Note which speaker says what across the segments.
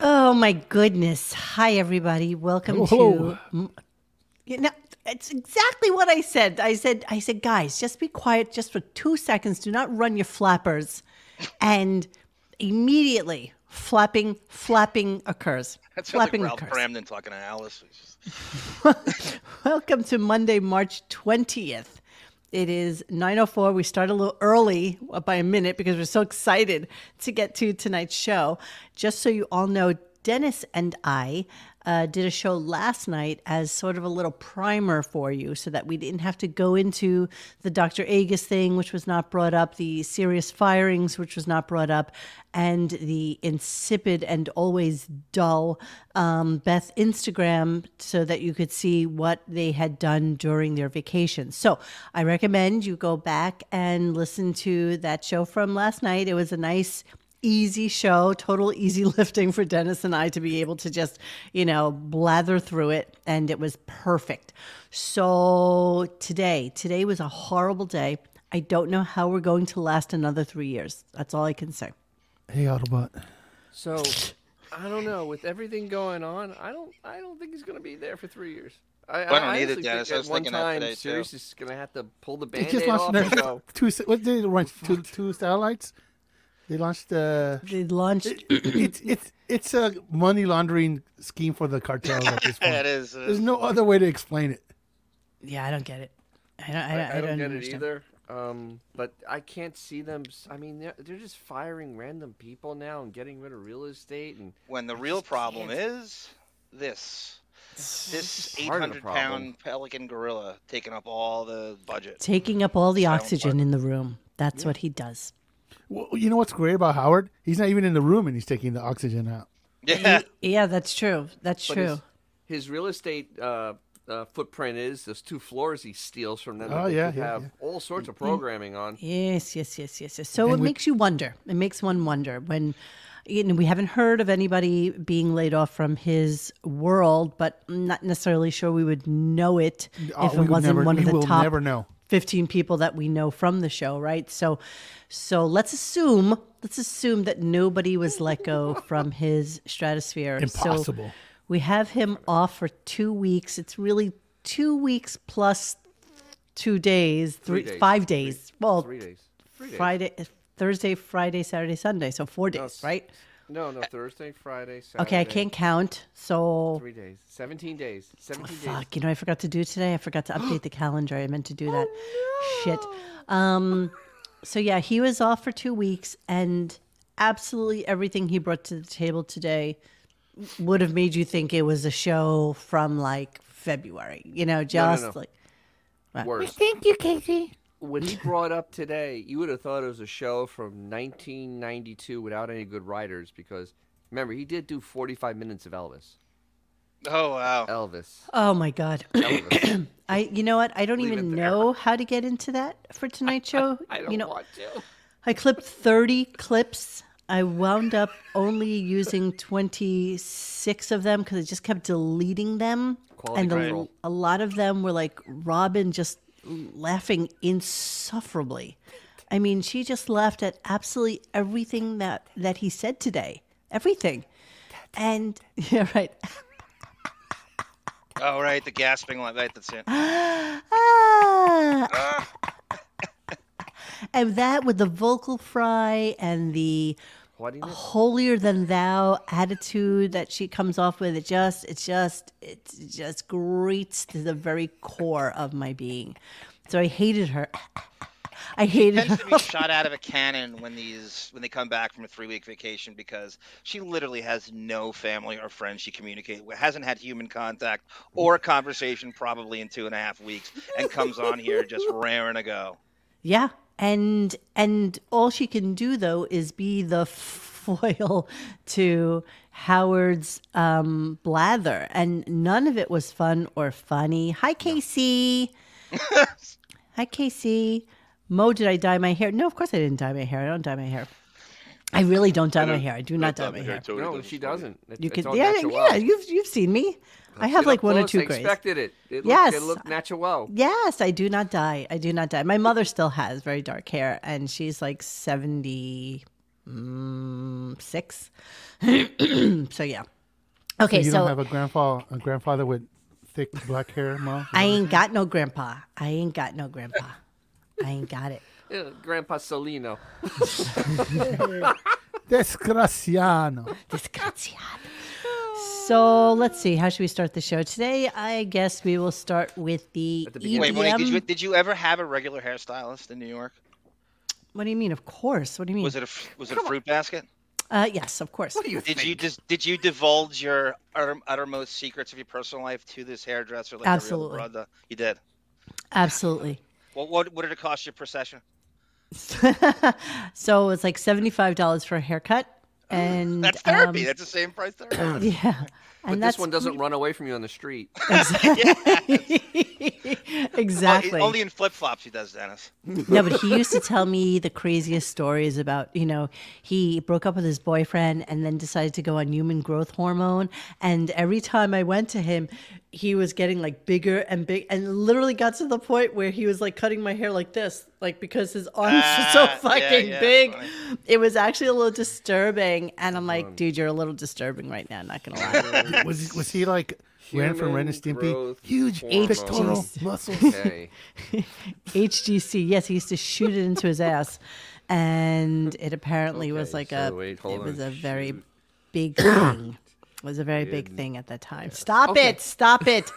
Speaker 1: Oh my goodness. Hi everybody. Welcome
Speaker 2: Hello.
Speaker 1: to M- You know, it's exactly what I said. I said I said guys, just be quiet just for 2 seconds. Do not run your flappers. And immediately flapping flapping occurs.
Speaker 3: That sounds
Speaker 1: flapping
Speaker 3: like Ralph Cramden talking to Alice. It's just-
Speaker 1: Welcome to Monday, March 20th. It is 9:04. We start a little early uh, by a minute because we're so excited to get to tonight's show. Just so you all know, Dennis and I uh, did a show last night as sort of a little primer for you so that we didn't have to go into the Dr. Agus thing, which was not brought up, the serious firings, which was not brought up, and the insipid and always dull um, Beth Instagram so that you could see what they had done during their vacation. So I recommend you go back and listen to that show from last night. It was a nice, easy show, total easy lifting for Dennis and I to be able to just, you know, blather through it. And it was perfect. So today, today was a horrible day. I don't know how we're going to last another three years. That's all I can say.
Speaker 2: Hey, Autobot.
Speaker 4: So I don't know. With everything going on, I don't. I don't think he's going to be there for three years. I,
Speaker 3: I don't either,
Speaker 4: honestly think
Speaker 3: Dennis. I
Speaker 4: at
Speaker 3: was
Speaker 4: one
Speaker 3: thinking that
Speaker 4: time,
Speaker 3: today, too.
Speaker 4: Sirius is going to have to pull the
Speaker 2: They
Speaker 4: band
Speaker 2: just launched
Speaker 4: off and
Speaker 2: another
Speaker 4: go.
Speaker 2: two. sa- What did they launch? Two, two satellites. They launched. Uh,
Speaker 1: They launched.
Speaker 2: it's it's it's a money laundering scheme for the cartels at this
Speaker 3: Yeah, it
Speaker 2: point.
Speaker 3: is. uh, it
Speaker 2: There's
Speaker 3: is.
Speaker 2: no other way to explain it.
Speaker 1: Yeah, I don't get it. I don't. I
Speaker 4: I,
Speaker 1: don't,
Speaker 4: I don't, get
Speaker 1: understand.
Speaker 4: it either. Um, but I can't see them. s- I mean, they're, they're just firing random people now and getting rid of real estate and
Speaker 3: When the real problem is this. This
Speaker 4: is part of the
Speaker 3: 800
Speaker 4: problem.
Speaker 3: pound pelican gorilla taking up all the budget.
Speaker 1: Taking up all the
Speaker 3: Silent
Speaker 1: oxygen in the room. That's what he does.
Speaker 2: Well, you know what's great about Howard? He's not even in the room, and he's taking the oxygen out.
Speaker 3: Yeah.
Speaker 1: Yeah, that's true. That's
Speaker 4: But
Speaker 1: true.
Speaker 4: His, his real estate uh, uh, footprint is those two floors he steals from them. that
Speaker 2: Oh,
Speaker 4: they
Speaker 2: yeah,
Speaker 4: could
Speaker 2: yeah,
Speaker 4: have
Speaker 2: yeah.
Speaker 4: all sorts of programming on.
Speaker 1: Yes, yes, yes, yes, yes. So it makes you wonder. It makes one wonder when you know we haven't heard of anybody being laid off from his world, but I'm not necessarily sure we would know it
Speaker 2: Oh,
Speaker 1: if
Speaker 2: we
Speaker 1: it
Speaker 2: would
Speaker 1: wasn't
Speaker 2: never-
Speaker 1: one of
Speaker 2: we
Speaker 1: the
Speaker 2: will
Speaker 1: top
Speaker 2: never know.
Speaker 1: 15 people that we know from the show, right? So so let's assume let's assume that nobody was let go from his stratosphere. So
Speaker 2: Impossible.
Speaker 1: we have him off for 2 weeks. It's really 2 weeks plus 2 days, 3,
Speaker 4: days.
Speaker 1: 5 days. well,
Speaker 4: Three days. Three days.
Speaker 1: Friday, Thursday, Friday, Saturday, Sunday. So four days,
Speaker 4: s-
Speaker 1: right?
Speaker 4: No, no. Thursday, Friday, Saturday.
Speaker 1: Okay, I can't count. So
Speaker 4: Three days. Seventeen days. Seventeen days.
Speaker 1: Oh, fuck, you know, I forgot to do today. I forgot to update the calendar. I meant to
Speaker 4: Oh,
Speaker 1: do that. Shit. Um, so yeah, he was off for two weeks, and absolutely everything he brought to the table today would have made you think it was a show from like February. You know, just
Speaker 4: no.
Speaker 1: like
Speaker 4: Worse.
Speaker 2: Thank you, Casey.
Speaker 4: When he brought up today, you would have thought it was a show from 1992 without any good writers because remember he did do 45 minutes of Elvis.
Speaker 3: Oh, wow.
Speaker 4: Elvis.
Speaker 1: oh my god.
Speaker 4: Elvis.
Speaker 1: I you know what? I don't
Speaker 4: Leave
Speaker 1: even
Speaker 4: it there.
Speaker 1: know how to get into that for tonight's show.
Speaker 4: I don't
Speaker 1: you know,
Speaker 4: want to.
Speaker 1: I clipped 30 clips. I wound up only using 26 of them because I just kept deleting them.
Speaker 4: Quality
Speaker 1: and a,
Speaker 4: control.
Speaker 1: a lot of them were like Robin just laughing insufferably. I mean, she just laughed at absolutely everything that, that he said today. Everything. And yeah, right.
Speaker 3: Oh, right. The gasping like that. That's it.
Speaker 1: Ah! and that with the vocal fry and the
Speaker 4: What
Speaker 1: Oh.
Speaker 4: do you know?
Speaker 1: holier than thou attitude that she comes off with it just it just it just grates to the very core of my being so i hated her i hated
Speaker 3: tends
Speaker 1: her
Speaker 3: to be shot out of a cannon when these when they come back from a three week vacation because she literally has no family or friends she communicates with, hasn't had human contact or conversation probably in two and a half weeks, and comes on here just raring to go.
Speaker 1: yeah and and all she can do though is be the foil to howard's um blather and none of it was fun or funny hi casey hi casey mo did i dye my hair no of course i didn't dye my hair i don't dye my hair I really don't dye my hair. I do not dye my hair.
Speaker 4: No, she doesn't. It,
Speaker 1: You
Speaker 4: it's
Speaker 1: can,
Speaker 4: all
Speaker 1: yeah,
Speaker 4: natural.
Speaker 1: yeah. You've you've seen me. I have
Speaker 4: Get
Speaker 1: like
Speaker 4: up
Speaker 1: one or
Speaker 4: close,
Speaker 1: two
Speaker 4: I
Speaker 1: grays.
Speaker 4: expected it. It
Speaker 1: Yes.
Speaker 4: looked, it looked natural.
Speaker 1: Yes, I do not dye. I do not dye. My mother still has very dark hair, and she's like seventy mm, six. so yeah,
Speaker 2: So
Speaker 5: Okay,
Speaker 2: you
Speaker 5: so
Speaker 2: don't have a grandpa, a grandfather with thick black hair, mom.
Speaker 1: I ain't got no grandpa. I ain't got no grandpa. I ain't got it.
Speaker 4: Yeah, Grandpa Solino.
Speaker 2: Desgraciano.
Speaker 1: Disgraziato. So let's see. How should we start the show today? I guess we will start with the, E
Speaker 4: the
Speaker 1: EDM.
Speaker 4: beginning.
Speaker 3: Wait, Monique, did you did you ever have a regular hairstylist in New York?
Speaker 1: What do you mean? Of course. What do you mean?
Speaker 3: Was it a f- was it a fruit basket?
Speaker 1: uh, yes, of course.
Speaker 4: What do you
Speaker 3: Did
Speaker 4: think?
Speaker 3: you just did you divulge your utter, uttermost secrets of your personal life to this hairdresser? Like every other
Speaker 1: Absolutely.
Speaker 3: brother? You did.
Speaker 1: Absolutely.
Speaker 3: What what what did it cost you per session?
Speaker 1: so it's like seventy-five dollars for a haircut, and
Speaker 3: Oh, That's
Speaker 1: um,
Speaker 3: therapy. That's the same price therapy.
Speaker 1: yeah,
Speaker 4: but
Speaker 1: and
Speaker 4: this
Speaker 1: that's
Speaker 4: one doesn't run away from you on the street.
Speaker 1: exactly.
Speaker 4: Oh,
Speaker 3: Only in flip flops he does, Dennis.
Speaker 1: no, but he used to tell me the craziest stories about, you know, he broke up with his boyfriend and then decided to go on human growth hormone. And every time I went to him, he was getting like bigger and big and literally got to the point where he was like cutting my hair like this, like because his arms were so
Speaker 3: Ah, yeah,
Speaker 1: fucking
Speaker 3: yeah,
Speaker 1: big.
Speaker 3: funny. Um,
Speaker 1: It was actually a little disturbing. And I'm like, dude, you're a little disturbing right now, not gonna lie.
Speaker 2: Was was he like ran from Ren and
Speaker 4: Human
Speaker 2: Stimpy?
Speaker 4: growth
Speaker 2: Huge
Speaker 4: hormone.
Speaker 2: pectoral
Speaker 1: Jesus.
Speaker 2: muscles.
Speaker 4: Okay.
Speaker 1: HGC, yes, he used to shoot it into his ass. And it apparently was
Speaker 4: Okay,
Speaker 1: like
Speaker 4: so
Speaker 1: a
Speaker 4: wait, hold
Speaker 1: it was
Speaker 4: on,
Speaker 1: a very
Speaker 4: shoot.
Speaker 1: big thing. It was a very big thing at that time. Stop
Speaker 4: Okay.
Speaker 1: it. Stop it.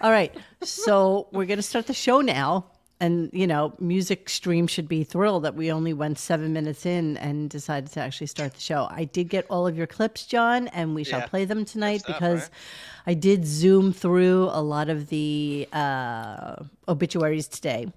Speaker 1: All right. So we're gonna start the show now. And you know, music stream should be thrilled that we only went seven minutes in and decided to actually start the show. I did get all of your clips, John, and we shall
Speaker 3: Yeah.
Speaker 1: play them tonight
Speaker 3: stuff,
Speaker 1: because
Speaker 3: right?
Speaker 1: I did zoom through a lot of the uh, obituaries today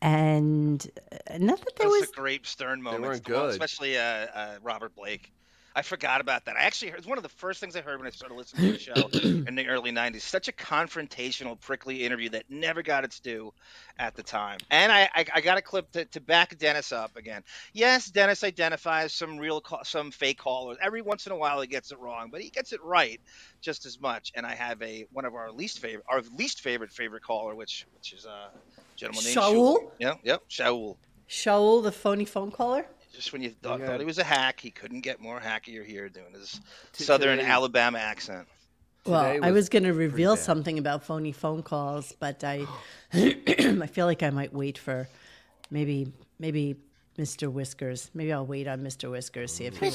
Speaker 1: and uh, not that
Speaker 3: That's
Speaker 1: there was
Speaker 3: the great Stern moments,
Speaker 4: weren't
Speaker 3: the one-
Speaker 4: good.
Speaker 3: especially uh, uh, Robert Blake. I forgot about that. I actually heard, it's one of the first things I heard when I started listening to the show in the early '90s. Such a confrontational, prickly interview that never got its due at the time. And I, I, I got a clip to, to back Dennis up again. Yes, Dennis identifies some real, ca- some fake callers. Every once in a while, he gets it wrong, but he gets it right just as much. And I have a one of our least favorite, our least favorite favorite caller, which which is uh, a gentleman named
Speaker 1: Shaul?
Speaker 3: Shul. Yeah, yep, Shaul
Speaker 1: Shaul, the phony phone caller.
Speaker 3: just when you thought,
Speaker 4: Yeah.
Speaker 3: thought he was a hack, he couldn't get more hackier here doing his southern
Speaker 4: today-
Speaker 3: Alabama accent.
Speaker 1: Well,
Speaker 4: Today
Speaker 1: I
Speaker 4: was
Speaker 1: was going to reveal
Speaker 4: bad.
Speaker 1: something about phony phone calls, but I, I feel like I might wait for maybe maybe Mr. Whiskers. Maybe I'll wait on Mr. Whiskers see if he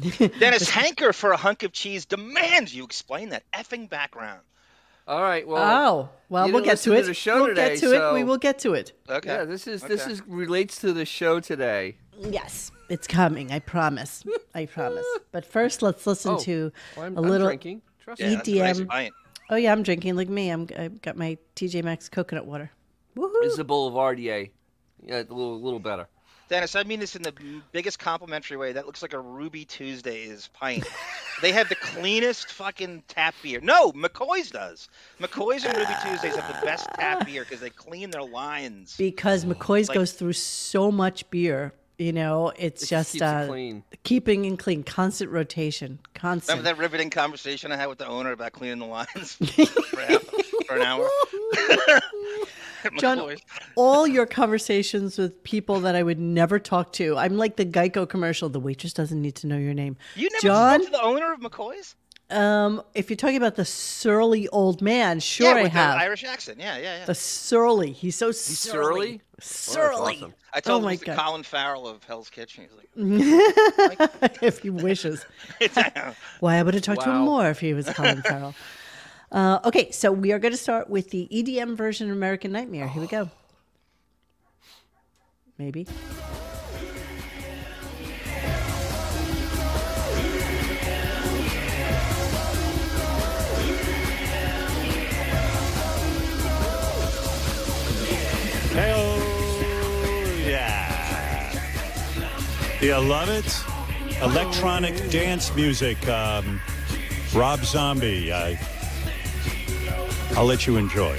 Speaker 1: wants to.
Speaker 3: Dennis Hanker for a hunk of cheese demands you explain that effing background.
Speaker 4: All right. Well.
Speaker 1: Oh, well,
Speaker 4: You
Speaker 1: we'll
Speaker 4: didn't
Speaker 1: get to
Speaker 4: listen
Speaker 1: it.
Speaker 4: to the show
Speaker 1: we'll
Speaker 4: today,
Speaker 1: get to it. We
Speaker 4: so-
Speaker 1: will get to it.
Speaker 3: Okay.
Speaker 4: Yeah. This is this
Speaker 3: Okay.
Speaker 4: is relates to the show today.
Speaker 1: Yes, it's coming. I promise. I promise. But first, let's listen
Speaker 4: Oh,
Speaker 1: to
Speaker 4: Well, I'm,
Speaker 1: a
Speaker 4: I'm
Speaker 1: little.
Speaker 4: drinking. Trust
Speaker 3: Yeah,
Speaker 4: me.
Speaker 3: that's a nice
Speaker 1: EDM.
Speaker 3: pint.
Speaker 1: Oh yeah, I'm drinking. Look at me. I'm. I've got my TJ Maxx coconut water. Woohoo!
Speaker 4: It's the Boulevardier. Yeah, a little little better.
Speaker 3: Dennis, I mean this in the biggest complimentary way. That looks like a Ruby Tuesdays pint. they have the cleanest fucking tap beer. No, McCoy's does. McCoy's and Ruby Tuesdays have the best tap beer because they clean their lines.
Speaker 1: because McCoy's goes through so much beer. You know, it's just
Speaker 4: keeps it
Speaker 1: uh,
Speaker 4: clean.
Speaker 1: keeping and clean, constant rotation, constant.
Speaker 3: Remember that riveting conversation I had with the owner about cleaning the lines for, half- for an hour?
Speaker 1: John,
Speaker 3: McCoy's.
Speaker 1: all your conversations with people that I would never talk to. I'm like the Geico commercial. The waitress doesn't need to know your name.
Speaker 3: you never
Speaker 1: John,
Speaker 3: spoke to the owner of McCoy's?
Speaker 1: um, if you're talking about the surly old man, sure
Speaker 3: yeah,
Speaker 1: I
Speaker 3: with
Speaker 1: have.
Speaker 3: the Irish accent. Yeah, yeah,
Speaker 1: The
Speaker 3: yeah.
Speaker 1: surly. He's so surly.
Speaker 4: surly?
Speaker 1: Surly.
Speaker 4: awesome.
Speaker 3: I told
Speaker 1: oh
Speaker 3: him
Speaker 1: my
Speaker 3: it was the
Speaker 1: God.
Speaker 3: Colin Farrell of Hell's Kitchen. He's
Speaker 1: if he wishes.
Speaker 3: like,
Speaker 1: Why I would have talked to him
Speaker 4: Wow.
Speaker 1: more if he was Colin Farrell. Uh, okay, so we are going to start with the EDM version of American Nightmare. Here we go. Maybe.
Speaker 6: Hell yeah. You love it? Electronic dance music. Um, Rob Zombie. I, I'll let you enjoy.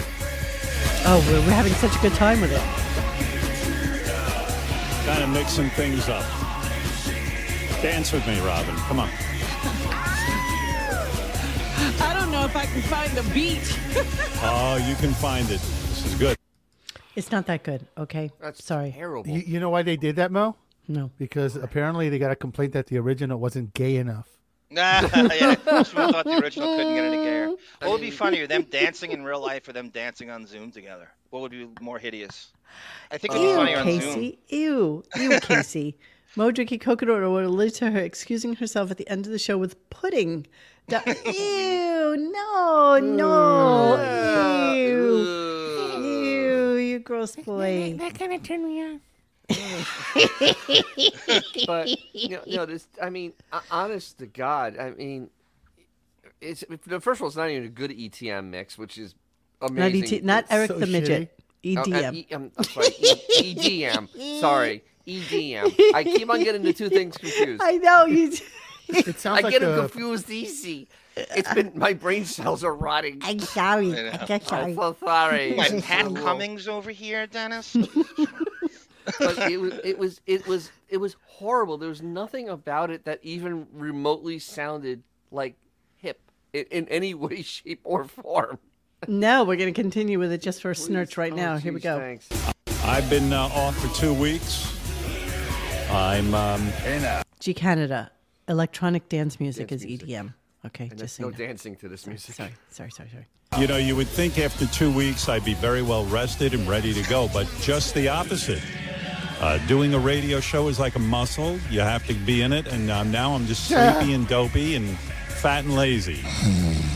Speaker 1: Oh, we're, we're having such a good time with it.
Speaker 6: Kind of mixing things up. Dance with me, Robin. Come on.
Speaker 7: I don't know if I can find the beat.
Speaker 6: Oh, you can find it. This is good.
Speaker 1: It's not that good, okay?
Speaker 4: That's
Speaker 1: Sorry.
Speaker 4: Terrible.
Speaker 2: You, you know why they did that, Mo?
Speaker 1: No.
Speaker 2: Because apparently they got a complaint that the original wasn't gay enough.
Speaker 3: Nah, yeah. That's what I thought the original couldn't get any gayer. What would be funnier, them dancing in real life or them dancing on Zoom together? What would be more hideous? I think it would be
Speaker 1: Ew,
Speaker 3: funnier on Zoom.
Speaker 1: Casey. Ew. Ew, Casey. Modricky Kokodoro would allude to her excusing herself at the end of the show with pudding. Da- Ew, no, no. Ew. Ew, you gross boy.
Speaker 4: but you know, you know, this. I mean, ho- honest to God, I mean, it's the first of all, it's not even a good ETM mix, which is
Speaker 1: Not,
Speaker 4: amazing.
Speaker 1: ET, not
Speaker 2: That's
Speaker 1: Eric
Speaker 2: so
Speaker 1: the Midget.
Speaker 4: Oh, uh,
Speaker 1: EDM.
Speaker 4: E- um, I'm sorry, E- EDM. Sorry, EDM. I keep on getting the two things confused.
Speaker 1: I know. you.
Speaker 2: It sounds
Speaker 4: I
Speaker 2: like
Speaker 4: get
Speaker 2: the,
Speaker 4: them confused easy. It's been my brain cells are rotting.
Speaker 1: I'm sorry.
Speaker 3: I know.
Speaker 1: I'm so
Speaker 4: I'm
Speaker 1: sorry.
Speaker 4: so sorry.
Speaker 3: My
Speaker 4: I'm a
Speaker 3: Pat
Speaker 4: little-
Speaker 3: Cummings over here, Dennis.
Speaker 4: But it was, it was, it was, it was horrible. There was nothing about it that even remotely sounded like hip in, in any way, shape, or form.
Speaker 1: No, we're going to continue with it just for a snurch right
Speaker 4: Oh,
Speaker 1: now. Here we
Speaker 4: geez,
Speaker 1: go.
Speaker 4: Thanks.
Speaker 6: I've been uh, off for two weeks. I'm um,
Speaker 1: G Canada. Electronic dance music
Speaker 4: Dance
Speaker 1: is
Speaker 4: music.
Speaker 1: EDM. Okay, just
Speaker 4: There's
Speaker 1: so
Speaker 4: no
Speaker 1: you know.
Speaker 4: dancing to this music.
Speaker 1: Sorry, sorry, sorry, sorry.
Speaker 6: You know, you would think after two weeks I'd be very well rested and ready to go, but just the opposite. Uh, doing a radio show is like a muscle. You have to be in it, and um, now I'm just sleepy and dopey and fat and lazy.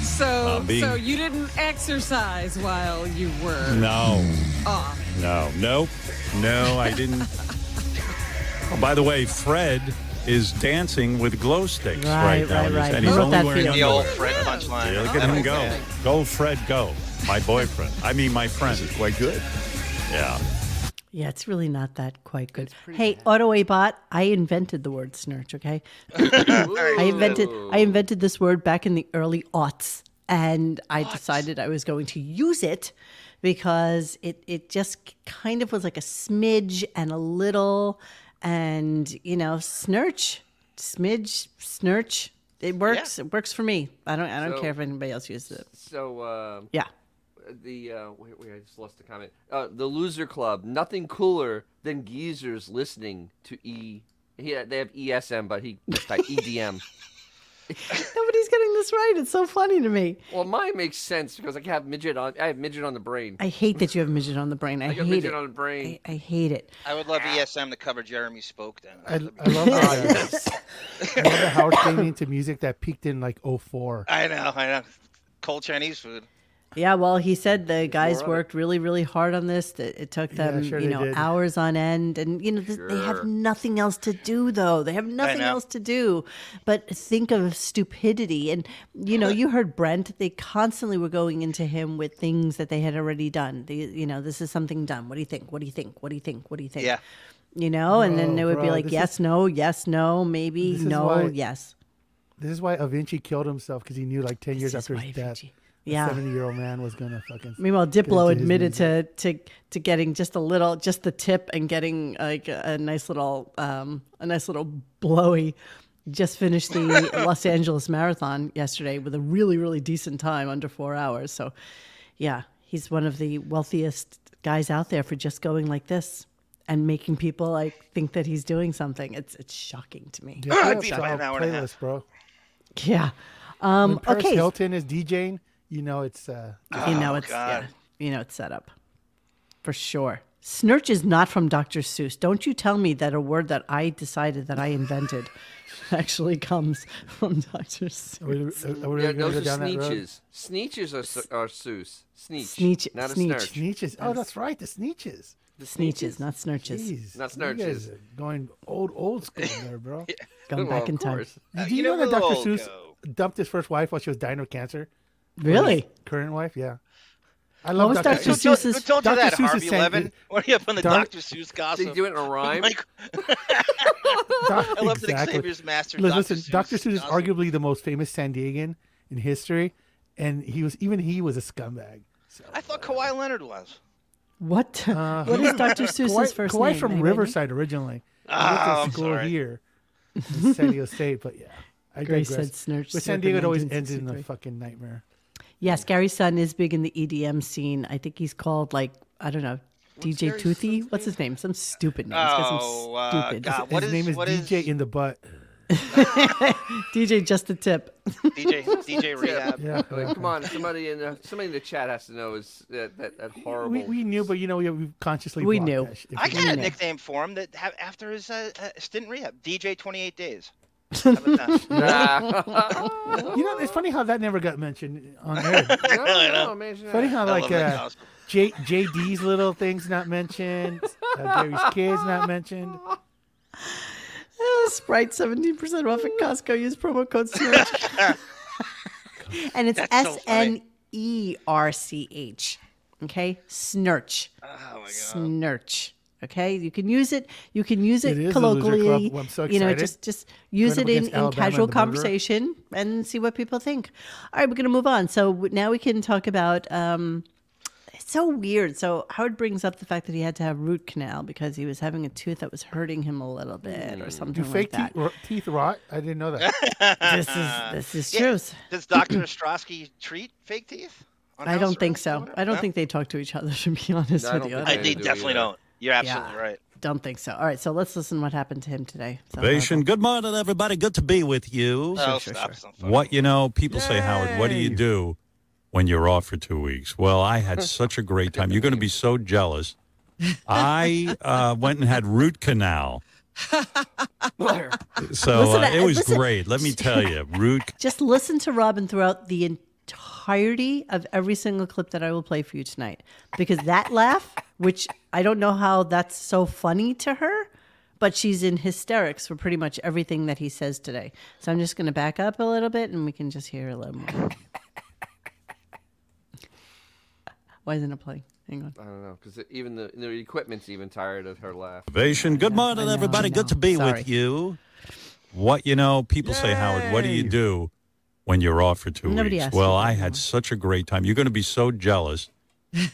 Speaker 7: So,
Speaker 6: I'm being-
Speaker 7: so you didn't exercise while you were
Speaker 6: No,
Speaker 7: off.
Speaker 6: no, nope, no, I didn't. Oh, by the way, Fred is dancing with glow sticks right,
Speaker 1: Right,
Speaker 6: now,
Speaker 1: right,
Speaker 6: and
Speaker 1: right.
Speaker 6: he's, and he's
Speaker 1: Look at
Speaker 6: only
Speaker 1: that
Speaker 6: wearing
Speaker 1: field.
Speaker 3: the
Speaker 6: underwear.
Speaker 3: old Fred punchline. Oh,
Speaker 6: Yeah, look at him go. Go, Fred, go. My boyfriend. I mean, my friend. This is quite good. Yeah.
Speaker 1: Yeah, it's really not that quite good. Hey, AutoAbot, I invented the word snurch, okay? I invented I invented this word back in the early aughts, and I decided I was going to use it because it it just kind of was like a smidge and a little, and you know, snurch, smidge, snurch. It works. It works for me. I don't. I don't
Speaker 4: So-
Speaker 1: care if anybody else uses it.
Speaker 4: So uh,
Speaker 1: Yeah.
Speaker 4: the uh, wait, wait, I just lost the comment. Uh, the Loser Club. Nothing cooler than geezers listening to E. Yeah, they have ESM, but he E just typed EDM.
Speaker 1: Nobody's getting this right. It's so funny to me.
Speaker 4: Well, mine makes sense because I have midget on. I have midget on the brain.
Speaker 1: I hate that you have midget on the brain. I,
Speaker 4: I got
Speaker 1: hate
Speaker 4: midget
Speaker 1: it.
Speaker 4: on the brain.
Speaker 1: I, I hate it.
Speaker 3: I would love ESM to cover Jeremy Spoke, Dennis.
Speaker 2: I, I
Speaker 4: Ah,
Speaker 2: love that. I love that Howard came into music that peaked in like 04.
Speaker 3: I know, I know. Cold Chinese food.
Speaker 1: Yeah, well, he said the guys
Speaker 4: more of it.
Speaker 1: worked really, really hard on this. That it took them,
Speaker 2: sure
Speaker 1: you
Speaker 2: they
Speaker 1: know,
Speaker 2: did.
Speaker 1: hours on end, and you know, th- they have
Speaker 4: Sure.
Speaker 1: nothing else to do though. They have nothing
Speaker 3: know.
Speaker 1: else to do but think of stupidity. And you know, you heard Brent; they constantly were going into him with things that they had already done. They, you know, this is something done. What do you think? What do you think? What do you think? What do you think?
Speaker 3: Yeah.
Speaker 1: You know, and then
Speaker 2: Bro,
Speaker 1: they would be
Speaker 2: bro,
Speaker 1: like,
Speaker 2: this
Speaker 1: yes,
Speaker 2: is-
Speaker 1: no, yes, no, maybe,
Speaker 2: This is
Speaker 1: no,
Speaker 2: why-
Speaker 1: yes.
Speaker 2: This is why Avinci killed himself because he knew like 10 years
Speaker 1: is
Speaker 2: after
Speaker 1: why
Speaker 2: his death,
Speaker 1: Avicii- Yeah.
Speaker 2: 70 year old man was going to fucking.
Speaker 1: Meanwhile,
Speaker 2: get
Speaker 1: Diplo
Speaker 2: into his
Speaker 1: admitted
Speaker 2: music.
Speaker 1: to, to to getting just a little, just the tip, and getting like a, a nice little, um, a nice little blowy. Just finished the Los Angeles Marathon yesterday with a really, really decent time under four hours. So, yeah, he's one of the wealthiest guys out there for just going like this and making people like think that he's doing something. It's it's shocking to
Speaker 4: Ah,
Speaker 1: me.
Speaker 2: Yeah,
Speaker 3: beat it
Speaker 2: it's
Speaker 3: by
Speaker 2: all
Speaker 3: an hour and a half.
Speaker 2: playlist, bro.
Speaker 1: Yeah. Um,
Speaker 2: When Paris
Speaker 1: okay.
Speaker 2: Hilton is DJing, you know it's. uh
Speaker 1: you know it's yeah, you know it's set up for sure snurch is not from dr seuss don't you tell me that a word that i decided that i invented actually comes from dr seuss
Speaker 2: Are we, are we
Speaker 4: Yeah,
Speaker 2: really
Speaker 4: those
Speaker 2: gonna go
Speaker 4: are
Speaker 2: down that road?
Speaker 4: sneeches. Sneeches are, s- are Seuss. Sneech.
Speaker 1: Sneech-
Speaker 4: Not a
Speaker 1: sneech.
Speaker 4: snurch.
Speaker 2: Sneeches. Oh, that's right. The sneeches.
Speaker 4: The
Speaker 1: sneeches not snurches
Speaker 2: Jeez.
Speaker 4: Not
Speaker 2: you guys
Speaker 4: snurches.
Speaker 2: are going old, old school there, bro.
Speaker 1: going
Speaker 4: Well,
Speaker 1: back
Speaker 4: Oh, of
Speaker 1: in time
Speaker 4: course.
Speaker 3: Uh,
Speaker 2: Do you,
Speaker 3: you
Speaker 2: know,
Speaker 3: know
Speaker 2: that
Speaker 3: where
Speaker 2: Dr.
Speaker 3: they'll
Speaker 2: Seuss
Speaker 3: go.
Speaker 2: dumped his first wife while she was dying of cancer?
Speaker 1: really
Speaker 2: Current wife, yeah. I love
Speaker 1: was
Speaker 2: Dr.
Speaker 1: Dr.
Speaker 2: Seuss.
Speaker 3: Don't, don't,
Speaker 1: Seuss's-
Speaker 3: don't do
Speaker 2: Dr.
Speaker 3: that,
Speaker 2: Seuss is
Speaker 3: Harvey
Speaker 2: saying-
Speaker 3: Levin. What are you up on the
Speaker 2: Doc-
Speaker 3: Dr. Seuss
Speaker 4: They
Speaker 3: gossip?
Speaker 4: do it in a rhyme.
Speaker 3: Like, I love that Xavier's master.
Speaker 2: Li-
Speaker 3: Dr.
Speaker 2: Listen,
Speaker 3: Seuss
Speaker 2: Dr. Seuss is
Speaker 3: gossip.
Speaker 2: arguably the most famous San Diegan in history, and he was even he was a scumbag. So,
Speaker 3: I thought Kawhi Leonard was.
Speaker 1: what what is dr seuss's
Speaker 2: Kawhi,
Speaker 1: first
Speaker 2: Kawhi
Speaker 1: name
Speaker 2: from
Speaker 1: I don't know.
Speaker 2: Riverside originally. He went to
Speaker 3: Oh, I'm
Speaker 2: school
Speaker 3: sorry.
Speaker 2: here in San Diego State, but yeah. I
Speaker 1: Grace
Speaker 2: digress.
Speaker 1: said snurch
Speaker 2: But San
Speaker 1: circa
Speaker 2: Diego it always ends in a
Speaker 1: 1963.
Speaker 2: fucking nightmare.
Speaker 1: yes gary sun is big in the edm scene i think he's called like i don't know DJ
Speaker 4: Gary
Speaker 1: Toothy, what's his name? Some stupid name. He's got some
Speaker 3: Oh, uh,
Speaker 1: stupid.
Speaker 3: God. What
Speaker 2: His
Speaker 3: is-
Speaker 2: name is
Speaker 3: what
Speaker 2: DJ
Speaker 3: is-
Speaker 2: in the butt.
Speaker 1: DJ, just a tip.
Speaker 3: DJ DJ rehab.
Speaker 2: Yeah.
Speaker 4: Like, come on, somebody in the somebody in the chat has to know is that that, that horrible.
Speaker 2: We, we knew, but you know, we, we consciously
Speaker 1: We
Speaker 2: blocked
Speaker 1: knew.
Speaker 2: that shit. If
Speaker 3: I
Speaker 2: we-
Speaker 3: got a nickname for him that ha- after his uh, uh, stint in rehab. DJ 28 days. How about that?
Speaker 4: Nah.
Speaker 2: You know, it's funny how that never got mentioned on air.
Speaker 4: no, no, imagine
Speaker 2: funny
Speaker 4: that.
Speaker 2: how
Speaker 3: I
Speaker 2: like
Speaker 3: love that
Speaker 2: uh,
Speaker 3: house.
Speaker 2: J, JD's little things not mentioned, uh, Gary's kids not mentioned.
Speaker 1: Uh, Sprite 17% off at Costco. Use promo code SNERCH. and it's
Speaker 3: That's so
Speaker 1: S
Speaker 3: funny.
Speaker 1: N E R C H. Okay? Snurch.
Speaker 3: Oh my god.
Speaker 1: Snurch. Okay? You can use it. You can use it,
Speaker 2: It is a loser club.
Speaker 1: colloquially.
Speaker 2: I'm so
Speaker 1: You know,
Speaker 2: excited.
Speaker 1: just just use
Speaker 2: Going up
Speaker 1: it in,
Speaker 2: against
Speaker 1: in
Speaker 2: Alabama and
Speaker 1: casual
Speaker 2: the Murderer.
Speaker 1: conversation and see what people think. All right, we're going to move on. So w- now we can talk about um, it's so weird. So Howard brings up the fact that he had to have root canal because he was having a tooth that was hurting him a little bit or something
Speaker 2: Do fake
Speaker 1: like that.
Speaker 2: teeth, teeth rot? I didn't know that.
Speaker 1: this is this is truth.
Speaker 3: Does Dr. Ostrowski treat fake teeth? on
Speaker 1: I
Speaker 3: house
Speaker 1: don't think
Speaker 3: arrest
Speaker 1: so.
Speaker 3: or
Speaker 1: I don't
Speaker 3: no?
Speaker 1: think they talk to each other. To be honest
Speaker 4: No, I
Speaker 1: with
Speaker 4: don't
Speaker 1: you,
Speaker 4: think
Speaker 3: I
Speaker 4: they
Speaker 3: they
Speaker 4: do
Speaker 3: definitely
Speaker 4: either.
Speaker 3: don't. You're absolutely
Speaker 1: Yeah.
Speaker 3: right.
Speaker 1: don't think so. All right, so let's listen to what happened to him today. So-
Speaker 6: Ovation. Good morning, everybody. Good to be with you.
Speaker 3: oh, stop. some fucking-
Speaker 6: What you know, people say, Howard, what do you do when you're off for two weeks? Well, I had such a great time. You're going to be so jealous. I uh, went and had root canal, so
Speaker 1: Listen
Speaker 6: uh,
Speaker 1: to-
Speaker 6: it was
Speaker 1: listen-
Speaker 6: great. Let me tell you, root.
Speaker 1: Just listen to Robin throughout the entirety of every single clip that I will play for you tonight, because that laugh, which I don't know how that's so funny to her, but she's in hysterics for pretty much everything that he says today. So I'm just going to back up a little bit, and we can just hear a little more. Why isn't it playing? Hang on.
Speaker 4: I don't know because even the the equipment's even tired of her laugh.
Speaker 6: Ovation. Good
Speaker 1: I
Speaker 6: morning,
Speaker 1: know, I
Speaker 6: everybody. Good to
Speaker 1: know.
Speaker 6: be
Speaker 1: Sorry.
Speaker 6: with you. What you know, people say, Howard, what do you do when you're off for two
Speaker 1: Nobody
Speaker 6: weeks?
Speaker 1: asked
Speaker 6: Well,
Speaker 1: you
Speaker 6: I
Speaker 1: that,
Speaker 6: had such a great time. You're going to be so jealous.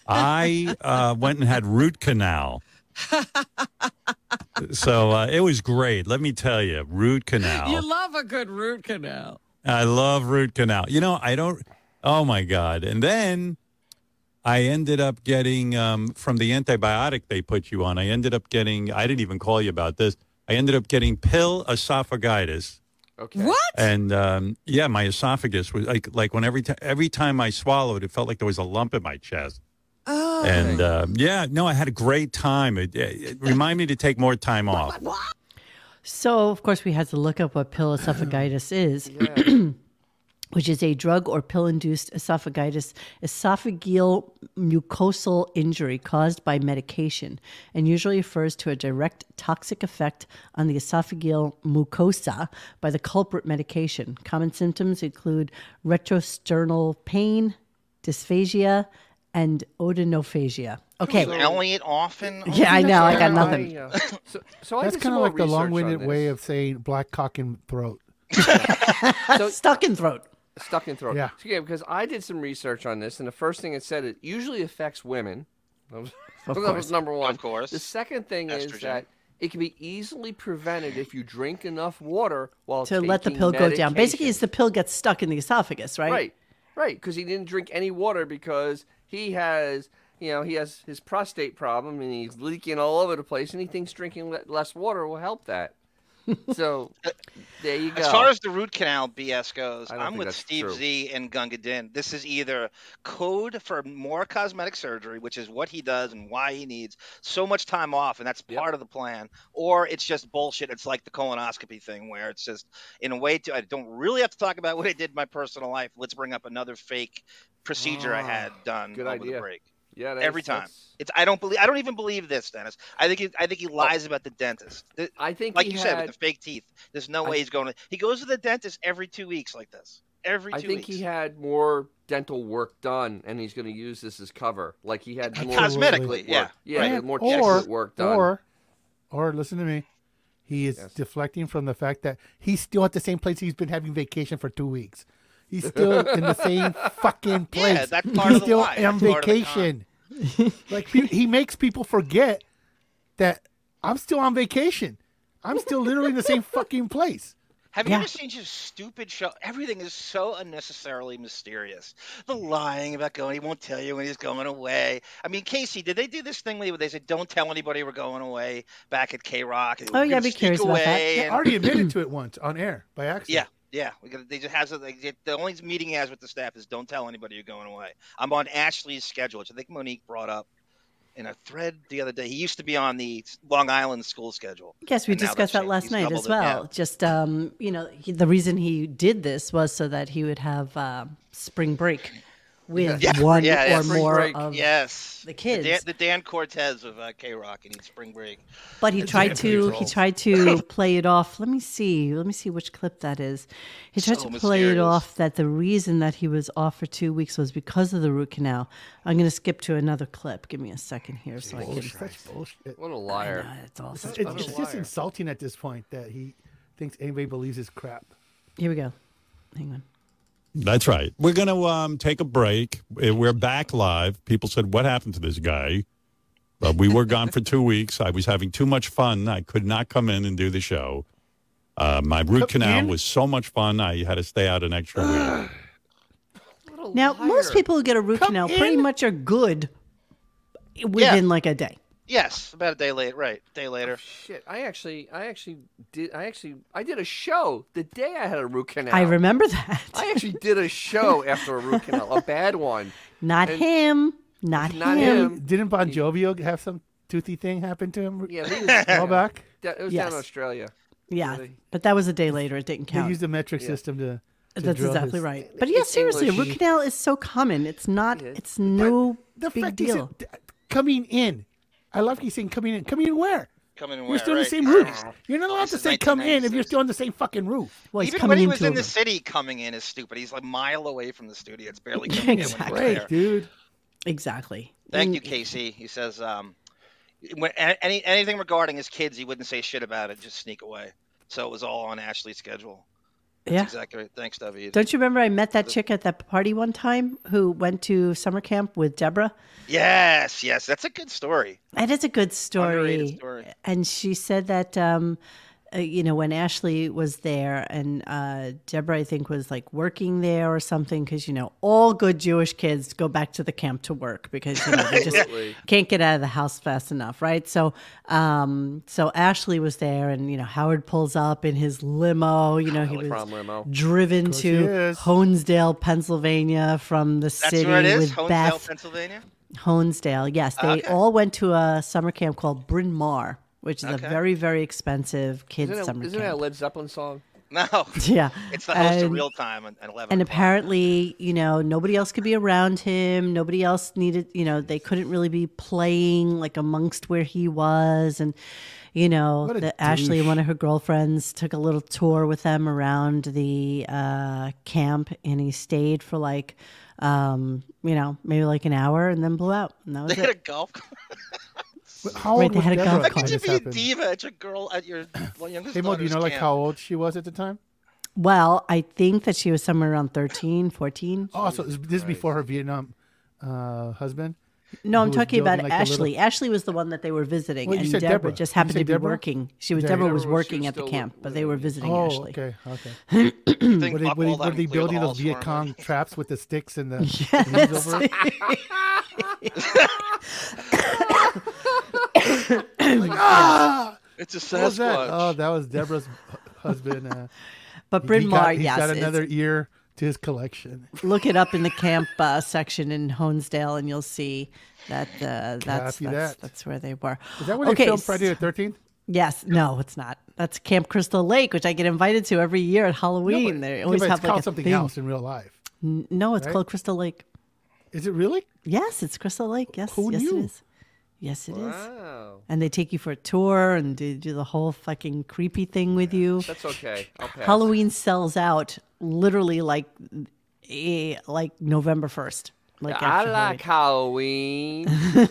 Speaker 6: I uh, went and had root canal. so uh, it was great. Let me tell you, root canal.
Speaker 7: You love a good root canal.
Speaker 6: I love root canal. You know, I don't. Oh my god! And then I ended up getting um, from the antibiotic they put you on. I ended up getting. I didn't even call you about this. I ended up getting pill esophagitis,
Speaker 4: Okay.
Speaker 7: What?
Speaker 6: and um, yeah, my esophagus was like like when every time every time I swallowed, it felt like there was a lump in my chest.
Speaker 7: Oh.
Speaker 6: And um, yeah, no, I had a great time. It, it, it reminded me to take more time off.
Speaker 1: So, of course, we had to look up what pill esophagitis is, which is a drug or pill induced esophagitis, esophageal mucosal injury caused by medication, and usually refers to a direct toxic effect on the esophageal mucosa by the culprit medication. Common symptoms include retrosternal pain, dysphagia, and odinophagia. Okay.
Speaker 3: Elliot often.
Speaker 1: Yeah, I know. I got nothing.
Speaker 4: I, uh, so, so I
Speaker 2: That's
Speaker 4: did some
Speaker 2: kind of
Speaker 4: more
Speaker 2: like
Speaker 4: research
Speaker 2: the
Speaker 4: on
Speaker 2: long-winded
Speaker 4: this.
Speaker 2: way of saying black cock and throat.
Speaker 1: Stuck in throat.
Speaker 4: stuck in throat.
Speaker 2: Yeah.
Speaker 4: Okay, because I did some research on this, and the first thing it said it usually affects women. That was, that was number one.
Speaker 3: Of course.
Speaker 4: The second thing
Speaker 3: Estrogen.
Speaker 4: is that it can be easily prevented if you drink enough water while
Speaker 1: to let the
Speaker 4: taking
Speaker 1: pill go down. Basically,
Speaker 4: medication.
Speaker 1: it's the pill gets stuck in the esophagus, right?
Speaker 4: right, right, because he didn't drink any water because he has. You know, he has his prostate problem and he's leaking all over the place, and he thinks drinking le- less water will help that. So, there you go.
Speaker 3: As far as the root canal BS goes,
Speaker 4: I don't
Speaker 3: I'm
Speaker 4: think
Speaker 3: with
Speaker 4: that's
Speaker 3: Steve
Speaker 4: true.
Speaker 3: Z and Gunga Din. This is either code for more cosmetic surgery, which is what he does and why he needs so much time off, and that's part of the plan, or it's just bullshit. It's like the colonoscopy thing, where it's just in a way to I don't really have to talk about what I did in my personal life. Let's bring up another fake procedure I had done
Speaker 4: Ah, good
Speaker 3: over the
Speaker 4: idea.
Speaker 3: break.
Speaker 4: yeah,
Speaker 3: Every
Speaker 4: that's-
Speaker 3: time,
Speaker 4: that's-
Speaker 3: it's I don't believe I don't even believe this, Dennis. I think he, I think he
Speaker 4: Oh.
Speaker 3: lies about the dentist. Th-
Speaker 4: I think
Speaker 3: like
Speaker 4: he
Speaker 3: you
Speaker 4: had,
Speaker 3: said with the fake teeth there's no way he's going to he goes to the dentist every two weeks like this every two
Speaker 4: I
Speaker 3: weeks
Speaker 4: think he had more dental work done, and he's going to use this as cover. Like he had more
Speaker 3: cosmetically yeah
Speaker 4: work. yeah,
Speaker 3: right.
Speaker 4: he had more
Speaker 2: or,
Speaker 4: textbook work done.
Speaker 2: or, or listen to me. He is deflecting from the fact that he's still at the same place he's been having vacation for two weeks. He's still in the same fucking place.
Speaker 3: that's part
Speaker 2: he's
Speaker 3: of the
Speaker 2: still
Speaker 3: lie.
Speaker 2: on
Speaker 3: That's part of the
Speaker 2: vacation. like he, he makes people forget that I'm still on vacation. I'm still literally in the same fucking place.
Speaker 3: Have
Speaker 1: Yeah.
Speaker 3: you ever seen just stupid show? Everything is so unnecessarily mysterious. The lying about going, he won't tell you when he's going away. I mean, Casey, did they do this thing where they said, "Don't tell anybody we're going away"? Back at K Rock.
Speaker 1: Oh, yeah, I'd be curious about that.
Speaker 2: I already admitted to it once on air by
Speaker 3: Yeah,
Speaker 2: accident.
Speaker 3: yeah. We got they just has a, like the- the only meeting he has with the staff is don't tell anybody you're going away. I'm on Ashley's schedule, which I think Monique brought up in a thread the other day. He used to be on the Long Island school schedule.
Speaker 1: Yes, we
Speaker 3: and now they've
Speaker 1: discussed that
Speaker 3: changed-
Speaker 1: last
Speaker 3: he's
Speaker 1: night
Speaker 3: doubled
Speaker 1: as
Speaker 3: it down.
Speaker 1: well. Just um, you know, he, the reason he did this was so that he would have uh, spring break with
Speaker 3: Yeah,
Speaker 1: one
Speaker 3: yeah, yeah,
Speaker 1: or
Speaker 3: spring
Speaker 1: more
Speaker 4: break,
Speaker 1: of.
Speaker 3: Yes,
Speaker 1: the kids.
Speaker 3: the Dan, the Dan Cortez of uh, K Rock, and he's spring break.
Speaker 1: But he tried to he
Speaker 2: control.
Speaker 1: tried to play it off. Let me see. Let me see which clip that is. He tried
Speaker 3: So
Speaker 1: to play it
Speaker 3: mysterious.
Speaker 1: off that the reason that he was off for two weeks was because of the root canal. I'm going to skip to another clip. Give me a second here so I can.
Speaker 2: Bullshit. That's bullshit.
Speaker 4: What a
Speaker 1: I know,
Speaker 4: liar.
Speaker 1: it's all
Speaker 2: It's,
Speaker 1: such
Speaker 2: it's-
Speaker 1: bullshit.
Speaker 2: it's just insulting at this point that he thinks anybody believes his crap.
Speaker 1: Here we go. Hang on.
Speaker 6: That's right. We're going to um, take a break. Uh, We're back live. People said, What happened to this guy? But we were gone for two weeks. I was having too much fun. I could not come in and do the show. Uh, my root canal
Speaker 2: in?
Speaker 6: was so much fun. I had to stay out an extra week.
Speaker 4: What a
Speaker 1: Now,
Speaker 4: liar.
Speaker 1: most people who get a root canal pretty much are good within like a day.
Speaker 3: Yes, about a day late, right? Day later.
Speaker 1: Oh,
Speaker 4: Shit, I actually, I actually did, I actually, I did a show the day I had a root canal.
Speaker 1: I remember that.
Speaker 4: I actually did a show after a root canal, a bad one.
Speaker 1: not him. Not,
Speaker 4: Not
Speaker 1: him.
Speaker 4: him.
Speaker 2: Didn't Bon Jovi have some toothy thing happen to him
Speaker 4: Yeah, he was,
Speaker 2: a while back?
Speaker 4: that, it was down
Speaker 1: Yes.
Speaker 4: in Australia.
Speaker 1: Yeah, but that was a day later. It didn't
Speaker 2: They
Speaker 1: count.
Speaker 2: used the metric system to. to
Speaker 1: That's
Speaker 2: drill
Speaker 1: exactly
Speaker 2: his-
Speaker 1: right. But yeah,
Speaker 4: it's
Speaker 1: seriously, a root
Speaker 4: English.
Speaker 1: canal is so common. It's not. It's no
Speaker 2: The
Speaker 1: big
Speaker 2: fact is
Speaker 1: deal.
Speaker 2: that coming in, I love you saying coming in. Coming in where?
Speaker 3: Coming in
Speaker 2: You're
Speaker 3: where,
Speaker 2: still on the
Speaker 3: right? Ah.
Speaker 2: same roof. You're not allowed
Speaker 3: This
Speaker 2: to
Speaker 3: is
Speaker 2: say come in if you're
Speaker 3: 1996.
Speaker 2: still on the same fucking roof.
Speaker 1: well, he's
Speaker 3: Even when
Speaker 1: coming
Speaker 3: he was
Speaker 1: into
Speaker 3: in
Speaker 1: a
Speaker 3: the
Speaker 1: room.
Speaker 3: city, coming in is stupid. He's like a mile away from the studio. It's barely coming in.
Speaker 1: Exactly.
Speaker 3: When he's there.
Speaker 2: Right, dude.
Speaker 1: exactly.
Speaker 3: Thank you,
Speaker 1: And-
Speaker 3: Casey. He says, um, when, a- any anything regarding his kids, he wouldn't say shit about it. Just sneak away. So it was all on Ashley's schedule. That's
Speaker 1: Yeah.
Speaker 3: exactly right. Thanks, David.
Speaker 1: Don't you remember I met that chick at that party one time who went to summer camp with Deborah?
Speaker 3: Yes, yes, that's a good story.
Speaker 1: That is a good story.
Speaker 3: Underrated story.
Speaker 1: And she said that, um, uh, you know, when Ashley was there and uh, Deborah, I think, was like working there or something, because, you know, all good Jewish kids go back to the camp to work because, you know, they just can't get out of the house fast enough, right? So, um, so Ashley was there and, you know, Howard pulls up in his limo, you know, he was
Speaker 4: Prom limo.
Speaker 1: driven
Speaker 2: he
Speaker 1: to
Speaker 2: is.
Speaker 1: Honesdale, Pennsylvania from the
Speaker 3: That's
Speaker 1: city
Speaker 3: where it is,
Speaker 1: with
Speaker 3: Honesdale,
Speaker 1: Beth.
Speaker 3: Pennsylvania.
Speaker 1: Honesdale. Yes, they all went to a summer camp called Bryn Mawr, which is a very, very expensive kids
Speaker 4: Isn't,
Speaker 1: summer
Speaker 4: that, isn't that a
Speaker 1: camp.
Speaker 4: Led Zeppelin song?
Speaker 3: No,
Speaker 1: yeah,
Speaker 3: it's the host of
Speaker 1: And-
Speaker 3: Real Time at at eleven.
Speaker 1: And
Speaker 3: o'clock.
Speaker 1: apparently, you know, nobody else could be around him. Nobody else needed, you know, they couldn't really be playing like amongst where he was. And, you know,
Speaker 2: What a
Speaker 1: the, Ashley,
Speaker 2: douche.
Speaker 1: one of her girlfriends, took a little tour with them around the uh, camp and he stayed for like, um, you know, maybe like an hour and then blew out. And that was
Speaker 3: they had
Speaker 1: it.
Speaker 3: a golf. cart.
Speaker 2: But How
Speaker 1: Right,
Speaker 2: old
Speaker 1: they
Speaker 2: was
Speaker 1: had a
Speaker 2: Deborah
Speaker 1: golf
Speaker 2: when
Speaker 1: cart.
Speaker 3: Could you
Speaker 2: this
Speaker 3: be a
Speaker 2: happened?
Speaker 3: diva at your girl at your well, youngest
Speaker 2: Hey, Mo, do you
Speaker 3: daughter's
Speaker 2: know like
Speaker 3: camp?
Speaker 2: how old she was at the time?
Speaker 1: Well, I think that she was somewhere around 13, 14.
Speaker 2: Oh, so this this is before her Vietnam uh, husband.
Speaker 1: No, I'm
Speaker 2: was
Speaker 1: talking about
Speaker 2: building, like, the little-
Speaker 1: Ashley. Ashley was the one that they were visiting,
Speaker 2: Well, you
Speaker 1: and
Speaker 2: said
Speaker 1: Deborah,
Speaker 2: Deborah.
Speaker 1: just
Speaker 2: Did you
Speaker 1: happened
Speaker 2: say
Speaker 1: to be
Speaker 2: Deborah?
Speaker 1: working. She was
Speaker 2: Deborah.
Speaker 1: Deborah was
Speaker 4: Deborah was- she
Speaker 1: working
Speaker 4: was
Speaker 1: at the
Speaker 4: still
Speaker 1: camp, but
Speaker 4: living
Speaker 1: they were
Speaker 4: in-
Speaker 1: visiting
Speaker 2: Oh,
Speaker 1: Ashley.
Speaker 2: okay, okay.
Speaker 3: You think
Speaker 2: Were they,
Speaker 3: Buck
Speaker 2: were they,
Speaker 3: Waldheim
Speaker 2: were they
Speaker 3: cleared the
Speaker 2: building those
Speaker 3: halls for him?
Speaker 2: Viet Cong traps with the sticks and the leaves over it?
Speaker 1: Yes.
Speaker 2: Ah!
Speaker 3: It's a
Speaker 2: What was that?
Speaker 3: Sasquatch.
Speaker 2: Oh, that was Deborah's hu- husband. Uh,
Speaker 1: but
Speaker 2: he
Speaker 1: Bryn Mawr,
Speaker 2: got, he's
Speaker 1: yes,
Speaker 2: got
Speaker 1: is-
Speaker 2: another ear to his collection.
Speaker 1: look it up in the camp uh, section in Honesdale, and you'll see that uh, that's, that's
Speaker 2: Copy that.
Speaker 1: that's where they were.
Speaker 2: Is that when they filmed Friday the Thirteenth?
Speaker 1: Yes, no, it's not. That's Camp Crystal Lake, which I get invited to every year at Halloween. they always
Speaker 2: it's
Speaker 1: have
Speaker 2: called
Speaker 1: like a
Speaker 2: something
Speaker 1: theme.
Speaker 2: else in real life.
Speaker 1: No, it's
Speaker 2: right?
Speaker 1: called Crystal Lake.
Speaker 2: Is it really?
Speaker 1: Yes, it's Crystal Lake. Yes,
Speaker 2: Who
Speaker 1: yes
Speaker 2: knew?
Speaker 1: it is. Yes, it is.
Speaker 4: Wow.
Speaker 1: And they take you for a tour and do, do the whole fucking creepy thing with you.
Speaker 4: That's okay. I'll pass.
Speaker 1: Halloween sells out literally like eh, like November first. Like
Speaker 4: I
Speaker 1: after
Speaker 4: like Halloween.
Speaker 2: Uh,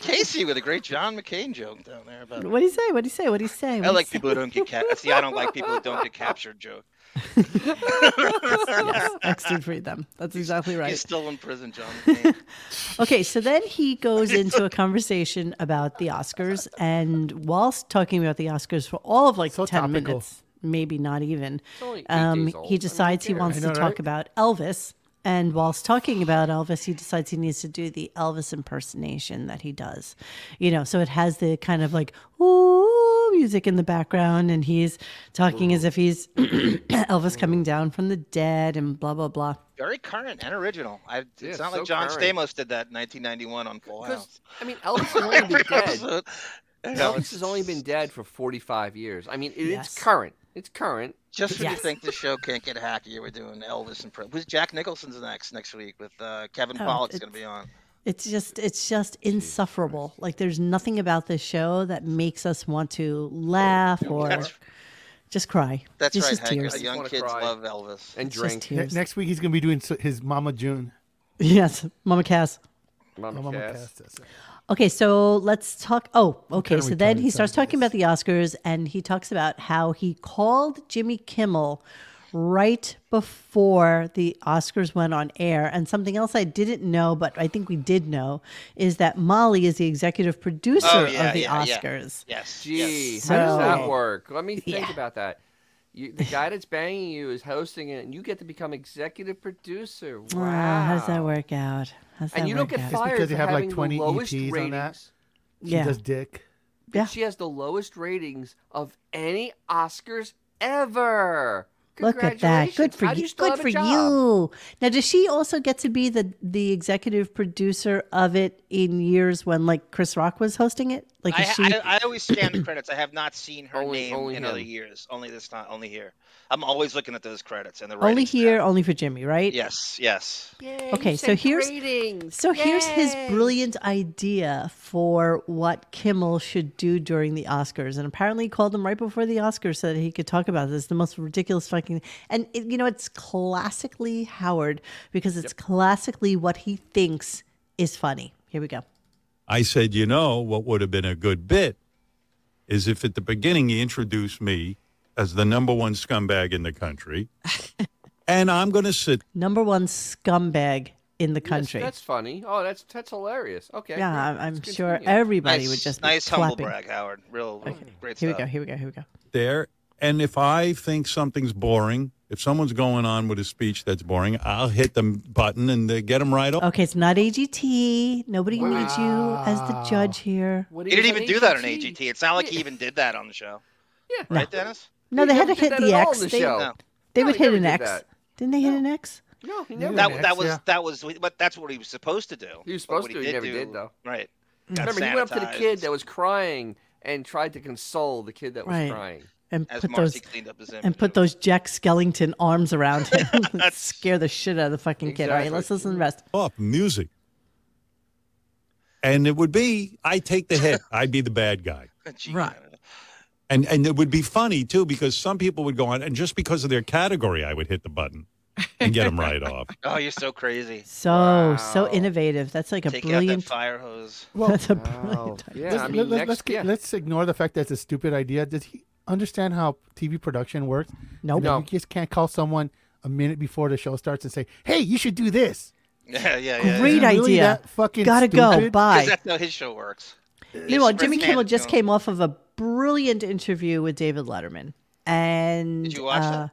Speaker 3: Casey, Casey with a great John McCain joke down there about.
Speaker 1: What do you say? What do you say? What do you say?
Speaker 3: I like people who don't get captured. See, I don't like people who don't get captured joke.
Speaker 1: Extra freedom. That's exactly right.
Speaker 3: He's still in prison, John. McCain.
Speaker 1: Okay, so then he goes into a conversation about the Oscars, and whilst talking about the Oscars for all of like
Speaker 2: So
Speaker 1: ten
Speaker 2: topical.
Speaker 1: minutes, maybe not even,
Speaker 4: only eight
Speaker 1: um,
Speaker 4: days old. I
Speaker 1: he
Speaker 4: mean,
Speaker 1: decides he
Speaker 4: who
Speaker 1: wants
Speaker 2: I
Speaker 1: to
Speaker 2: know,
Speaker 1: talk
Speaker 2: right?
Speaker 1: about Elvis. And whilst talking about Elvis, he decides he needs to do the Elvis impersonation that he does. You know, so it has the kind of like ooh music in the background, and he's talking as if he's Elvis coming down from the dead, and blah blah blah.
Speaker 3: Very current and original. I, it's
Speaker 4: Yeah,
Speaker 3: not
Speaker 4: so
Speaker 3: like John
Speaker 4: current.
Speaker 3: Stamos did that in 1991 on Full House.
Speaker 4: Because I mean, Elvis has only been dead.
Speaker 3: Episode. You know,
Speaker 4: Elvis
Speaker 3: it's
Speaker 4: has only been dead for 45 years. I mean, it,
Speaker 1: Yes.
Speaker 4: it's current. It's current.
Speaker 3: Just when
Speaker 1: Yes.
Speaker 3: you think the show can't get hacky, we're doing Elvis and Prince. Who's Jack Nicholson's next next week with uh, Kevin
Speaker 1: Oh,
Speaker 3: Pollak's
Speaker 1: it's-
Speaker 3: going to be on.
Speaker 1: It's just it's just insufferable. Like there's nothing about this show that makes us want to laugh or
Speaker 3: That's,
Speaker 1: just cry.
Speaker 3: that's
Speaker 1: it's
Speaker 3: right,
Speaker 1: just
Speaker 3: Hank.
Speaker 1: tears.
Speaker 3: Young
Speaker 4: wanna
Speaker 3: kids
Speaker 4: cry.
Speaker 3: love Elvis.
Speaker 4: And
Speaker 1: It's just
Speaker 4: drink.
Speaker 2: Ne-
Speaker 1: tears.
Speaker 2: next week he's gonna be doing so- his Mama June.
Speaker 1: Yes, Mama Cass.
Speaker 4: Mama
Speaker 2: Oh, Mama
Speaker 4: Cass.
Speaker 2: Cass, that's it.
Speaker 1: Okay, so let's talk. Oh, okay.
Speaker 2: kinda
Speaker 1: So then
Speaker 2: retarded
Speaker 1: he starts
Speaker 2: sound
Speaker 1: talking about the Oscars and he talks about how he called Jimmy Kimmel right before the Oscars went on air. And something else I didn't know, but I think we did know, is that Molly is the executive producer
Speaker 3: Oh, yeah,
Speaker 1: of the
Speaker 3: yeah, yeah.
Speaker 1: Oscars.
Speaker 3: Yes.
Speaker 4: Gee,
Speaker 3: yes.
Speaker 4: how does
Speaker 1: So-
Speaker 4: that work? Let me think
Speaker 1: Yeah.
Speaker 4: about that. You, the guy that's banging you is hosting it, and you get to become executive producer. Wow.
Speaker 1: Wow. how does Oh, that work Oh out? How's that
Speaker 4: And you don't
Speaker 1: work
Speaker 4: get
Speaker 1: out?
Speaker 4: fired
Speaker 2: because you
Speaker 4: for
Speaker 2: have, like,
Speaker 4: having
Speaker 2: 20
Speaker 4: the lowest
Speaker 2: EPs on
Speaker 4: ratings.
Speaker 2: that? She
Speaker 1: Yeah.
Speaker 2: does dick.
Speaker 1: Yeah.
Speaker 4: She has the lowest ratings of any Oscars ever.
Speaker 1: Look at that. Good
Speaker 4: Congratulations.
Speaker 1: for
Speaker 4: How do
Speaker 1: you.
Speaker 4: still
Speaker 1: Good
Speaker 4: have a
Speaker 1: for
Speaker 4: job?
Speaker 1: you. Now, does she also get to be the the executive producer of it in years when like Chris Rock was hosting it? Like is
Speaker 3: I,
Speaker 1: she?
Speaker 3: I, I always scan the credits. I have not seen her
Speaker 4: Only-
Speaker 3: name
Speaker 4: only
Speaker 3: in other
Speaker 4: him.
Speaker 3: years. Only this time. Only here. I'm always looking at those credits and the
Speaker 1: only
Speaker 3: ratings tab.
Speaker 1: here, only for Jimmy, right?
Speaker 3: Yes. Yes.
Speaker 4: Yay,
Speaker 1: Okay,
Speaker 4: you
Speaker 1: so
Speaker 4: said
Speaker 1: here's-
Speaker 4: ratings.
Speaker 1: So here's his
Speaker 4: Yay.
Speaker 1: brilliant idea for what Kimmel should do during the Oscars, and apparently he called him right before the Oscars so that he could talk about this. The most ridiculous fucking, and it, you know it's classically Howard because it's classically what he thinks is funny. Here we go.
Speaker 6: I said, you know, what would have been a good bit is if at the beginning he introduced me as the number one scumbag in the country. and I'm going to sit.
Speaker 1: number one scumbag in the
Speaker 4: Yes,
Speaker 1: country.
Speaker 4: That's funny. Oh, that's that's hilarious. Okay.
Speaker 1: yeah, I'm,
Speaker 4: great.
Speaker 1: I'm
Speaker 4: Let's
Speaker 1: sure
Speaker 4: continue.
Speaker 1: everybody
Speaker 3: Nice,
Speaker 1: would just be
Speaker 3: nice humble
Speaker 1: clapping.
Speaker 3: brag, Howard. Real, real great
Speaker 1: Here we
Speaker 3: stuff.
Speaker 1: go. Here we go. Here we go.
Speaker 6: there. And if I think something's boring, if someone's going on with a speech that's boring, I'll hit the button and they get them right off.
Speaker 1: Okay, it's not AGT. Nobody needs you as the judge here.
Speaker 4: What
Speaker 3: He didn't
Speaker 4: is
Speaker 3: even do that on
Speaker 4: AGT?
Speaker 3: AGT. It's not like he
Speaker 4: Yeah.
Speaker 3: even did that on the show.
Speaker 4: Yeah.
Speaker 3: Right, Dennis?
Speaker 1: No, they had to
Speaker 4: never did
Speaker 1: hit
Speaker 4: that
Speaker 1: the
Speaker 4: at all
Speaker 1: X.
Speaker 4: in the
Speaker 1: they
Speaker 4: show.
Speaker 3: No.
Speaker 1: they
Speaker 4: No,
Speaker 1: would
Speaker 4: he
Speaker 1: hit
Speaker 4: never
Speaker 1: an
Speaker 4: did
Speaker 1: X.
Speaker 4: that.
Speaker 1: Didn't they hit an X?
Speaker 4: No, he never.
Speaker 3: That,
Speaker 4: did.
Speaker 2: Next,
Speaker 3: that was
Speaker 2: yeah.
Speaker 3: that was but that's what he was supposed to do.
Speaker 4: He was
Speaker 3: But what
Speaker 4: supposed to, he never did, though.
Speaker 3: Right.
Speaker 1: Mm.
Speaker 3: Got
Speaker 4: Remember, he went up to the
Speaker 3: sanitized
Speaker 4: kid that was crying and tried to console the kid that was
Speaker 1: Right.
Speaker 4: crying.
Speaker 1: And
Speaker 3: as
Speaker 1: put
Speaker 3: Marcy
Speaker 1: those
Speaker 3: cleaned up his image.
Speaker 1: and put
Speaker 3: of it.
Speaker 1: those Jack Skellington arms around him. Scare the shit out of the fucking kid. All right,
Speaker 4: Exactly.
Speaker 1: let's listen to the rest.
Speaker 6: off music. And it would be, I take the hit. I'd be the bad guy.
Speaker 3: Gee,
Speaker 1: Right.
Speaker 6: And and it would be funny too because some people would go on and just because of their category, I would hit the button and get them right off.
Speaker 3: Oh, you're so crazy.
Speaker 1: So so
Speaker 4: Wow.
Speaker 1: innovative. That's like a
Speaker 3: Take out
Speaker 1: brilliant.
Speaker 3: that fire hose.
Speaker 2: Well,
Speaker 1: That's a brilliant. idea.
Speaker 4: Yeah,
Speaker 2: let's,
Speaker 4: I mean,
Speaker 2: let,
Speaker 4: next,
Speaker 2: us
Speaker 4: yeah.
Speaker 2: ignore the fact that it's a stupid idea. Does he understand how TV production works?
Speaker 1: Nope.
Speaker 2: You
Speaker 4: No.
Speaker 2: know, You just can't call someone a minute before the show starts and say, "Hey, you should do this."
Speaker 3: Yeah, yeah, yeah.
Speaker 1: Great
Speaker 2: Really
Speaker 1: idea.
Speaker 2: that fucking
Speaker 1: Gotta go.
Speaker 2: stupid?
Speaker 1: Bye.
Speaker 3: Because that's how his show works.
Speaker 1: Meanwhile,
Speaker 3: Express
Speaker 1: Jimmy Kimmel
Speaker 3: hand
Speaker 1: just
Speaker 3: film.
Speaker 1: came off of a brilliant interview with David Letterman, and
Speaker 3: Did you watch
Speaker 1: uh,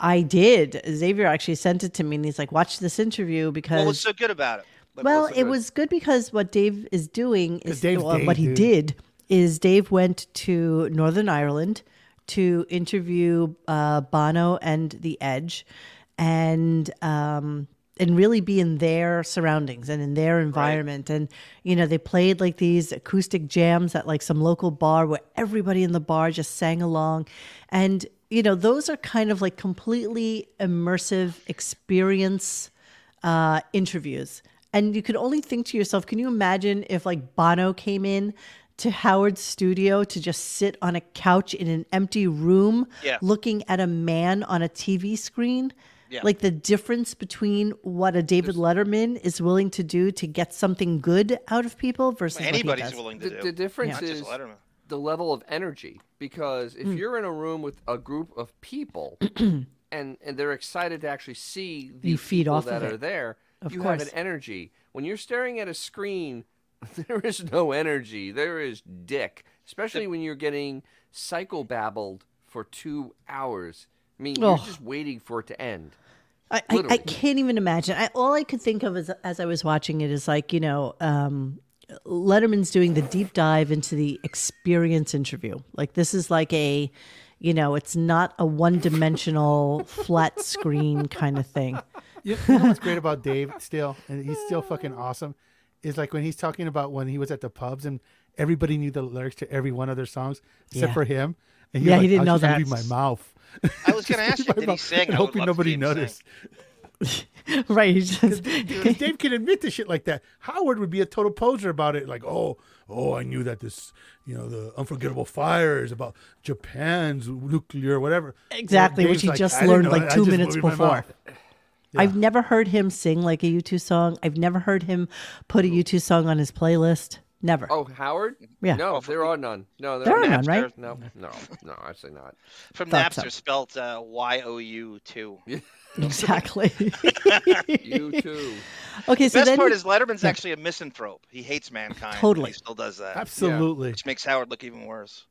Speaker 1: I did. Xavier actually sent it to me, and he's like, "Watch this interview because."
Speaker 3: What was so good about it? What-
Speaker 1: Well,
Speaker 3: what's so
Speaker 1: it
Speaker 3: good?
Speaker 1: was good because what Dave is doing is
Speaker 2: 'Cause Dave's
Speaker 1: or what
Speaker 2: Dave,
Speaker 1: he
Speaker 2: dude.
Speaker 1: did is Dave went to Northern Ireland to interview uh, Bono and The Edge, and um, and really be in their surroundings and in their environment. And you know they played like these acoustic jams at like some local bar where everybody in the bar just sang along, and you know those are kind of like completely immersive experience uh, interviews. And you could only think to yourself, can you imagine if like Bono came in to Howard's studio to just sit on a couch in an empty room
Speaker 3: Yeah.
Speaker 1: looking at a man on a TV screen?
Speaker 3: Yeah.
Speaker 1: Like the difference between what a David Letterman is willing to do to get something good out of people versus what he
Speaker 3: Anybody's
Speaker 1: does.
Speaker 3: willing to
Speaker 4: The,
Speaker 3: do.
Speaker 4: the difference
Speaker 3: Not
Speaker 4: is
Speaker 3: just Letterman.
Speaker 4: the level of energy because
Speaker 1: Hmm.
Speaker 4: if you're in a room with a group of people and, and they're excited to actually see the
Speaker 1: You feed
Speaker 4: people
Speaker 1: off of
Speaker 4: that
Speaker 1: it.
Speaker 4: are there,
Speaker 1: Of
Speaker 4: you have
Speaker 1: course.
Speaker 4: an energy. When you're staring at a screen, there is no energy. There is dick, especially when you're getting psychobabbled for two hours. I mean, you're
Speaker 1: Ugh.
Speaker 4: just waiting for it to end.
Speaker 1: I, I, I
Speaker 4: Literally.
Speaker 1: can't even imagine. I, all I could think of as, as I was watching it is like, you know, um, Letterman's doing the deep dive into the experience interview. Like, this is like a, you know, it's not a one dimensional flat screen kind of thing.
Speaker 2: You you know what's great about Dave still, and he's still fucking awesome, is like when he's talking about when he was at the pubs and everybody knew the lyrics to every one of their songs except
Speaker 1: Yeah.
Speaker 2: for him. And he
Speaker 1: Yeah,
Speaker 2: was
Speaker 1: he
Speaker 2: like,
Speaker 1: didn't
Speaker 2: "I'll
Speaker 1: know
Speaker 2: just
Speaker 1: that."
Speaker 2: Leave my mouth.
Speaker 3: I was going to ask you,
Speaker 2: My
Speaker 3: did he
Speaker 2: mouth,"
Speaker 3: sing?
Speaker 2: and
Speaker 3: I would
Speaker 2: hoping
Speaker 3: love to
Speaker 2: nobody
Speaker 3: see him sing.
Speaker 2: noticed.
Speaker 1: right. He just,
Speaker 2: Dude, Dave can admit to shit like that. Howard would be a total poser about it. Like, oh, oh, I knew that this, you know, the unforgettable fire is about Japan's nuclear, whatever.
Speaker 1: Exactly, which
Speaker 2: Dave's
Speaker 1: he
Speaker 2: like, "I
Speaker 1: just
Speaker 2: didn't
Speaker 1: learned
Speaker 2: know
Speaker 1: like
Speaker 2: that. I
Speaker 1: two
Speaker 2: just
Speaker 1: minutes
Speaker 2: moved my
Speaker 1: before.
Speaker 2: mouth."
Speaker 1: I've never heard him sing like a U2 song. I've never heard him put a U2 song on his playlist. Never.
Speaker 4: Oh, Howard?
Speaker 1: Yeah.
Speaker 4: No, there are none. No, there,
Speaker 1: there
Speaker 4: are
Speaker 1: are
Speaker 4: none.
Speaker 1: none, right?
Speaker 3: Napster.
Speaker 4: No, no, no, actually not.
Speaker 3: From
Speaker 1: Thought
Speaker 3: Napster,
Speaker 1: so.
Speaker 3: spelt uh, Y O U 2.
Speaker 1: Exactly.
Speaker 4: You too.
Speaker 1: okay, so
Speaker 3: Best
Speaker 1: then
Speaker 3: part
Speaker 1: he-
Speaker 3: is Letterman's actually a misanthrope. He hates mankind. and
Speaker 1: Totally.
Speaker 3: He still does that,
Speaker 2: Absolutely.
Speaker 3: which makes Howard look even worse.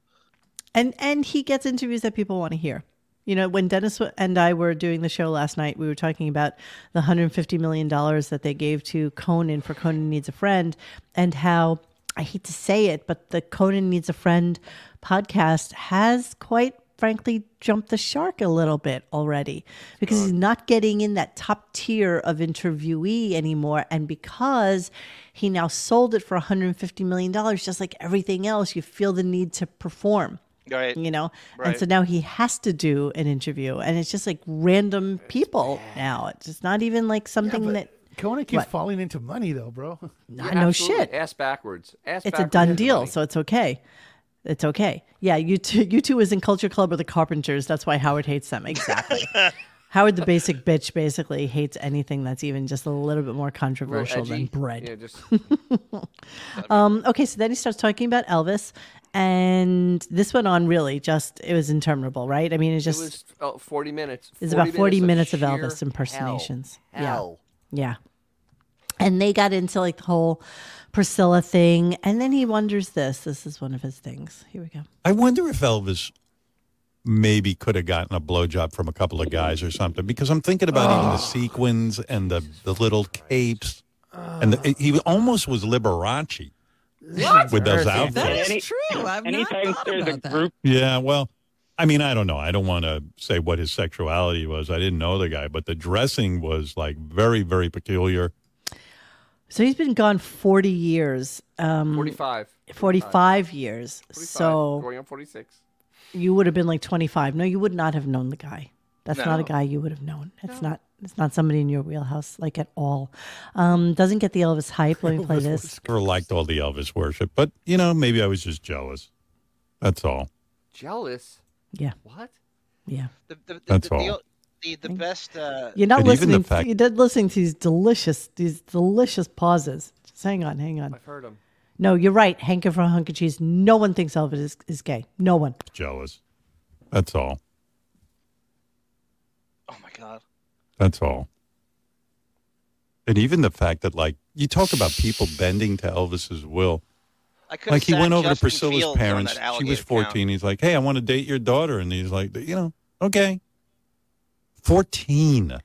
Speaker 1: and and he gets interviews that people want to hear. You know, when Dennis w- and I were doing the show last night, we were talking about the 150 million dollars that they gave to Conan for Conan Needs a Friend, and how I hate to say it, but the Conan Needs a Friend podcast has quite frankly jumped the shark a little bit already because he's not getting in that top tier of interviewee anymore and because he now sold it for 150 million dollars just like everything else you feel the need to perform
Speaker 3: Right.
Speaker 1: you know and
Speaker 3: Right.
Speaker 1: so now he has to do an interview and it's just like random people now it's just not even like something that
Speaker 2: Conan keeps
Speaker 1: What?
Speaker 2: falling into money though, bro.
Speaker 1: I no shit
Speaker 4: Ass backwards. Ass
Speaker 1: it's a
Speaker 4: backwards
Speaker 1: done
Speaker 4: is
Speaker 1: deal
Speaker 4: money.
Speaker 1: so it's okay it's okay yeah you two you two is in culture club or the carpenters that's why howard hates them exactly howard the basic bitch basically hates anything that's even just a little bit more
Speaker 4: Little
Speaker 1: controversial than
Speaker 4: edgy.
Speaker 1: bread
Speaker 4: Yeah, just
Speaker 1: Um, okay, so then he starts talking about Elvis, and this went on really just it was interminable, right? I mean, it
Speaker 4: it
Speaker 1: just
Speaker 4: was oh, forty minutes.
Speaker 1: It's about 40 minutes of
Speaker 4: sheer
Speaker 1: Elvis impersonations.
Speaker 4: Hell.
Speaker 1: Yeah.
Speaker 4: Hell.
Speaker 1: yeah. And they got into like the whole Priscilla thing, and then he wonders this. This is one of his things. Here we go.
Speaker 6: I wonder if Elvis maybe could have gotten a blowjob from a couple of guys or something because I'm thinking about even the sequins and the, the little capes. And the, he almost was Liberace with those outfits.
Speaker 7: That is
Speaker 5: Any-
Speaker 7: true. I've not
Speaker 5: Anytime
Speaker 7: thought
Speaker 5: there's
Speaker 7: about
Speaker 5: a
Speaker 7: that.
Speaker 5: group,
Speaker 6: Yeah, well, I mean, I don't know. I don't want to say what his sexuality was. I didn't know the guy, but the dressing was like very, very peculiar.
Speaker 1: So he's been gone 40 years, um,
Speaker 4: Forty-five.
Speaker 1: 45 years.
Speaker 4: 45,
Speaker 1: So
Speaker 4: going on forty-six.
Speaker 1: you would have been like 25. No, you would not have known the guy. That's not a
Speaker 3: No.
Speaker 1: guy you would have known. It's not. It's not somebody in your wheelhouse like at all. Um, doesn't get the Elvis hype. Let me play this.
Speaker 6: Never liked all the Elvis worship, but you know, maybe I was just jealous. That's all.
Speaker 4: Jealous.
Speaker 1: Yeah,
Speaker 4: What?
Speaker 1: yeah.
Speaker 3: The, the, the,
Speaker 6: That's
Speaker 3: the,
Speaker 6: all.
Speaker 3: deal- The, the best. Uh,
Speaker 1: You're not
Speaker 6: But even the
Speaker 1: listening.
Speaker 6: fact-
Speaker 1: You're not listening to these delicious, these delicious pauses. Just hang on, hang on.
Speaker 4: I've heard Oh, him.
Speaker 1: No, you're right. Hanker from Hunker Cheese. No one thinks Elvis is, is gay. No one.
Speaker 6: Jealous. That's all.
Speaker 3: oh my God.
Speaker 6: That's all. And even the fact that, like, you talk about people bending to Elvis's will.
Speaker 3: I could
Speaker 6: Like, he went over to Priscilla's parents. She was 14. He's like, hey, I want to date your daughter. And he's like, you know, okay. 14.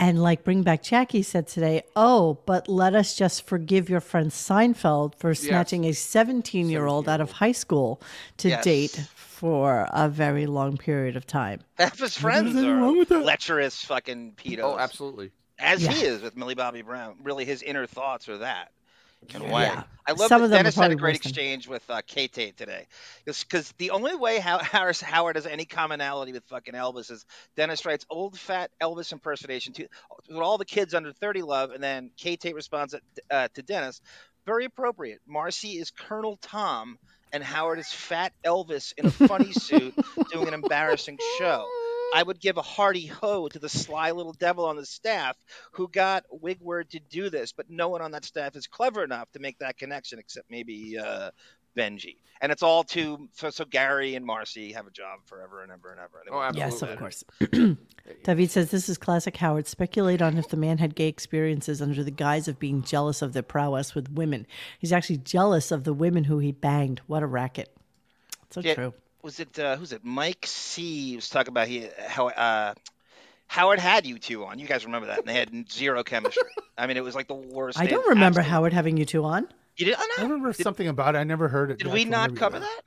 Speaker 1: And like Bring Back Jackie said today, oh, but let us just forgive your friend Seinfeld for snatching a 17 year old out of high school to
Speaker 3: Yes.
Speaker 1: date for a very long period of time.
Speaker 3: Half his friends
Speaker 2: anything
Speaker 3: are
Speaker 2: wrong with that.
Speaker 3: lecherous fucking pedos.
Speaker 4: Oh, absolutely.
Speaker 3: As he
Speaker 1: Yeah.
Speaker 3: is with Millie Bobby Brown. Really, his inner thoughts are that. in a way.
Speaker 1: Yeah.
Speaker 3: I love
Speaker 1: Some
Speaker 3: that
Speaker 1: of them are
Speaker 3: Dennis had
Speaker 1: probably
Speaker 3: a great
Speaker 1: worse than-
Speaker 3: exchange with uh, K Tate today. Because the only way How- Harris Howard has any commonality with fucking Elvis is Dennis writes old fat Elvis impersonation to what all the kids under 30 love. And then K Tate responds at, uh, to Dennis, very appropriate. Marcy is Colonel Tom, and Howard is fat Elvis in a funny suit doing an embarrassing show. I would give a hearty ho to the sly little devil on the staff who got Wigward to do this, but no one on that staff is clever enough to make that connection except maybe uh, Benji. And it's all too so, so Gary and Marcy have a job forever and ever and ever. They
Speaker 4: Oh,
Speaker 3: won't-
Speaker 4: absolutely.
Speaker 1: Yes, of course. David says this is classic Howard. Speculate on if the man had gay experiences under the guise of being jealous of their prowess with women. He's actually jealous of the women who he banged. What a racket! So
Speaker 3: Yeah.
Speaker 1: true.
Speaker 3: was it uh, who's it? Mike C was talking about he how uh, Howard had you two on. You guys remember that? And they had zero chemistry. I mean, it was like the worst.
Speaker 1: I
Speaker 3: they
Speaker 1: don't
Speaker 3: had
Speaker 1: remember
Speaker 3: absolute-
Speaker 1: Howard having you two on.
Speaker 3: You did, oh,
Speaker 2: I
Speaker 3: no.
Speaker 2: remember something about it. I never heard it.
Speaker 3: Did
Speaker 2: The
Speaker 3: we
Speaker 2: actual
Speaker 3: not
Speaker 2: movie,
Speaker 3: cover
Speaker 2: though.
Speaker 3: that?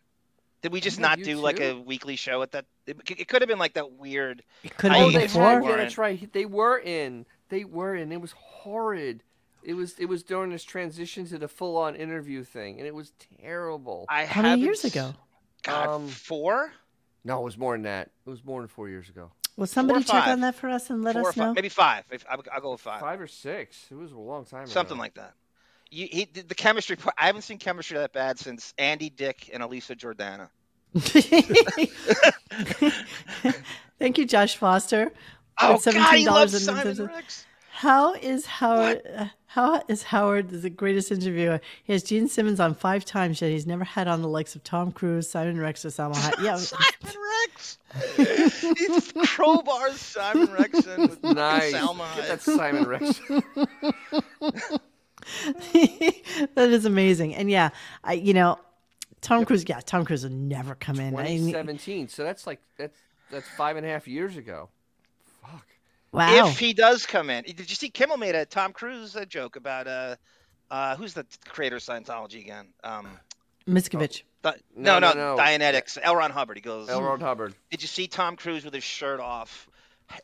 Speaker 3: Did we just
Speaker 4: Yeah,
Speaker 3: not
Speaker 4: you
Speaker 3: do like
Speaker 4: two.
Speaker 3: a weekly show at that? It, it could have been like that weird.
Speaker 1: It could
Speaker 3: I-
Speaker 1: have
Speaker 4: Oh,
Speaker 1: been
Speaker 4: they
Speaker 1: before.
Speaker 4: had, yeah, that's right. They were in. They were in. It was horrid. It was it was during this transition to the full on interview thing, and it was terrible.
Speaker 3: I
Speaker 1: How many
Speaker 3: haven't
Speaker 1: years
Speaker 3: s-
Speaker 1: ago?
Speaker 3: God,
Speaker 4: Um,
Speaker 3: four.
Speaker 4: No, it was more than that. It was more than four years ago.
Speaker 1: Will somebody check
Speaker 3: five.
Speaker 1: on that for us and let
Speaker 3: four or
Speaker 1: us
Speaker 3: five,
Speaker 1: know?
Speaker 3: maybe five. If, I'll, I'll go with five.
Speaker 4: Five or six. It was a long time ago.
Speaker 3: something like that. You, he, the the chemistry part. I haven't seen chemistry that bad since Andy Dick and Elisa Jordana.
Speaker 1: Thank you, Josh Foster.
Speaker 3: Oh
Speaker 1: With
Speaker 3: God, he loves
Speaker 1: $17.99.
Speaker 3: Simon and Rex.
Speaker 1: How is Howard? uh, How is Howard the greatest interviewer? He has Gene Simmons on five times, yet he's never had on the likes of Tom Cruise, Simon Rex, or Salma Hayek. Yeah,
Speaker 3: Simon Rex. It's crowbars Simon Rex in with
Speaker 4: Nice.
Speaker 3: Salma.
Speaker 4: Get
Speaker 3: Hayek.
Speaker 4: that Simon Rex.
Speaker 1: that is amazing. And yeah, I you know, Tom Cruise. Yeah, Tom Cruise would never come in. I mean,
Speaker 4: 2017. So that's like that's that's five and a half years ago. Fuck.
Speaker 1: wow.
Speaker 3: If he does come in, did you see Kimmel made a Tom Cruise uh joke about uh, uh, who's the creator of Scientology again? Um,
Speaker 1: Miskovich.
Speaker 3: Th-
Speaker 4: No,
Speaker 3: no,
Speaker 4: no,
Speaker 3: no,
Speaker 4: no.
Speaker 3: Dianetics. L. Ron Hubbard. He goes,
Speaker 4: L. Ron Hubbard.
Speaker 3: Did you see Tom Cruise with his shirt off?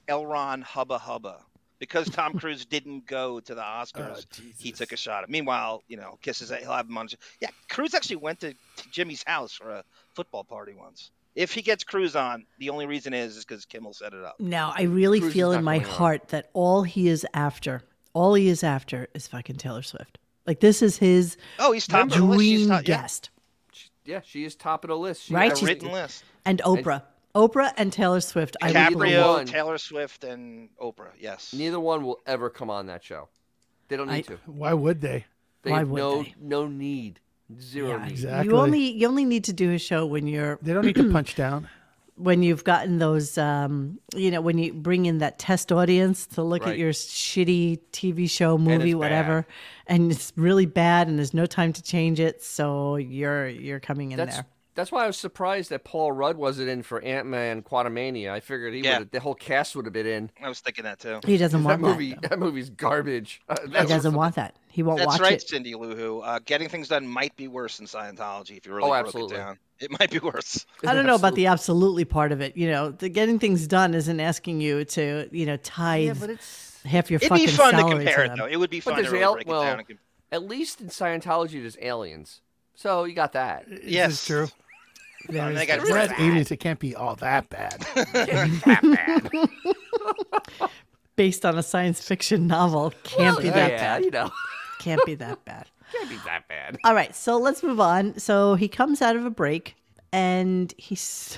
Speaker 3: L. Ron Hubba Hubba. Because Tom Cruise didn't go to the Oscars, he took a shot at. Meanwhile, you know, kisses. He'll have him on. Yeah, Cruise actually went to, to Jimmy's house for a football party once. If he gets Cruise on, the only reason is is because Kimmel set it up.
Speaker 1: Now I really
Speaker 4: Cruise is
Speaker 1: feel
Speaker 4: not
Speaker 1: in my
Speaker 4: going on.
Speaker 1: heart that all he is after, all he is after, is fucking Taylor Swift. Like this is his
Speaker 3: Oh, he's top of the list. He's
Speaker 1: dream
Speaker 3: top, yeah,
Speaker 1: guest.
Speaker 4: She, yeah, she is top of the list. She
Speaker 1: Right,
Speaker 3: a
Speaker 4: got
Speaker 1: she's-
Speaker 3: written list.
Speaker 1: and Oprah. Oprah and Taylor Swift. I would
Speaker 4: DiCaprio.
Speaker 1: believe.
Speaker 3: Caprio,
Speaker 4: one.
Speaker 3: Taylor Swift, and Oprah. Yes.
Speaker 4: Neither one will ever come on that show. They don't need
Speaker 1: I-
Speaker 4: to.
Speaker 2: Why would they?
Speaker 4: They
Speaker 1: Why
Speaker 4: have
Speaker 1: would
Speaker 4: no
Speaker 1: they?
Speaker 4: no need. Zero need.
Speaker 2: Exactly.
Speaker 1: You only you only need to do a show when you're
Speaker 2: They don't need to punch down.
Speaker 1: when you've gotten those um, you know when you bring in that test audience to look
Speaker 4: Right.
Speaker 1: at your shitty TV show movie
Speaker 4: bad.
Speaker 1: whatever and it's really bad and there's no time to change it so you're you're coming in
Speaker 4: That's
Speaker 1: there.
Speaker 4: that's why I was surprised that Paul Rudd wasn't in for Ant Man Quantumania. I figured he
Speaker 3: Yeah.
Speaker 4: would the whole cast would have been in.
Speaker 3: I was thinking that too.
Speaker 1: He doesn't
Speaker 4: That
Speaker 1: want that.
Speaker 4: movie that movie's garbage. Uh,
Speaker 1: though.
Speaker 4: that
Speaker 1: He doesn't want that. He won't
Speaker 3: That's
Speaker 1: watch
Speaker 3: right,
Speaker 1: it.
Speaker 3: Cindy Lou Who. Uh, getting things done might be worse than Scientology if you really
Speaker 4: Oh,
Speaker 3: broke
Speaker 4: absolutely.
Speaker 3: it down. It might be worse.
Speaker 1: I don't know about the absolutely part of it. You know, the getting things done isn't asking you to you know tithe
Speaker 4: yeah, but it's
Speaker 1: half your
Speaker 3: It'd
Speaker 1: fucking
Speaker 3: be fun to
Speaker 1: salary
Speaker 3: compare
Speaker 1: them.
Speaker 3: it though. It would be
Speaker 4: But
Speaker 3: fun to
Speaker 4: there's
Speaker 3: really
Speaker 4: al-
Speaker 3: break it
Speaker 4: well,
Speaker 3: down. And com-
Speaker 4: at least in Scientology there's aliens, so you got that.
Speaker 3: yes,
Speaker 2: It's true.
Speaker 3: I mean, they got
Speaker 2: We're
Speaker 3: red.
Speaker 2: at aliens. It can't be all that bad.
Speaker 1: based on a science fiction novel can't be that
Speaker 4: yeah,
Speaker 1: bad.
Speaker 4: you know,
Speaker 1: Can't be that bad.
Speaker 4: can't be that bad.
Speaker 1: All right, so let's move on. So he comes out of a break and he's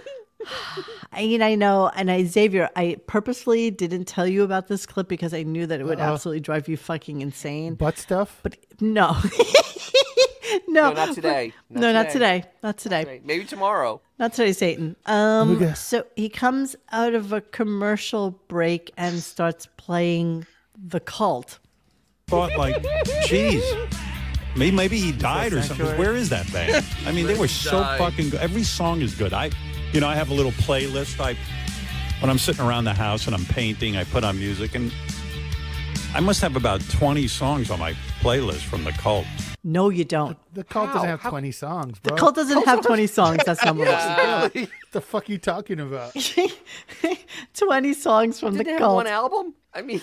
Speaker 1: I mean, I know, and I, Xavier, I purposely didn't tell you about this clip because I knew that it would absolutely drive you fucking insane.
Speaker 2: Butt stuff.
Speaker 1: But no, no,
Speaker 4: No, not today. Not
Speaker 1: no, not
Speaker 4: today.
Speaker 1: today, not today.
Speaker 4: Right, Maybe tomorrow.
Speaker 1: Not today, Satan. Um,
Speaker 2: Luca.
Speaker 1: so he comes out of a commercial break and starts playing the cult.
Speaker 6: Thought like, geez, maybe, maybe he died or something. 'cause Where is that band? I mean, they were so fucking good. Every song is good. I, you know, I have a little playlist. I, when I'm sitting around the house and I'm painting, I put on music, and I must have about 20 songs on my playlist from the cult.
Speaker 1: No, you don't.
Speaker 2: the cult doesn't have 20 songs, bro.
Speaker 1: The cult doesn't have 20 songs. That's number
Speaker 3: Uh,
Speaker 2: Yeah. What the fuck you talking about?
Speaker 1: one. 20 songs from
Speaker 4: Did
Speaker 1: the
Speaker 4: they have
Speaker 1: cult.
Speaker 4: one album? I mean,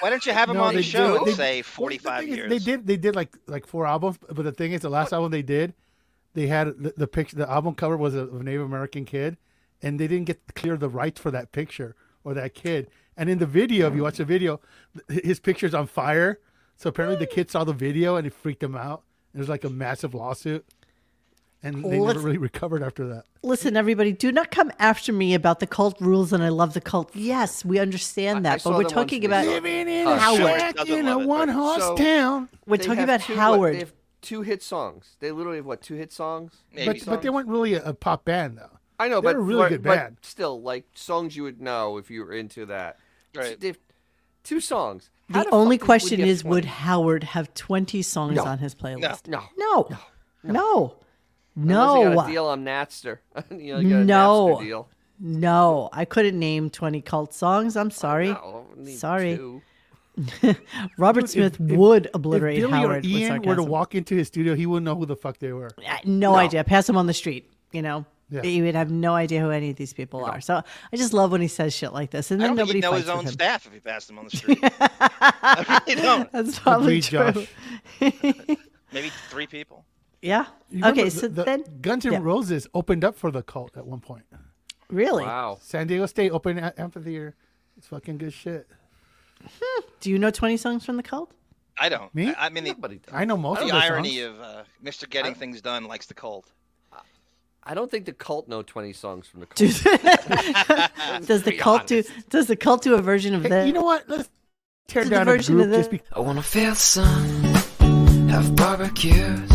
Speaker 3: Why don't you have him on the
Speaker 2: they
Speaker 3: show
Speaker 2: do.
Speaker 3: and
Speaker 2: They-
Speaker 3: say
Speaker 2: Well, the
Speaker 3: 45
Speaker 2: thing is,
Speaker 3: years?
Speaker 2: They did. They did like like four albums, but the thing is, the last album they did, they had the, the picture. The album cover was a of a Native American kid, and they didn't get clear the rights for that picture or that kid. And in the video, if you watch the video, th- his picture's on fire. So apparently, the kid saw the video and it freaked him out. There's like a massive lawsuit. and they never
Speaker 1: Let's-
Speaker 2: really recovered after that.
Speaker 1: Listen, everybody, do not come after me about the cult rules, and I love the cult. Yes, we understand
Speaker 4: I
Speaker 1: that,
Speaker 4: saw
Speaker 1: but we're
Speaker 4: the ones
Speaker 1: talking
Speaker 4: we
Speaker 1: about
Speaker 4: saw.
Speaker 2: in
Speaker 4: a
Speaker 3: Howard. shack Doesn't in a love it, but-
Speaker 2: one-horse
Speaker 4: So-
Speaker 2: town.
Speaker 1: we're
Speaker 4: They
Speaker 1: talking
Speaker 4: have
Speaker 1: about
Speaker 4: two, what,
Speaker 1: Howard.
Speaker 4: they have two hit songs. They literally have what two hit songs?
Speaker 3: Maybe.
Speaker 2: But, but they weren't really a, a pop band though.
Speaker 4: I know,
Speaker 2: They
Speaker 4: but
Speaker 2: were a really
Speaker 4: but-
Speaker 2: good
Speaker 4: but
Speaker 2: band.
Speaker 4: still, like songs you would know if you were into that.
Speaker 3: Right.
Speaker 4: They have two songs. How
Speaker 1: the
Speaker 4: fuck
Speaker 1: only
Speaker 4: did- would
Speaker 1: question
Speaker 4: you have
Speaker 1: is, would
Speaker 4: 20?
Speaker 1: Howard have twenty songs
Speaker 4: No.
Speaker 1: on his playlist?
Speaker 4: no,
Speaker 1: No, no,
Speaker 4: Unless
Speaker 1: no,
Speaker 4: you got a
Speaker 1: no.
Speaker 4: deal on Napster. you know, you got a
Speaker 1: No.
Speaker 4: Napster deal.
Speaker 1: I couldn't name twenty cult songs. I'm sorry.
Speaker 4: No, I don't need
Speaker 1: Sorry.
Speaker 4: two.
Speaker 1: Robert
Speaker 2: If-
Speaker 1: Smith
Speaker 2: if-
Speaker 1: would
Speaker 2: If
Speaker 1: obliterate
Speaker 2: Billy
Speaker 1: Howard.
Speaker 2: or
Speaker 1: with
Speaker 2: Ian were to
Speaker 1: sarcasm.
Speaker 2: walk into his studio, he wouldn't know who the fuck they were.
Speaker 1: I- no, idea. Pass him on the street. You know,
Speaker 2: Yeah.
Speaker 1: he would have no idea who any of these people are. So I just love when he says shit like this, and
Speaker 3: I
Speaker 1: then
Speaker 3: don't think he'd
Speaker 1: nobody
Speaker 3: know
Speaker 1: fights
Speaker 3: his own
Speaker 1: with him.
Speaker 3: staff if he passed them on the street. I really don't.
Speaker 1: That's probably
Speaker 2: Agreed,
Speaker 1: true.
Speaker 2: Josh.
Speaker 3: Maybe three people.
Speaker 1: Yeah.
Speaker 2: You
Speaker 1: okay.
Speaker 2: remember
Speaker 1: So
Speaker 2: the- the
Speaker 1: then,
Speaker 2: Guns N'
Speaker 1: yeah.
Speaker 2: Roses opened up for the cult at one point.
Speaker 1: really,
Speaker 4: Wow.
Speaker 2: San Diego State open a- amphitheater. It's fucking good shit.
Speaker 1: do you know twenty songs from the cult?
Speaker 3: I don't.
Speaker 2: Me?
Speaker 3: I, I mean, the,
Speaker 4: Nobody does.
Speaker 2: I know most of
Speaker 3: the
Speaker 2: those
Speaker 3: irony
Speaker 2: songs.
Speaker 3: of uh, Mr. Getting Things Done likes the cold.
Speaker 4: I don't think the cult know twenty songs from the cult.
Speaker 1: Does does the cult do? Does the cult do a version of
Speaker 2: Hey,
Speaker 1: that?
Speaker 2: you know what? Let's tear
Speaker 1: the
Speaker 2: down a
Speaker 1: version of
Speaker 2: group just
Speaker 1: the-
Speaker 2: because.
Speaker 5: I wanna feel the sun, have barbecues.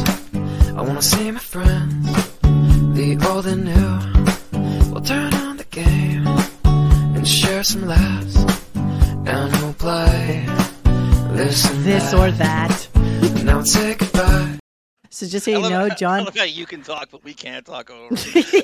Speaker 5: I wanna see my friends, the old and new. We'll turn on the game and share some laughs, and we'll play this and
Speaker 1: this or that.
Speaker 5: that. Now say goodbye.
Speaker 1: So just so
Speaker 3: I
Speaker 1: you
Speaker 3: love-
Speaker 1: know,
Speaker 3: I
Speaker 1: John.
Speaker 3: love how you can talk, but we can't talk over.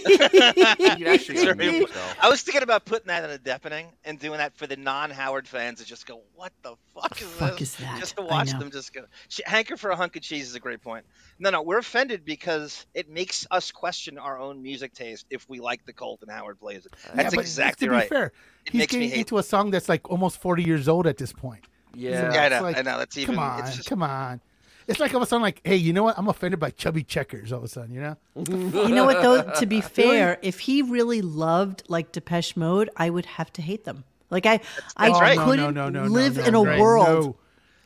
Speaker 4: You can actually
Speaker 3: Sorry.
Speaker 4: unmute yourself.
Speaker 3: I was thinking about putting that in a deepening and doing that for the non-Howard fans to just go, "What the fuck is
Speaker 1: fuck
Speaker 3: this?"
Speaker 1: is that?
Speaker 3: Just to
Speaker 1: I
Speaker 3: watch
Speaker 1: know.
Speaker 3: them just go. Sh- Hanker for a hunk of cheese is a great point. No, no, we're offended because it makes us question our own music taste if we like the cult and Howard plays it.
Speaker 2: Yeah,
Speaker 3: That's
Speaker 2: but
Speaker 3: exactly
Speaker 2: to be
Speaker 3: right.
Speaker 2: fair,
Speaker 3: It
Speaker 2: he's
Speaker 3: makes me
Speaker 2: getting
Speaker 3: hate
Speaker 2: into a song that's like almost forty years old at this point.
Speaker 4: Yeah.
Speaker 3: Yeah, I
Speaker 2: It's
Speaker 3: know, I know, that's even-
Speaker 2: Come on,
Speaker 3: it's just-
Speaker 2: come on. It's like all of a sudden, like, hey, you know what? I'm offended by chubby checkers. All of a sudden, you know,
Speaker 1: You know what though? To be fair, if he really loved like Depeche Mode, I would have to hate them. Like I, I
Speaker 3: that's right. No, no,
Speaker 2: Oh,
Speaker 1: couldn't live in a
Speaker 2: no,
Speaker 1: world.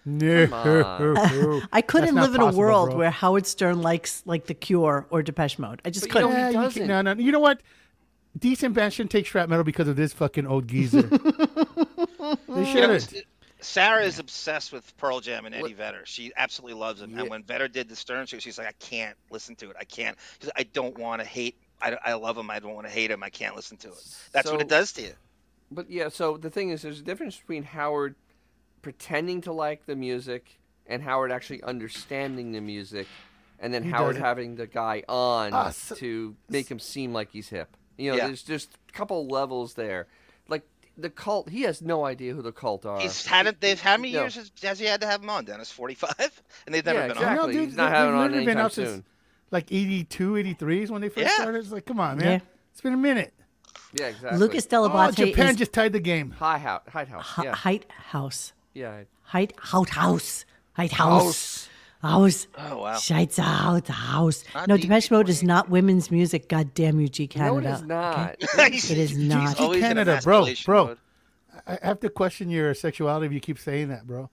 Speaker 2: No, no.
Speaker 1: I couldn't
Speaker 2: That's not
Speaker 1: live in a
Speaker 2: possible,
Speaker 1: world
Speaker 2: bro.
Speaker 1: where Howard Stern likes like The Cure or Depeche Mode. I just
Speaker 4: But you
Speaker 1: couldn't.
Speaker 4: know,
Speaker 2: Yeah,
Speaker 4: he
Speaker 2: you can-
Speaker 4: doesn't.
Speaker 2: no, no. You know what? Decent band shouldn't take strap metal because of this fucking old geezer. they
Speaker 3: You know,
Speaker 2: shouldn't.
Speaker 3: Sarah is obsessed with Pearl Jam and Eddie Vedder. She absolutely loves him. And when Vedder did the Stern show, she's like, "I can't listen to it. I can't. She's like, I don't want to hate. I, I love him. I don't want to hate him. I can't listen to it. That's what
Speaker 4: So-
Speaker 3: it does to you."
Speaker 4: But yeah, so the thing is, there's a difference between Howard pretending to like the music and Howard actually understanding the music, and then Howard
Speaker 2: doesn't.
Speaker 4: having the guy on
Speaker 2: Ah, so-
Speaker 4: to make him seem like he's hip. You know,
Speaker 3: Yeah.
Speaker 4: there's just a couple levels there. Like the cult, he has no idea who the cult are.
Speaker 3: He's had it. They've how many
Speaker 4: No.
Speaker 3: years has, has he had to have them on? Dennis, forty-five, and they've never
Speaker 4: yeah,
Speaker 3: been
Speaker 4: exactly.
Speaker 2: No, dude,
Speaker 4: he's not
Speaker 2: they-
Speaker 4: having
Speaker 2: they've
Speaker 4: on
Speaker 2: literally been
Speaker 4: anytime
Speaker 2: out since-
Speaker 4: soon.
Speaker 2: Like 82, 83 is when they first
Speaker 3: Yeah.
Speaker 2: started. It's like, come on, man.
Speaker 1: Yeah.
Speaker 2: It's been a minute.
Speaker 4: Yeah, exactly.
Speaker 1: Lucas
Speaker 2: Oh,
Speaker 1: Delabate
Speaker 2: Japan
Speaker 1: is
Speaker 2: just tied the game.
Speaker 4: Hi, House. Hi, House.
Speaker 1: H-
Speaker 4: Yeah,
Speaker 1: Height House.
Speaker 4: yeah.
Speaker 1: Height Hout House. Height House. House.
Speaker 3: Oh, wow.
Speaker 1: Shites out house.
Speaker 3: Not
Speaker 1: no,
Speaker 3: the
Speaker 1: Depeche Mode is
Speaker 3: equally-
Speaker 1: not women's music. God damn you,
Speaker 4: No,
Speaker 1: G
Speaker 4: it
Speaker 1: Canada.
Speaker 4: is not.
Speaker 3: on. He's-
Speaker 1: It is
Speaker 3: he's
Speaker 1: not.
Speaker 3: always in a
Speaker 2: Canada, bro,
Speaker 3: masturbation
Speaker 2: bro.
Speaker 3: mode.
Speaker 2: I I have to question your sexuality if you keep saying that, bro.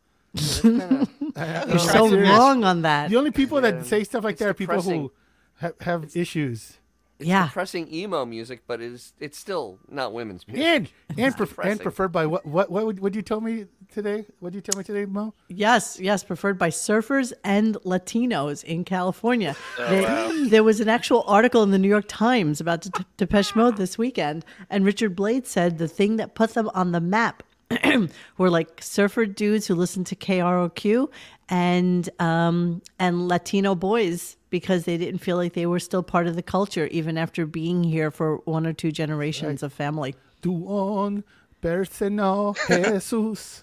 Speaker 1: You're so
Speaker 2: serious.
Speaker 1: wrong on that.
Speaker 2: The only people that say stuff like that are people
Speaker 4: depressing.
Speaker 2: who have, have issues.
Speaker 1: yeah.
Speaker 4: Pressing emo music, but it's it's still not women's music.
Speaker 2: And and, pref-
Speaker 4: depressing.
Speaker 2: and preferred by what what what would what'd you tell me today? What did you tell me today, Mo?
Speaker 1: Yes, yes, preferred by surfers and Latinos in California. there, there was an actual article in the New York Times about De- Depeche Mode this weekend, and Richard Blade said the thing that put them on the map were like surfer dudes who listened to KROQ and um, and Latino boys because they didn't feel like they were still part of the culture even after being here for one or two generations of family.
Speaker 2: Duon personal Jesus.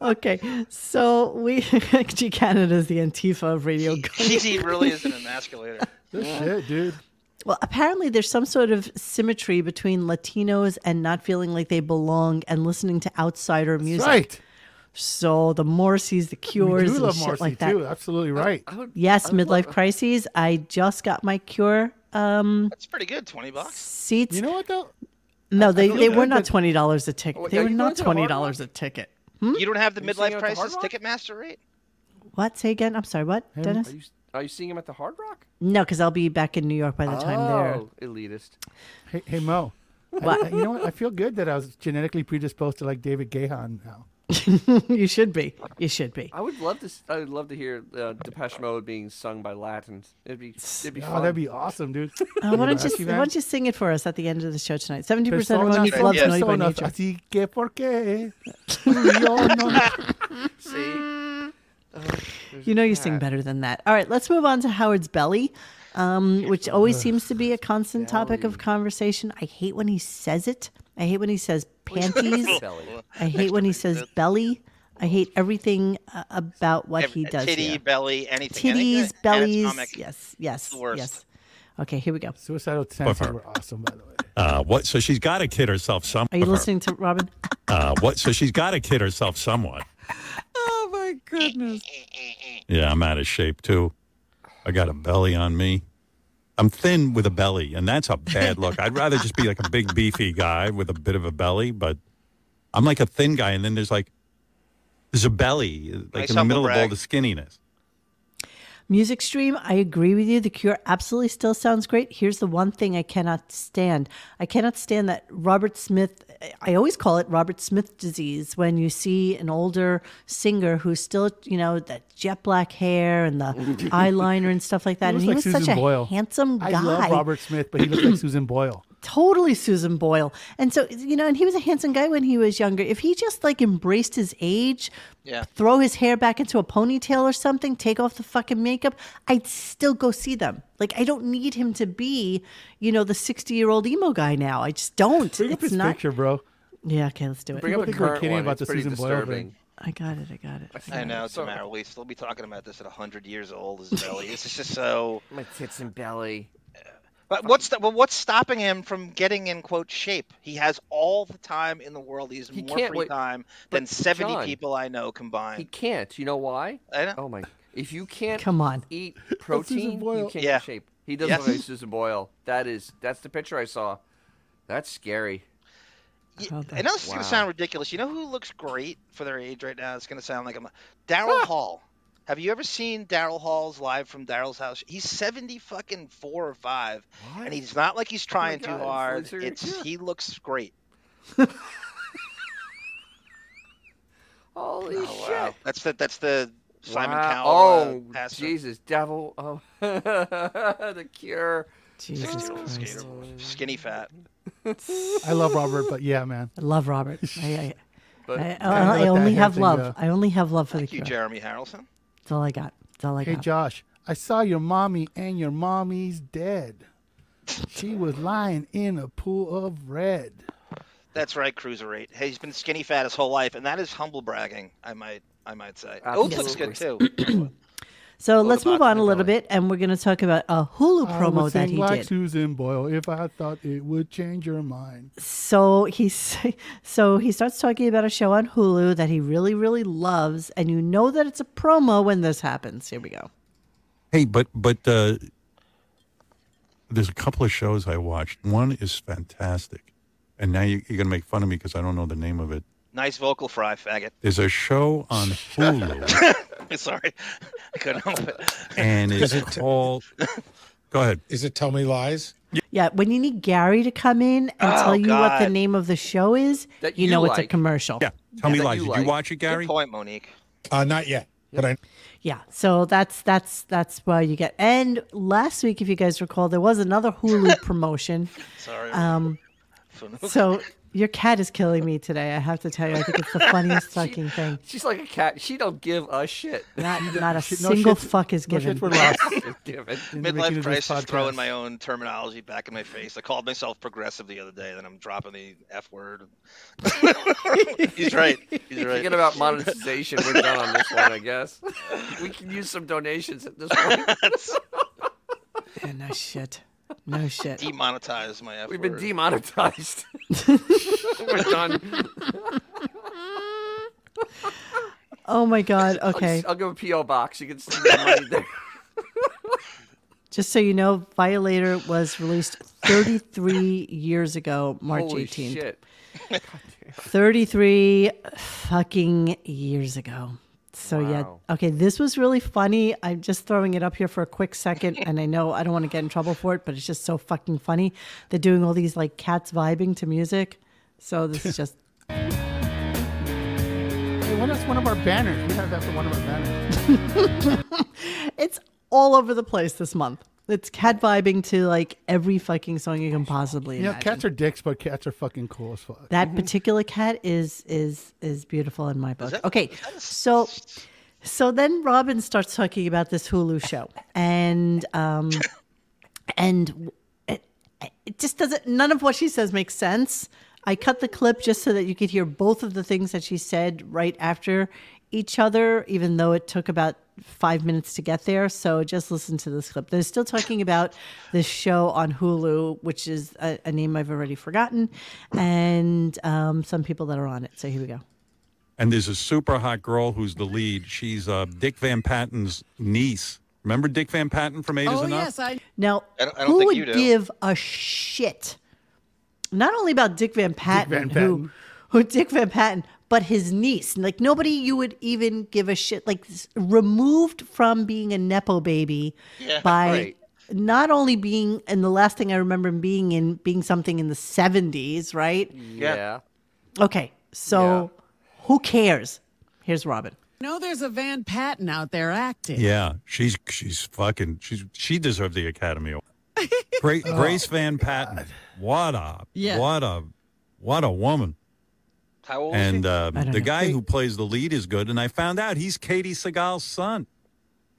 Speaker 1: Okay, so we G Canada is the Antifa of radio.
Speaker 3: He really is an emasculator.
Speaker 2: This shit, dude.
Speaker 1: Well, apparently there's some sort of symmetry between Latinos and not feeling like they belong and listening to outsider music.
Speaker 2: Right.
Speaker 1: So the Morrissey's, the
Speaker 2: We
Speaker 1: Cures,
Speaker 2: do
Speaker 1: and
Speaker 2: love
Speaker 1: shit
Speaker 2: Marcy
Speaker 1: like that. Uh,
Speaker 2: too. Absolutely right.
Speaker 1: Yes, midlife crises. I just got my Cure um,
Speaker 3: That's pretty good. Twenty bucks.
Speaker 1: seats.
Speaker 2: You know what though?
Speaker 1: no, they,
Speaker 2: feel Oh,
Speaker 1: they were
Speaker 2: bad,
Speaker 1: not
Speaker 2: but-
Speaker 1: twenty dollars a ticket.
Speaker 4: Wait,
Speaker 1: They
Speaker 4: are
Speaker 1: were
Speaker 4: you going
Speaker 1: not
Speaker 4: to the Hard
Speaker 1: twenty dollars a
Speaker 4: Rock?
Speaker 1: ticket.
Speaker 4: Hmm?
Speaker 3: You don't have the
Speaker 4: singing
Speaker 3: midlife
Speaker 4: at the Hard
Speaker 3: crisis
Speaker 4: Rock?
Speaker 3: Ticketmaster rate.
Speaker 1: What? Say again. I'm sorry. What, Dennis?
Speaker 4: Are you Are you seeing him at the Hard Rock?
Speaker 1: No, because I'll be back in New York by the time they're.
Speaker 4: oh, elitist.
Speaker 2: Hey, hey Mo. I,
Speaker 1: What?
Speaker 2: I- you know what? I feel good that I was genetically predisposed to like David Gahan now.
Speaker 1: you should be. You should be.
Speaker 4: I would love to. s- I would love to hear uh, Depeche Mode being sung by Latins. It'd be. It'd be
Speaker 2: Oh,
Speaker 4: fun.
Speaker 2: that'd be awesome, dude.
Speaker 1: Uh, why don't
Speaker 2: Rocky
Speaker 1: you
Speaker 2: Man.
Speaker 1: Why don't you sing it for us at the end of the show tonight? Seventy percent of
Speaker 2: Personas,
Speaker 1: Monique loves
Speaker 3: yes.
Speaker 1: Naughty by
Speaker 2: personas,
Speaker 1: Nature.
Speaker 2: así que por qué? Yo no-
Speaker 3: Mm.
Speaker 4: See,
Speaker 1: You know you sing better than that. All right, let's move on to Howard's belly, um, which always seems to be a constant topic of conversation. I hate when he says it. I hate when he says panties.
Speaker 4: belly.
Speaker 1: I hate when he says belly. I hate everything uh, about what he does.
Speaker 3: Titty,
Speaker 1: here.
Speaker 3: belly, anything. anything
Speaker 1: Titties, bellies.
Speaker 3: anatomic.
Speaker 1: Yes, yes,
Speaker 3: the worst.
Speaker 1: yes. Okay, here we go.
Speaker 2: Suicidal tendencies were awesome, by the way.
Speaker 6: Uh, what? So she's got to kid herself some.
Speaker 1: Are you
Speaker 6: of her.
Speaker 1: listening to Robin?
Speaker 6: Uh, what? So she's got to kid herself somewhat.
Speaker 7: Oh my goodness.
Speaker 6: Yeah, I'm out of shape too. I got a belly on me. I'm thin with a belly, and that's a bad look. I'd rather just be like a big beefy guy with a bit of a belly, but I'm like a thin guy, and then there's like there's a belly, like
Speaker 3: Nice
Speaker 6: in the
Speaker 3: humble
Speaker 6: middle of all
Speaker 3: brag.
Speaker 6: the skinniness.
Speaker 1: Music stream, I agree with you. The Cure absolutely still sounds great. Here's the one thing I cannot stand. I cannot stand that Robert Smith, I always call it Robert Smith disease when you see an older singer who's still, you know, that jet black hair and the eyeliner and stuff like that.
Speaker 2: He
Speaker 1: and
Speaker 2: looks
Speaker 1: he
Speaker 2: like
Speaker 1: was
Speaker 2: Susan
Speaker 1: such a
Speaker 2: Boyle.
Speaker 1: handsome guy
Speaker 2: I love Robert Smith, but he looks like Susan Boyle.
Speaker 1: totally Susan Boyle. And so, you know, and he was a handsome guy when he was younger. If he just like embraced his age,
Speaker 3: Yeah.
Speaker 1: throw his hair back into a ponytail or something, take off the fucking makeup, I'd still go see them. Like I don't need him to be, you know, the 60-year-old emo guy now. I just don't.
Speaker 2: Bring up
Speaker 1: it's
Speaker 2: his
Speaker 1: not
Speaker 2: picture, bro.
Speaker 1: Yeah, okay, let's do it.
Speaker 4: Bring up a
Speaker 2: think we're
Speaker 4: current
Speaker 2: kidding
Speaker 4: one.
Speaker 2: about
Speaker 4: it's
Speaker 2: the
Speaker 4: pretty
Speaker 2: Susan Boyle
Speaker 4: disturbing.
Speaker 2: thing.
Speaker 1: I got it. I got it.
Speaker 3: I know, it's a
Speaker 4: So-
Speaker 3: matter. We'll still be talking about this at 100 years old, is belly. This is just so.
Speaker 4: My tits and belly.
Speaker 3: But what's the, well, what's stopping him from getting in quote shape? He has all the time in the world. He's
Speaker 4: He
Speaker 3: more
Speaker 4: can't
Speaker 3: free
Speaker 4: wait-
Speaker 3: time
Speaker 4: but
Speaker 3: than 70
Speaker 4: John-
Speaker 3: people I know
Speaker 4: He
Speaker 3: combined.
Speaker 4: can't. You know why?
Speaker 3: I know.
Speaker 4: Oh my! If you can't
Speaker 1: Come on.
Speaker 4: eat protein, you
Speaker 2: Boyle.
Speaker 4: can't
Speaker 3: Yeah.
Speaker 4: get shape. He does
Speaker 3: Yes.
Speaker 4: look like Susan Boyle. That is. That's the picture I saw. That's scary.
Speaker 3: Y-
Speaker 1: Oh,
Speaker 3: I know this is going
Speaker 4: wow.
Speaker 3: to sound ridiculous. You know who looks great for their age right now? It's going to sound like I'm Daryl Hall. Have you ever seen Daryl Hall's live from Daryl's house? He's 70 fucking four or five, and he's not like he's trying
Speaker 4: Oh God,
Speaker 3: too
Speaker 4: it's
Speaker 3: hard.
Speaker 4: Lisa
Speaker 3: It's
Speaker 4: Rinna.
Speaker 3: he looks great.
Speaker 4: Holy shit!
Speaker 3: Wow, that's the that's the Simon
Speaker 4: Oh, Wow.
Speaker 3: Cowell.
Speaker 4: Oh,
Speaker 3: uh, pass-
Speaker 4: Jesus, devil! Oh, the cure.
Speaker 1: Jesus
Speaker 3: Old
Speaker 1: Christ.
Speaker 3: skater, skinny fat.
Speaker 2: I love Robert, but yeah, man.
Speaker 1: I love Robert. I, I,
Speaker 4: But
Speaker 1: I,
Speaker 2: know what
Speaker 1: I, I
Speaker 2: that
Speaker 1: only have
Speaker 2: hair's
Speaker 1: love.
Speaker 2: into.
Speaker 1: I only have love for the
Speaker 3: Thank you,
Speaker 1: cure.
Speaker 3: Jeremy Harrelson.
Speaker 1: That's all I got. That's all I
Speaker 2: Hey,
Speaker 1: got.
Speaker 2: Josh, I saw your mommy, and your mommy's dead. She was lying in a pool of red.
Speaker 3: That's right, Cruiserweight. Hey, he's been skinny fat his whole life, and that is humble bragging. I might, I might say. Oath looks good too.
Speaker 1: So let's
Speaker 3: the
Speaker 1: move
Speaker 3: bottom
Speaker 1: on a
Speaker 3: of the
Speaker 1: little bit, and we're going to talk about a Hulu
Speaker 2: I
Speaker 1: promo
Speaker 2: would
Speaker 1: that
Speaker 2: sing
Speaker 1: he
Speaker 2: like
Speaker 1: did.
Speaker 2: Susan Boyle, if I thought it would change your mind.
Speaker 1: So he's so he starts talking about a show on Hulu that he really, really loves, and you know that it's a promo when this happens. Here we go.
Speaker 6: Hey, but but uh, there's a couple of shows I watched. One is fantastic, and now you, you're gonna make fun of me because I don't know the name of it.
Speaker 3: nice vocal fry, faggot.
Speaker 6: There's a show on Hulu,
Speaker 3: Sorry, I couldn't help it.
Speaker 6: and it's called. Go ahead.
Speaker 8: Is it Tell Me Lies?
Speaker 1: Yeah, when you need Gary to come in and tell you what the
Speaker 3: God.
Speaker 1: name of the show is,
Speaker 4: That
Speaker 1: you
Speaker 4: you
Speaker 1: know it's a
Speaker 4: like.
Speaker 1: commercial.
Speaker 6: Yeah, tell me
Speaker 4: that
Speaker 6: lies.
Speaker 4: you
Speaker 6: Did you
Speaker 4: like.
Speaker 6: watch it, Gary?
Speaker 3: Good point, Monique.
Speaker 8: Uh, not yet, but I
Speaker 1: Yeah, so that's that's that's why you get. And last week, if you guys recall, there was another Hulu promotion.
Speaker 3: Sorry.
Speaker 1: Um,
Speaker 3: Fanuc.
Speaker 1: so your cat is killing me today. I have to tell you, I think it's the funniest fucking thing.
Speaker 4: She's like a cat. She don't give a shit.
Speaker 1: Not not a
Speaker 2: shit- no
Speaker 1: single
Speaker 2: shit-
Speaker 1: fuck is
Speaker 2: No shit
Speaker 1: given.
Speaker 2: for lost.
Speaker 4: Just give it.
Speaker 2: in the making
Speaker 3: Midlife
Speaker 2: of this
Speaker 3: crisis, throwing
Speaker 2: podcast.
Speaker 3: my own terminology back in my face. I called myself progressive the other day, then I'm dropping the F word. He's right. He's right.
Speaker 4: Forget about monetization. We're done on this one, I guess. We can use some donations at this point.
Speaker 1: Yeah, no shit. No shit.
Speaker 3: Demonetize my F
Speaker 4: We've
Speaker 3: word.
Speaker 4: been demonetized. We're done.
Speaker 1: Oh my god. Okay.
Speaker 4: I'll, I'll give a PO box. You can send that money there.
Speaker 1: Just so you know, Violator was released 33 years ago, March
Speaker 4: Holy
Speaker 1: 18th.
Speaker 4: shit!
Speaker 1: 33 fucking years ago. So
Speaker 4: Wow.
Speaker 1: yeah, okay. This was really funny. I'm just throwing it up here for a quick second, and I know I don't want to get in trouble for it, but it's just so fucking funny. They're doing all these like cats vibing to music. So this is just
Speaker 2: Hey, what is one of our banners? We have that for one of our banners.
Speaker 1: it's all over the place this month. It's cat vibing to like every fucking song you can possibly
Speaker 2: You know,
Speaker 1: imagine.
Speaker 2: cats are Mm-hmm. dicks, but cats are fucking cool as fuck.
Speaker 1: that particular cat is is is beautiful in my book.
Speaker 3: that-
Speaker 1: okay, so so then Robin starts talking about this Hulu show, and um, and it, it just doesn't. None of what she says makes sense. I cut the clip just so that you could hear both of the things that she said right after each other, even though it took about five minutes to get there. So just listen to this clip. They're still talking about this show on Hulu, which is a, a name I've already forgotten, and um, some people that are on it. So here we go.
Speaker 6: And there's a super hot girl who's the lead. She's uh, Dick Van Patten's niece. Remember Dick Van Patten from Eight Is
Speaker 7: Oh
Speaker 6: Enough?
Speaker 7: yes, I
Speaker 1: Now,
Speaker 3: I don't- I don't
Speaker 1: who
Speaker 3: think
Speaker 1: would
Speaker 3: you do.
Speaker 1: give a shit? Not only about Dick Van Patten,
Speaker 2: Van
Speaker 1: Who, who Dick Van Patten, but his niece. Like nobody you would even give a shit. Like s- removed from being a nepo baby by
Speaker 4: right.
Speaker 1: not only being and the last thing I remember him being in being something in the seventies, right?
Speaker 3: Mm.
Speaker 4: Yeah.
Speaker 1: Okay, so who cares? Here's Robin.
Speaker 7: know there's a Van Patten out there acting.
Speaker 6: Yeah, she's she's fucking she's she deserved the Academy Award. Great Grace Van Patten. What a
Speaker 7: Oh, Yeah.
Speaker 6: what a what a woman.
Speaker 3: How old is
Speaker 6: And um, the
Speaker 1: I don't know.
Speaker 6: guy who plays the lead is good. And I found out he's Katie Seagal's son.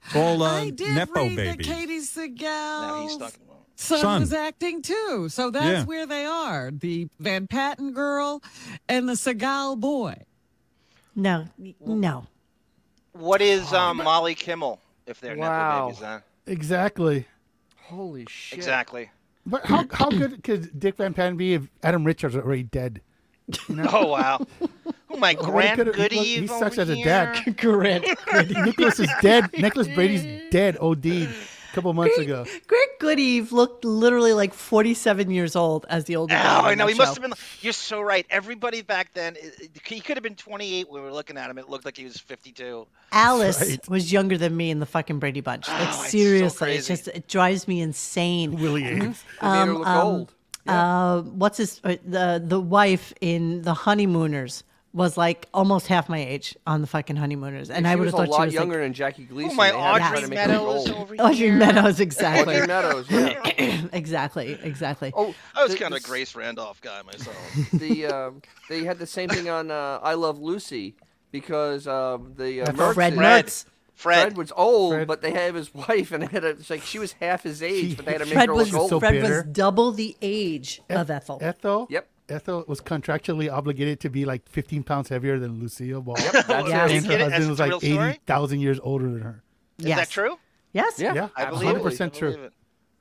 Speaker 6: It's all uh,
Speaker 7: I did
Speaker 6: nepo
Speaker 7: read that
Speaker 6: babies.
Speaker 7: Katie
Speaker 3: he? Now he's
Speaker 7: Seagal's
Speaker 3: stuck.
Speaker 7: son,
Speaker 6: Son.
Speaker 7: was acting too. So that's
Speaker 6: Yeah.
Speaker 7: where they are: the Van Patten girl and the Seagal boy.
Speaker 1: No, no.
Speaker 3: What is um, Molly Kimmel? If they're
Speaker 4: Wow.
Speaker 3: nepo babies, huh?
Speaker 2: Exactly.
Speaker 4: Holy shit.
Speaker 3: Exactly.
Speaker 2: But how how good could Dick Van Patten be if Adam Richards is already dead?
Speaker 3: Oh wow. Who my Grant
Speaker 2: could've-
Speaker 3: Goody?
Speaker 2: look, Oh, he
Speaker 3: over
Speaker 2: sucks as a
Speaker 3: here?
Speaker 2: dad.
Speaker 1: Correct.
Speaker 2: Nicholas is dead. Nicholas Brady's dead. OD'd a couple months ago.
Speaker 1: Greg Goodeve looked literally like 47 years old as the old.
Speaker 3: Oh, I know. He must have been. You're so right. Everybody back then, it- it- he could have been 28 when we were looking at him. It looked like he was 52.
Speaker 1: Alice was younger than me in the fucking Brady Bunch. Like
Speaker 3: it's so
Speaker 1: seriously, it's
Speaker 3: crazy.
Speaker 1: just it drives me insane.
Speaker 2: Willie Ames.
Speaker 4: They
Speaker 1: Um,
Speaker 4: made her look old.
Speaker 1: Uh, what's his uh, the the wife in the Honeymooners was like almost half my age on the fucking Honeymooners, and I
Speaker 4: She
Speaker 1: would
Speaker 4: was
Speaker 1: have
Speaker 4: a
Speaker 1: thought
Speaker 4: lot
Speaker 1: she was
Speaker 4: younger
Speaker 1: Like, Oh,
Speaker 4: than Jackie Gleason.
Speaker 3: Oh my
Speaker 4: They had to try
Speaker 3: Audrey
Speaker 4: to make her look
Speaker 3: Meadows
Speaker 4: old.
Speaker 3: over
Speaker 1: Audrey
Speaker 3: here.
Speaker 1: Meadows,
Speaker 4: Audrey
Speaker 1: exactly,
Speaker 4: Meadows. Yeah.
Speaker 1: exactly, exactly.
Speaker 4: Oh,
Speaker 3: I was
Speaker 4: the-
Speaker 3: kind
Speaker 4: the
Speaker 3: of a Grace Randolph guy myself.
Speaker 4: the um, they had the same thing on uh, I Love Lucy because um, the uh, Mertzes-
Speaker 1: Fred
Speaker 3: Fred.
Speaker 1: Mertz.
Speaker 3: Fred.
Speaker 4: Fred was old,
Speaker 2: Fred-
Speaker 4: but they had his wife, and they had a, it's like she was half his age, but they had to make
Speaker 1: Fred
Speaker 4: her
Speaker 1: was
Speaker 4: look old.
Speaker 2: so
Speaker 1: Fred
Speaker 2: bitter.
Speaker 1: was double the age of Ethel.
Speaker 2: Ethel.
Speaker 4: Yep.
Speaker 2: Ethel was contractually obligated to be like 15 pounds heavier than Lucille Ball.
Speaker 4: That's
Speaker 1: Yeah.
Speaker 4: it.
Speaker 1: Yes.
Speaker 2: And
Speaker 1: Is
Speaker 2: her
Speaker 3: it- that's
Speaker 2: husband was
Speaker 3: a
Speaker 2: like
Speaker 3: real story?
Speaker 2: 80,000 years older than her.
Speaker 3: Is that true?
Speaker 1: Yes.
Speaker 4: Yeah.
Speaker 2: Yeah,
Speaker 3: I believe
Speaker 2: 100%
Speaker 3: it. I
Speaker 2: true.
Speaker 3: believe it.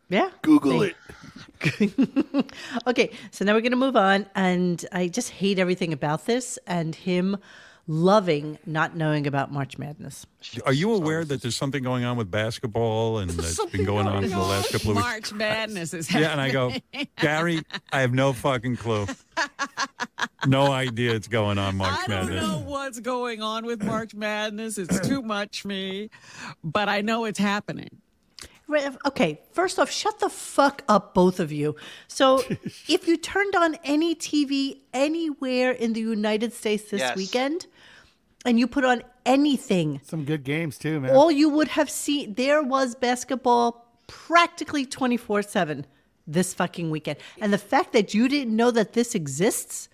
Speaker 1: Yeah.
Speaker 2: Google it.
Speaker 1: okay, so now we're going to move on. And I just hate everything about this and him loving not knowing about March Madness.
Speaker 6: Are you aware that there's something going on with basketball and that's been going on for the last couple of weeks?
Speaker 7: March Madness is
Speaker 6: Yeah, and I
Speaker 7: happening.
Speaker 6: go, Gary, I have no fucking clue. No idea it's going on March
Speaker 7: I don't
Speaker 6: Madness.
Speaker 7: know what's going on with March Madness. It's too much for me, but I know it's happening.
Speaker 1: Right, Okay, first off, shut the fuck up, both of you. So, if you turned on any TV anywhere in the United States this
Speaker 3: Yes.
Speaker 1: weekend and you put on anything,
Speaker 2: Some good games too, man.
Speaker 1: all you would have seen there was basketball practically 24/7 this fucking weekend. And the fact that you didn't know that this exists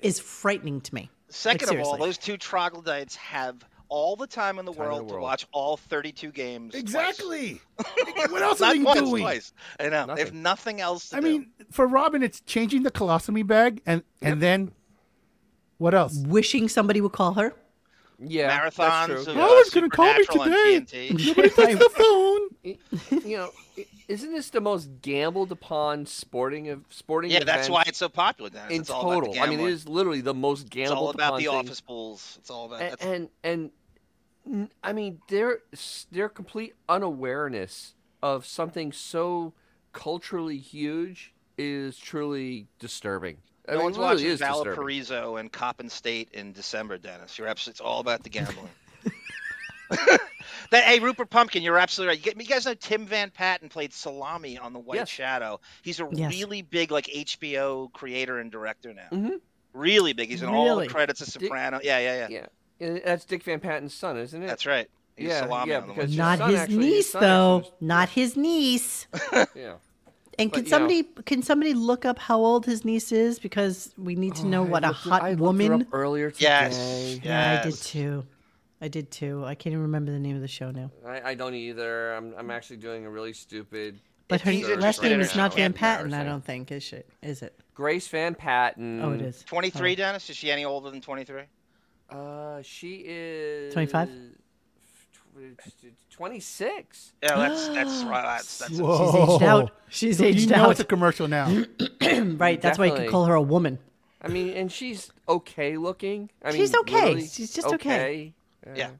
Speaker 1: is frightening to me. Like,
Speaker 3: Second of all,
Speaker 1: seriously.
Speaker 3: those two troglodytes have all the time in the, world, to
Speaker 4: world.
Speaker 3: watch all 32 games. twice.
Speaker 2: exactly. what else
Speaker 3: Not
Speaker 2: are they
Speaker 3: once,
Speaker 2: doing?
Speaker 3: twice. I know. They have nothing else to
Speaker 2: I
Speaker 3: do.
Speaker 2: mean, for Robin, it's changing the colostomy bag and and then what else?
Speaker 1: wishing somebody would call her.
Speaker 4: Yeah, that's
Speaker 3: marathons.
Speaker 4: true.
Speaker 3: Of, uh,
Speaker 2: No one's gonna call me
Speaker 3: Supernatural on
Speaker 2: today.
Speaker 3: TNT.
Speaker 2: Nobody takes the phone.
Speaker 4: you know, i- isn't this the most gambled upon sporting of sporting?
Speaker 3: Yeah, that's
Speaker 4: event
Speaker 3: why it's so popular. Dennis.
Speaker 4: in
Speaker 3: it's all about
Speaker 4: total.
Speaker 3: the
Speaker 4: I mean, it
Speaker 3: gambling.
Speaker 4: is literally the most gambled
Speaker 3: It's all about
Speaker 4: upon
Speaker 3: the
Speaker 4: thing.
Speaker 3: office pools. It's all about.
Speaker 4: and
Speaker 3: that's-
Speaker 4: and, and n- I mean their s- their complete unawareness of something so culturally huge is truly disturbing. I
Speaker 3: no
Speaker 4: mean,
Speaker 3: one's
Speaker 4: it really
Speaker 3: watching
Speaker 4: is disturbing.
Speaker 3: Valparaiso and Coppin State in December, Dennis. You're absolutely. It's all about the gambling. That, hey, Rupert Pumpkin, you're absolutely right. You, get, you guys know Tim Van Patten played Salami on The White
Speaker 4: Yes.
Speaker 3: Shadow. He's a
Speaker 1: Yes.
Speaker 3: really big, like HBO creator and director now. Really big. He's in all
Speaker 1: Really?
Speaker 3: the credits of Soprano. Yeah, yeah, yeah,
Speaker 4: Mm-hmm. Yeah, Yeah, that's Dick Van Patten's son, isn't it?
Speaker 3: That's right. He's
Speaker 4: Yeah,
Speaker 3: Salami
Speaker 4: yeah,
Speaker 3: on The White
Speaker 4: because-
Speaker 3: Shadow.
Speaker 1: Not
Speaker 4: son,
Speaker 1: his
Speaker 4: actually. His
Speaker 1: niece,
Speaker 4: son
Speaker 1: though.
Speaker 4: actually
Speaker 1: Not his niece.
Speaker 4: Yeah.
Speaker 1: And can
Speaker 4: But, you know-
Speaker 1: somebody can somebody look up how old his niece is because we need to know
Speaker 4: Oh, I
Speaker 1: what a
Speaker 4: looked her-
Speaker 1: hot
Speaker 4: I looked her
Speaker 1: woman.
Speaker 4: up earlier today.
Speaker 3: Yes.
Speaker 1: Yeah, I did
Speaker 3: Yes.
Speaker 1: too. I did too. I can't even remember the name of the show now.
Speaker 4: I, I don't either. I'm I'm actually doing a really stupid.
Speaker 1: But her
Speaker 3: He's
Speaker 1: last
Speaker 3: interested
Speaker 1: name
Speaker 3: in
Speaker 1: is
Speaker 3: her
Speaker 1: not Van
Speaker 3: kid,
Speaker 1: Patten, I
Speaker 4: embarrassing.
Speaker 1: don't think, is she? Is it?
Speaker 4: Grace Van Patten.
Speaker 1: Oh, it is.
Speaker 3: 23, Dennis? Is she any older than 23?
Speaker 4: Uh, she is
Speaker 1: 25?
Speaker 4: Twenty six.
Speaker 3: Yeah, that's that's right. That's, that's
Speaker 1: She's
Speaker 2: Whoa.
Speaker 1: aged out. She's
Speaker 2: You
Speaker 1: aged
Speaker 2: know it's
Speaker 1: out.
Speaker 2: a commercial now.
Speaker 1: right. That's why you can
Speaker 4: Definitely.
Speaker 1: call her a woman.
Speaker 4: I mean, and she's okay looking. I mean,
Speaker 1: She's okay.
Speaker 4: literally
Speaker 1: She's just okay.
Speaker 4: okay.
Speaker 3: Yeah.
Speaker 4: Uh,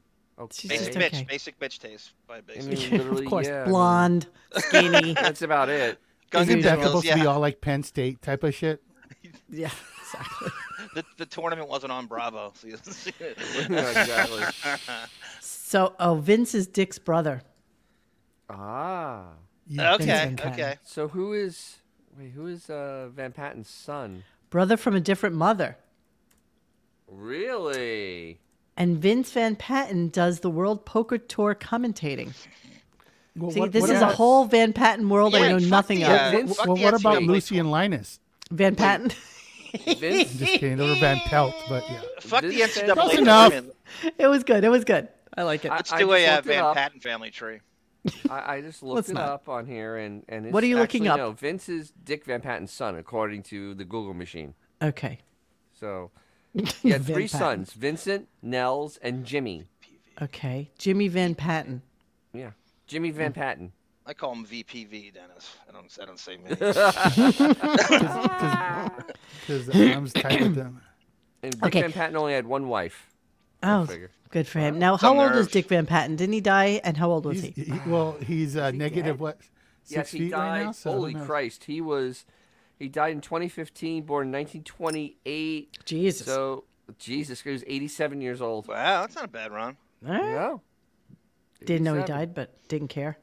Speaker 4: Okay.
Speaker 1: She's just
Speaker 3: basic
Speaker 1: okay.
Speaker 3: bitch. Basic bitch taste. By
Speaker 4: I
Speaker 3: basic.
Speaker 4: mean, literally,
Speaker 1: of course,
Speaker 4: yeah, I mean,
Speaker 1: blonde, skinny.
Speaker 4: that's about it.
Speaker 3: Guns
Speaker 2: Isn't
Speaker 3: N'
Speaker 2: that
Speaker 3: Roses,
Speaker 2: supposed
Speaker 3: yeah.
Speaker 2: to be all like Penn State type of shit?
Speaker 1: yeah, exactly.
Speaker 3: the, the tournament wasn't on Bravo. So you didn't see it.
Speaker 4: Yeah, exactly.
Speaker 1: So, oh, Vince is Dick's brother.
Speaker 4: ah,
Speaker 2: You
Speaker 3: okay,
Speaker 1: Vincent Patton.
Speaker 3: okay.
Speaker 4: so who is? Wait, who is uh, Van Patten's son?
Speaker 1: Brother from a different mother.
Speaker 4: Really?
Speaker 1: And Vince Van Patten does the World Poker Tour commentating.
Speaker 2: Well,
Speaker 1: See,
Speaker 2: what-
Speaker 1: this
Speaker 2: what
Speaker 1: is a
Speaker 2: about-
Speaker 1: whole Van Patten world I
Speaker 3: Yeah,
Speaker 1: know
Speaker 3: fuck
Speaker 1: nothing
Speaker 3: the,
Speaker 1: of.
Speaker 3: uh,
Speaker 4: Vince-
Speaker 3: fuck
Speaker 2: Well,
Speaker 3: the
Speaker 2: what
Speaker 3: NCAA
Speaker 2: about Lucy and Linus?
Speaker 1: Van Patten.
Speaker 4: Vince.
Speaker 2: Just kidding. They were Van Pelt, but yeah.
Speaker 3: Fuck the
Speaker 4: Vince-
Speaker 3: NCAA.
Speaker 4: Close
Speaker 2: enough.
Speaker 3: tournament.
Speaker 1: it was good. It was good. I like it.
Speaker 4: I-
Speaker 3: Let's
Speaker 4: I
Speaker 3: do a
Speaker 4: just
Speaker 3: uh,
Speaker 4: looked it
Speaker 3: Van
Speaker 4: up.
Speaker 3: Patten family tree.
Speaker 4: I, I just looked
Speaker 1: Let's
Speaker 4: it
Speaker 1: not.
Speaker 4: up on here, and and it's
Speaker 1: What are you looking
Speaker 4: actually,
Speaker 1: up?
Speaker 4: No, Vince is Dick Van Patten's son, according to the Google machine.
Speaker 1: okay.
Speaker 4: So he had
Speaker 1: Van
Speaker 4: three
Speaker 1: Patten.
Speaker 4: sons: Vincent, Nels, and Jimmy.
Speaker 1: Okay. Jimmy Van Patten.
Speaker 4: Yeah, Jimmy
Speaker 1: Mm.
Speaker 4: Van Patten.
Speaker 3: I call him VPV, Dennis. I don't. I don't say me.
Speaker 2: Because I'm just tight with them.
Speaker 4: And Dick
Speaker 1: Okay.
Speaker 4: Van Patten only had one wife.
Speaker 1: Oh,
Speaker 4: figure.
Speaker 1: good for him. Now, how
Speaker 3: Some
Speaker 1: old is
Speaker 3: nerves.
Speaker 1: Dick Van Patten? Didn't he die? And how old was
Speaker 2: He's,
Speaker 1: he?
Speaker 2: he, well, he's uh, negative,
Speaker 4: dead?
Speaker 2: what, six
Speaker 4: yes,
Speaker 2: feet
Speaker 4: he died.
Speaker 2: right now? So who
Speaker 4: Holy
Speaker 2: knows?
Speaker 4: Christ, he was. He died in 2015, born in 1928.
Speaker 1: Jesus.
Speaker 4: So Jesus, he was 87 years old.
Speaker 3: wow, ah, that's not a bad run.
Speaker 1: Eh,
Speaker 4: No,
Speaker 1: Didn't know he
Speaker 4: 87.
Speaker 1: died, but didn't care.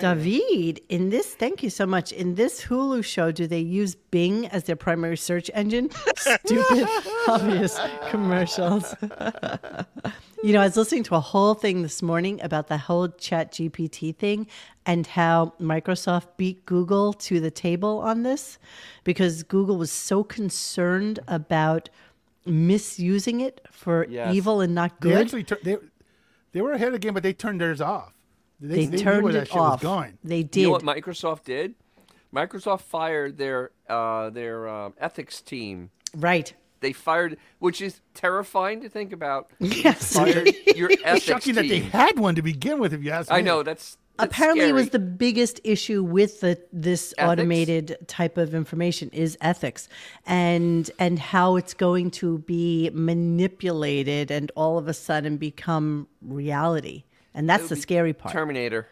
Speaker 1: David, in this, thank you so much. In this Hulu show, do they use Bing as their primary search engine? Stupid, obvious commercials. you know, I was listening to a whole thing this morning about the whole Chat GPT thing and how Microsoft beat Google to the table on this because Google was so concerned about misusing it for
Speaker 4: Yes.
Speaker 1: evil and not
Speaker 2: They
Speaker 1: good.
Speaker 2: actually tur- they, they were ahead of the game, but they turned theirs off.
Speaker 1: they,
Speaker 2: knew
Speaker 1: turned
Speaker 2: where
Speaker 1: it
Speaker 2: that shit
Speaker 1: off.
Speaker 2: was going.
Speaker 1: They did.
Speaker 4: You know what Microsoft did? Microsoft fired their uh, their uh, ethics team.
Speaker 1: right.
Speaker 4: They fired, which is terrifying to think about.
Speaker 1: Yes.
Speaker 4: Fired your ethics
Speaker 2: Shocking that they
Speaker 4: team.
Speaker 2: had one to begin with, if you ask me.
Speaker 4: I know that's, that's
Speaker 1: apparently it was the
Speaker 4: scary.
Speaker 1: biggest issue with the this
Speaker 4: Ethics?
Speaker 1: automated type of information is ethics and and how it's going to be manipulated and all of a sudden become reality and that's the scary part
Speaker 4: Terminator.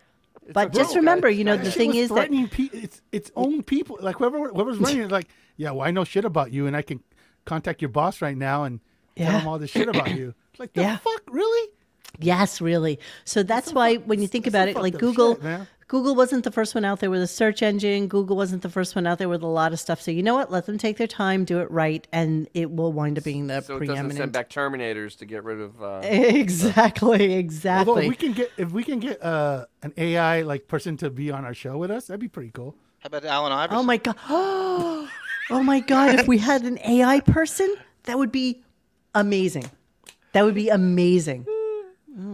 Speaker 4: It's
Speaker 1: but
Speaker 4: a
Speaker 1: just
Speaker 4: broke
Speaker 1: remember
Speaker 4: guy.
Speaker 1: you know
Speaker 2: That
Speaker 1: the
Speaker 2: shit
Speaker 1: thing
Speaker 2: was
Speaker 1: is that
Speaker 2: threatening pe- its its own people. Like whoever whoever's running it, like yeah, well I know shit about you, and I can contact your boss right now and tell
Speaker 1: Yeah.
Speaker 2: him all this shit about you. It's Like the
Speaker 1: Yeah.
Speaker 2: fuck, really?
Speaker 1: Yes, really. So that's why when you think
Speaker 2: that's
Speaker 1: about
Speaker 2: some
Speaker 1: it, like
Speaker 2: fucked up
Speaker 1: Google,
Speaker 2: shit, man.
Speaker 1: Google wasn't the first one out there with a search engine. Google wasn't the first one out there with a lot of stuff. So you know what? Let them take their time, do it right, and it will wind up being the
Speaker 4: so it doesn't send
Speaker 1: preeminent.
Speaker 4: back Terminators to get rid of. Uh,
Speaker 1: exactly,
Speaker 2: Although if
Speaker 1: exactly.
Speaker 2: we can get if we can get uh, an AI like person to be on our show with us, that'd be pretty cool.
Speaker 3: How about Alan Iverson?
Speaker 1: oh my god! Oh, my god! If we had an AI person, that would be amazing. That would be amazing. Oh,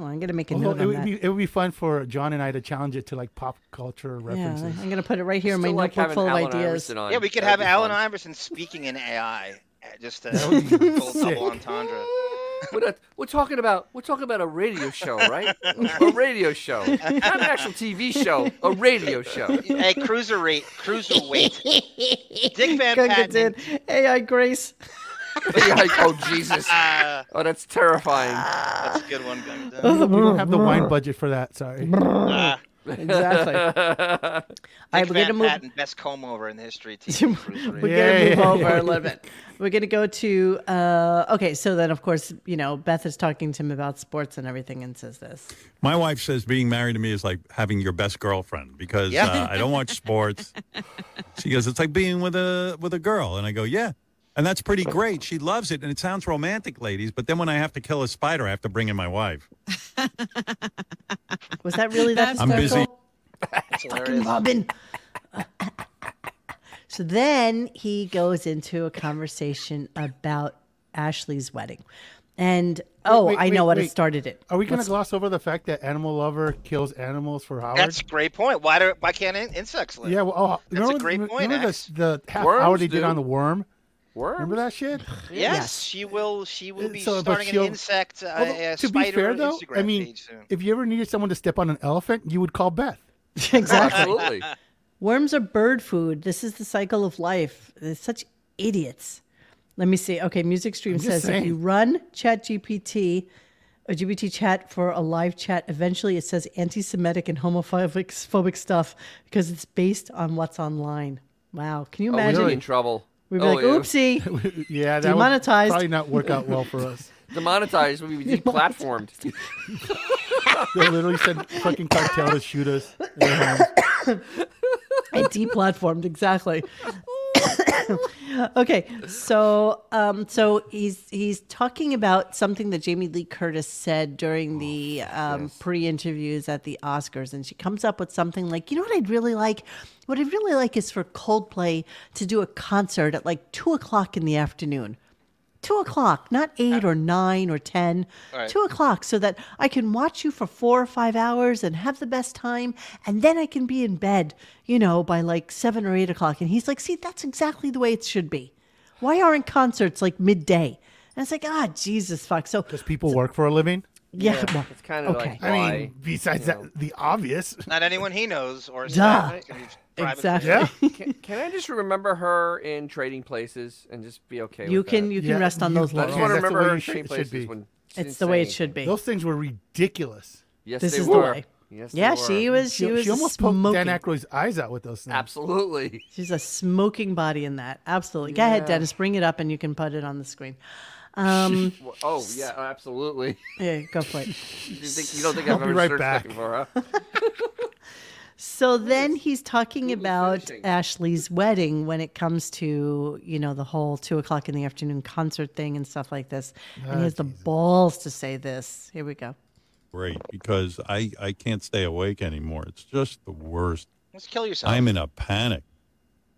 Speaker 1: I'm gonna make a
Speaker 2: Although
Speaker 1: note
Speaker 2: it
Speaker 1: on
Speaker 2: would
Speaker 1: that.
Speaker 2: be it would be fun for John and I to challenge it to like pop culture
Speaker 1: yeah,
Speaker 2: references.
Speaker 1: I'm gonna put it right here in my
Speaker 4: still like
Speaker 1: notebook
Speaker 4: having
Speaker 1: full of
Speaker 4: Alan
Speaker 1: ideas.
Speaker 4: Iverson on.
Speaker 3: Yeah, we could
Speaker 4: That'd
Speaker 3: have
Speaker 4: be
Speaker 3: Alan
Speaker 4: fun.
Speaker 3: Iverson speaking in AI. uh, Just a full
Speaker 2: sick.
Speaker 3: double entendre.
Speaker 4: We're, not- we're talking about we're talking about a radio show, right? a radio show, not an actual TV show. A radio show.
Speaker 3: Hey, cruiser rate, cruiser weight. Dick Van
Speaker 1: Gungans
Speaker 3: Patten.
Speaker 1: in. AI Grace.
Speaker 4: You're like, oh Jesus!
Speaker 3: Uh,
Speaker 4: Oh, that's terrifying.
Speaker 3: that's a good one, Gungadin.
Speaker 2: We don't have the wine budget for that. Sorry.
Speaker 3: Ah,
Speaker 1: Exactly. All right, we're
Speaker 3: Van
Speaker 1: gonna move.
Speaker 3: Patten, best comb over in the history of TV. Bruce Lee.
Speaker 1: We're
Speaker 2: Yeah,
Speaker 1: gonna move
Speaker 2: yeah,
Speaker 1: over a little bit. We're gonna go to uh, okay. So then, of course, you know, Beth is talking to him about sports and everything, and says this.
Speaker 6: My wife says being married to me is like having your best girlfriend because
Speaker 3: Yeah.
Speaker 6: uh, I don't watch sports. she goes, it's like being with a with a girl, and I go, yeah, and that's pretty great. She loves it, and it sounds romantic, ladies. But then when I have to kill a spider, I have to bring in my wife.
Speaker 1: Was that really that?
Speaker 7: That's
Speaker 6: I'm busy.
Speaker 1: hysterical?
Speaker 3: It's hilarious.
Speaker 1: Robin. so then he goes into a conversation about Ashley's wedding, and oh,
Speaker 2: wait,
Speaker 1: I know
Speaker 2: wait,
Speaker 1: what it
Speaker 2: wait.
Speaker 1: started it.
Speaker 2: Are we going to gloss over the fact that Animal Lover kills animals for Howard?
Speaker 3: That's a great point. Why do why can't in- insects live?
Speaker 2: yeah. Well, oh,
Speaker 3: That's a
Speaker 2: remember,
Speaker 3: great
Speaker 2: remember
Speaker 3: point,
Speaker 2: the-
Speaker 3: Axe.
Speaker 2: the, half
Speaker 4: Worms
Speaker 2: hour they did
Speaker 4: do.
Speaker 2: on the worm.
Speaker 4: Worms?
Speaker 2: Remember that shit?
Speaker 3: Yes,
Speaker 1: Yes.
Speaker 3: she will. She will be
Speaker 2: Uh, So, but
Speaker 3: starting an
Speaker 2: she'll-
Speaker 3: insect, uh,
Speaker 2: Although,
Speaker 3: uh,
Speaker 2: to be
Speaker 3: spider
Speaker 2: fair, though,
Speaker 3: Instagram
Speaker 2: I mean,
Speaker 3: page soon.
Speaker 2: if you ever needed someone to step on an elephant, you would call Beth.
Speaker 1: exactly.
Speaker 4: Absolutely. Oh,
Speaker 1: Worms are bird food. This is the cycle of life. They're such idiots. Let me see. Okay, Music Stream
Speaker 2: just
Speaker 1: says if you
Speaker 2: saying.
Speaker 1: run Chat GPT or GPT chat for a live chat, eventually it says anti Semitic and homophobic phobic stuff because it's based on what's online. Wow. Can you
Speaker 4: Oh, we'd
Speaker 1: imagine?
Speaker 4: be in trouble.
Speaker 1: We'd be
Speaker 4: oh,
Speaker 1: like,
Speaker 4: yeah.
Speaker 1: oopsie.
Speaker 2: Yeah, that would
Speaker 1: Demonetized.
Speaker 2: probably not work out well for us.
Speaker 4: Demonetized. We'd be deplatformed.
Speaker 2: They literally sent fucking cartel to shoot us. in their homes.
Speaker 1: I deplatformed exactly. okay, so um, so he's he's talking about something that Jamie Lee Curtis said during the um, pre-interviews at the Oscars, and she comes up with something like, you know what I'd really like? What I'd really like is for Coldplay to do a concert at like two o'clock in the afternoon two o'clock, not eight or nine or ten, two o'clock, so that I can watch you for four or five hours and have the best time, and then I can be in bed, you know, by like seven or eight o'clock. And he's like, "See, that's exactly the way it should be. Why aren't concerts like midday?" And it's like, ah, Jesus fuck. So
Speaker 2: Because people work for a living.
Speaker 1: yeah, well,
Speaker 4: It's kind of
Speaker 1: Okay.
Speaker 4: like why.
Speaker 2: I mean, besides that, the obvious.
Speaker 3: Not anyone he knows or
Speaker 1: Duh.
Speaker 3: staff. It's gonna be private.
Speaker 1: exactly.
Speaker 2: Yeah.
Speaker 4: can, can I just remember her in Trading Places and just be okay
Speaker 1: You
Speaker 4: with
Speaker 1: can
Speaker 4: that?
Speaker 1: you can
Speaker 2: Yeah,
Speaker 1: rest on
Speaker 2: you
Speaker 1: those
Speaker 2: can.
Speaker 4: I just want
Speaker 1: laurels.
Speaker 2: Okay,
Speaker 4: to
Speaker 2: that's the
Speaker 4: remember
Speaker 2: way
Speaker 4: her in
Speaker 2: you should-
Speaker 4: Trading
Speaker 2: it should
Speaker 4: Places
Speaker 2: be.
Speaker 4: when she
Speaker 1: It's
Speaker 4: didn't
Speaker 1: the
Speaker 4: say
Speaker 1: way it
Speaker 4: anything.
Speaker 1: should be.
Speaker 2: Those things were ridiculous.
Speaker 4: Yes,
Speaker 1: This
Speaker 4: they
Speaker 1: is the
Speaker 4: were.
Speaker 1: way.
Speaker 4: Yes, they
Speaker 1: Yeah, she
Speaker 4: were.
Speaker 1: was she,
Speaker 2: She,
Speaker 1: was
Speaker 2: she almost poked
Speaker 1: smoking.
Speaker 2: Dan Aykroyd's eyes out with those things.
Speaker 4: Absolutely.
Speaker 1: She's a smoking body in that. Absolutely. Go ahead, Dennis. Bring it up, and you can put it on the screen. Um,
Speaker 4: Well, Oh yeah, absolutely.
Speaker 1: yeah, go for it.
Speaker 4: You, think, you don't think I've
Speaker 2: I'll be
Speaker 4: ever
Speaker 2: right
Speaker 4: searched
Speaker 2: back.
Speaker 4: that before, huh?
Speaker 1: So then he's talking about
Speaker 4: finishing.
Speaker 1: Ashley's wedding when it comes to, you know, the whole two o'clock in the afternoon concert thing and stuff like this.
Speaker 4: Ah,
Speaker 1: and he has the balls to say this. Here we go.
Speaker 6: Great, because I I can't stay awake anymore. It's just the worst.
Speaker 3: Let's kill yourself.
Speaker 6: I'm in a panic.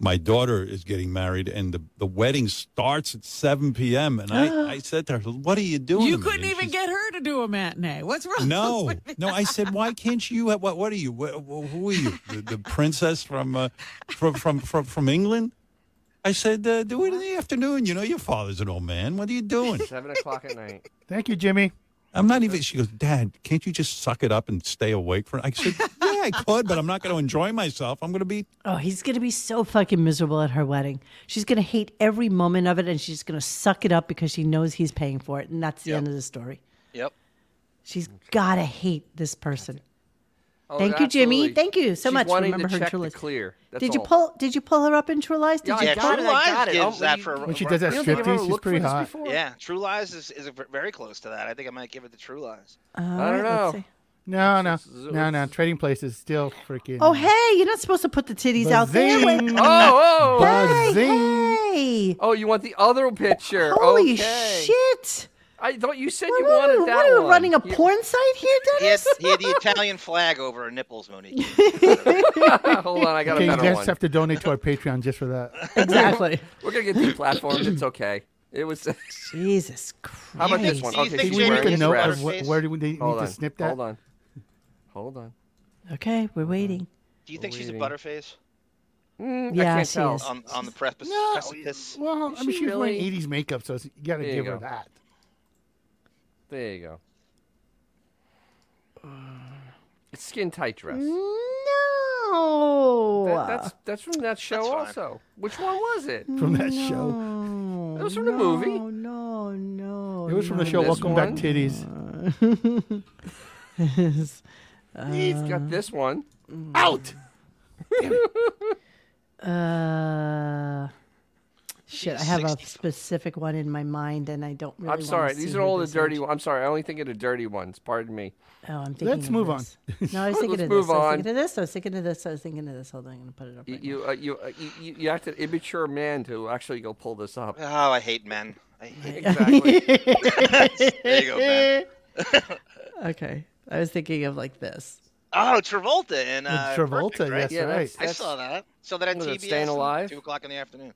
Speaker 6: My daughter is getting married, and the, the wedding starts at 7 p.m. And I, I said to her, "What are you doing?"
Speaker 7: You
Speaker 6: to me?"
Speaker 7: couldn't
Speaker 6: And
Speaker 7: even
Speaker 6: she's-
Speaker 7: get her to do a matinee. What's wrong?
Speaker 6: No,
Speaker 7: with-
Speaker 6: no. I said, why can't you? What? What are you? Wh- wh- Who are you? The, the princess from, uh, from from from from England? I said, uh, do it in the afternoon. You know, your father's an old man. What are you doing?
Speaker 4: Seven o'clock at night.
Speaker 2: Thank you, Jimmy.
Speaker 6: I'm not even. She goes, Dad, can't you just suck it up and stay awake for? I said, Yeah, I could, but I'm not going to enjoy myself. I'm going to be.
Speaker 1: Oh, he's going to be so fucking miserable at her wedding. She's going to hate every moment of it and she's going to suck it up because she knows he's paying for it. And that's the end of the story.
Speaker 3: Yep.
Speaker 1: She's got to hate this person.
Speaker 4: Oh,
Speaker 1: Thank you, Jimmy.
Speaker 4: absolutely.
Speaker 1: Thank you so
Speaker 4: She's
Speaker 1: much.
Speaker 4: Wanting
Speaker 1: Remember
Speaker 4: to
Speaker 1: her
Speaker 4: check
Speaker 1: true
Speaker 4: the
Speaker 1: list.
Speaker 4: clear. That's
Speaker 1: Did you
Speaker 4: all.
Speaker 1: pull did you pull her up in True Lies? Did
Speaker 4: Yeah,
Speaker 1: you
Speaker 4: I
Speaker 3: Yeah,
Speaker 4: got
Speaker 3: True
Speaker 4: it, I
Speaker 3: Lies
Speaker 4: got it.
Speaker 3: gives
Speaker 4: Oh,
Speaker 3: that
Speaker 4: you-
Speaker 3: for a
Speaker 2: When she does
Speaker 4: I
Speaker 2: that
Speaker 4: don't think I've ever
Speaker 2: striptease, she's
Speaker 4: looked for
Speaker 2: pretty
Speaker 4: this
Speaker 2: hot.
Speaker 4: before.
Speaker 3: Yeah, True Lies is, is very close to that. I think I might give it the True Lies.
Speaker 4: I don't know.
Speaker 2: No, no,
Speaker 4: It's- it's-
Speaker 2: no, no. Trading places still freaking.
Speaker 1: Oh hey, you're not supposed to put the titties out there.
Speaker 2: Bazing.
Speaker 1: Wait-
Speaker 4: Oh, oh,
Speaker 1: Hey,
Speaker 2: Bazing.
Speaker 1: hey.
Speaker 4: oh! You want the other picture?
Speaker 1: Holy
Speaker 4: okay.
Speaker 1: shit!
Speaker 4: I thought you said
Speaker 1: What
Speaker 4: you
Speaker 1: are,
Speaker 4: wanted
Speaker 1: we-
Speaker 4: that
Speaker 1: what are we
Speaker 4: one.
Speaker 1: running a
Speaker 4: You-
Speaker 1: porn site
Speaker 3: He
Speaker 1: here,
Speaker 3: had,
Speaker 1: Dennis?
Speaker 3: he had the Italian flag over her nipples, Monique.
Speaker 4: Hold on, I got
Speaker 2: Okay,
Speaker 4: a
Speaker 2: you
Speaker 4: better
Speaker 2: guys
Speaker 4: one.
Speaker 2: have to donate to our Patreon just for that.
Speaker 1: exactly.
Speaker 4: We're gonna get deplatformed. it's okay. It was.
Speaker 1: Jesus Christ!
Speaker 4: How about this one?
Speaker 3: Do you
Speaker 4: Okay,
Speaker 3: think
Speaker 4: she's
Speaker 2: we
Speaker 3: Jamie
Speaker 4: wearing
Speaker 2: make a
Speaker 3: is
Speaker 4: this
Speaker 2: note
Speaker 4: dress.
Speaker 2: of what,
Speaker 3: face?
Speaker 2: where do we need
Speaker 4: Hold
Speaker 2: to
Speaker 4: on.
Speaker 2: snip that?
Speaker 4: Hold on. Hold on.
Speaker 1: Okay, we're waiting.
Speaker 3: Do you think she's a
Speaker 4: Waiting.
Speaker 3: butterface
Speaker 4: Mm,
Speaker 1: Yeah,
Speaker 4: I can't
Speaker 1: she
Speaker 4: tell.
Speaker 1: is.
Speaker 3: on, on the precipice? precipice?
Speaker 2: Well, I
Speaker 4: Is
Speaker 2: mean,
Speaker 4: she
Speaker 2: she's wearing
Speaker 4: really?
Speaker 2: 80s makeup, so you got to
Speaker 4: There you
Speaker 2: give her
Speaker 4: go.
Speaker 2: that.
Speaker 4: There you go. It's skin tight dress.
Speaker 1: No.
Speaker 4: That- that's that's from that show
Speaker 3: That's fine.
Speaker 4: also. Which one was it?
Speaker 2: From that show.
Speaker 1: no,
Speaker 4: It was from the movie.
Speaker 1: No, Oh, no, no.
Speaker 2: It was from the
Speaker 1: Oh, no.
Speaker 2: show
Speaker 4: This
Speaker 2: Welcome Back
Speaker 4: one?
Speaker 2: Titties.
Speaker 1: Um,
Speaker 4: He's got this one.
Speaker 2: Out.
Speaker 1: Uh, shit, I have a specific one in my mind, and I don't. Really
Speaker 4: I'm
Speaker 1: wanna
Speaker 4: sorry.
Speaker 1: see
Speaker 4: These are
Speaker 1: who
Speaker 4: all the
Speaker 1: this
Speaker 4: dirty
Speaker 1: is.
Speaker 4: ones. I'm sorry. I only think of the dirty ones. Pardon me.
Speaker 1: Oh, I'm thinking.
Speaker 2: Let's
Speaker 1: of
Speaker 2: move on.
Speaker 1: this. No, I was thinking
Speaker 4: Let's
Speaker 1: of this.
Speaker 4: move
Speaker 1: I was
Speaker 4: on.
Speaker 1: thinking of this. I was thinking of this. I was thinking of this. Hold on, I'm gonna put it up.
Speaker 4: You
Speaker 1: Right now.
Speaker 4: you uh, you, uh, you- you you act an immature man to actually go pull this up.
Speaker 3: Oh, I hate men. I hate
Speaker 4: Exactly.
Speaker 3: There you go, Ben.
Speaker 1: Okay, I was thinking of like this.
Speaker 3: Oh, Travolta and uh,
Speaker 2: Travolta,
Speaker 3: Perfect, right?
Speaker 2: yes,
Speaker 4: Yeah,
Speaker 2: right.
Speaker 3: I
Speaker 4: That's-
Speaker 3: saw that. So that on
Speaker 4: Was it
Speaker 3: TBS. at
Speaker 4: Stayin' Alive?
Speaker 3: Two o'clock in the afternoon.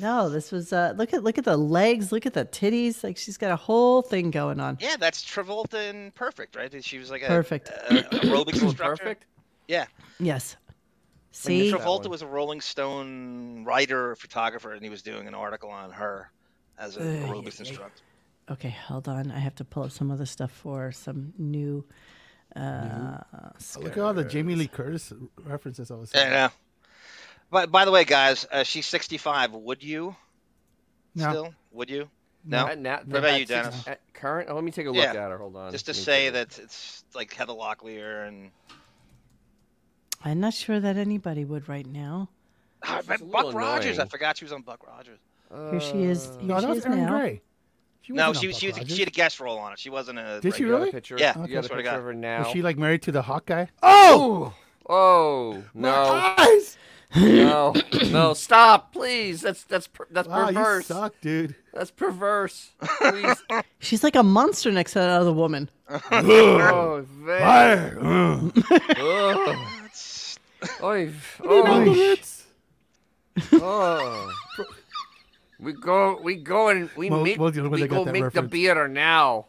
Speaker 1: No, this was uh, look at look at the legs, look at the titties. Like she's got a whole thing going on.
Speaker 3: Yeah, that's Travolta and Perfect, right? She was like a
Speaker 1: Perfect.
Speaker 3: a- aerobics instructor.
Speaker 4: Perfect.
Speaker 3: Yeah.
Speaker 1: Yes.
Speaker 4: When you
Speaker 1: See,
Speaker 4: That travel-
Speaker 3: Travolta
Speaker 4: one.
Speaker 3: was a Rolling Stone writer, or photographer, and he was doing an article on her as an
Speaker 1: Ay,
Speaker 3: aerobics
Speaker 1: ay, ay.
Speaker 3: instructor.
Speaker 1: okay, hold on. I have to pull up some other stuff for some new. Uh,
Speaker 2: Look at all the Jamie Lee Curtis references I was
Speaker 3: Yeah, I
Speaker 2: saying.
Speaker 3: know. But by the way, guys, uh, she's 65. Would you?
Speaker 2: No.
Speaker 3: Still? Would you? No.
Speaker 4: At na-
Speaker 3: What about you,
Speaker 4: at six-
Speaker 3: Dennis?
Speaker 4: at current? Oh, let me take a look
Speaker 3: Yeah.
Speaker 4: at her. Hold on.
Speaker 3: Just to
Speaker 4: Let me
Speaker 3: say
Speaker 4: take a-
Speaker 3: that it's like Heather Locklear and
Speaker 1: I'm not sure that anybody would right now.
Speaker 3: Ah,
Speaker 4: She's
Speaker 3: but
Speaker 4: a
Speaker 3: Buck
Speaker 4: little
Speaker 3: Rogers. I
Speaker 4: annoying.
Speaker 3: forgot she was on Buck Rogers.
Speaker 1: Here she is. Here she
Speaker 2: No, oh, that was
Speaker 1: is
Speaker 2: Erin
Speaker 1: now.
Speaker 2: Gray. She
Speaker 3: No,
Speaker 2: wasn't on
Speaker 3: she
Speaker 2: Buck
Speaker 3: she was,
Speaker 2: Rogers.
Speaker 3: she had a guest role on it. She wasn't a.
Speaker 2: Did she
Speaker 4: You
Speaker 3: regular-
Speaker 4: got a
Speaker 2: really?
Speaker 4: Picture?
Speaker 3: Yeah,
Speaker 4: You got a
Speaker 3: swear to
Speaker 4: picture
Speaker 3: God.
Speaker 4: of her now.
Speaker 2: Was she like married to the hot guy?
Speaker 4: Oh. Oh no!
Speaker 2: Guys!
Speaker 4: No! No! Stop! Please! That's that's per- that's
Speaker 2: Wow, Ah, you
Speaker 4: perverse.
Speaker 2: suck, dude.
Speaker 4: That's perverse. Please.
Speaker 1: She's like a monster next to that other woman.
Speaker 4: oh, man.
Speaker 2: Fire.
Speaker 4: Oh.
Speaker 3: That's-
Speaker 4: Oy.
Speaker 2: Holy
Speaker 4: Oh.
Speaker 2: shit.
Speaker 4: Oh. We go, we go, and we
Speaker 2: Well,
Speaker 4: make,
Speaker 2: well, you know where
Speaker 4: we
Speaker 2: they got
Speaker 4: go
Speaker 2: that
Speaker 4: make the
Speaker 2: reference.
Speaker 4: beer now.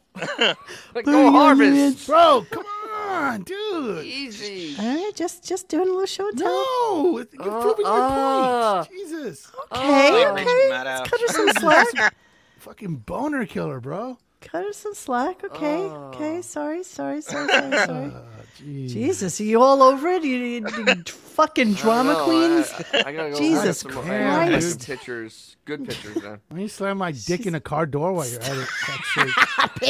Speaker 4: Like, go harvest.
Speaker 2: Bro, come on, dude.
Speaker 4: Easy.
Speaker 1: All right, Uh, just just doing a little show and tell.
Speaker 2: No, you're proving your
Speaker 4: uh.
Speaker 2: point. Jesus,
Speaker 1: Okay,
Speaker 4: Oh.
Speaker 1: okay.
Speaker 3: Reaching that out.
Speaker 1: Let's cut her some slack.
Speaker 2: fucking boner killer, bro.
Speaker 1: cut her some slack. Okay, okay. Sorry, sorry, sorry, sorry, sorry.
Speaker 2: Jeez.
Speaker 1: Jesus, are you all over it? You, you, you fucking drama
Speaker 4: No, I-
Speaker 1: queens.
Speaker 4: I, I gotta go
Speaker 1: Jesus
Speaker 4: look at some more- I gotta look at some
Speaker 1: Christ.
Speaker 4: pictures. Good pictures, man.
Speaker 2: Why you slam my dick in a car door while you're at it? Fuck's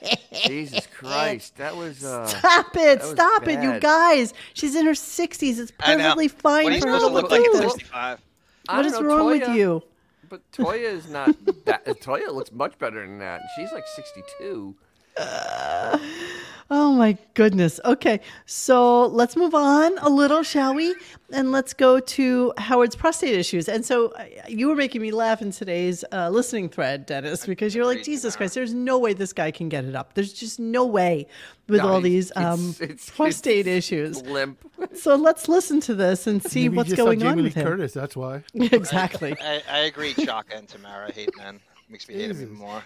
Speaker 2: sake.
Speaker 4: Jesus Christ, that was. Uh,
Speaker 1: Stop
Speaker 4: That
Speaker 1: it!
Speaker 4: was
Speaker 1: Stop it, you
Speaker 4: bad.
Speaker 1: guys! She's in her sixties. It's
Speaker 3: I know.
Speaker 1: perfectly
Speaker 3: What are
Speaker 1: fine
Speaker 3: you
Speaker 1: for
Speaker 3: supposed
Speaker 1: her to
Speaker 3: to
Speaker 1: look
Speaker 3: look like
Speaker 1: like
Speaker 3: at
Speaker 1: this.
Speaker 3: 65?
Speaker 4: I
Speaker 1: What
Speaker 4: don't
Speaker 1: is
Speaker 4: know,
Speaker 1: wrong with
Speaker 4: Toya-
Speaker 1: you?
Speaker 4: But Toya is not that. Toya looks much better than that. She's like 62.
Speaker 1: Oh my goodness. Okay, so let's move on a little, shall we? And let's go to Howard's prostate issues. And so uh, you were making me laugh in today's uh, listening thread, Dennis, because you're like, Jesus Christ, there's no way this guy can get it up. There's just no way with
Speaker 4: No,
Speaker 1: all
Speaker 4: it's-
Speaker 1: these
Speaker 4: it's-
Speaker 1: um,
Speaker 4: it's-
Speaker 1: prostate
Speaker 4: it's
Speaker 1: issues.
Speaker 4: Limp.
Speaker 1: So let's listen to this and see
Speaker 2: Maybe you
Speaker 1: what's
Speaker 2: just saw
Speaker 1: going
Speaker 2: Jamie
Speaker 1: on
Speaker 2: Lee
Speaker 1: with him.
Speaker 2: Curtis. That's why.
Speaker 1: exactly.
Speaker 3: I, I agree, Chaka and Tamara. I hate men. Makes me hate them even more.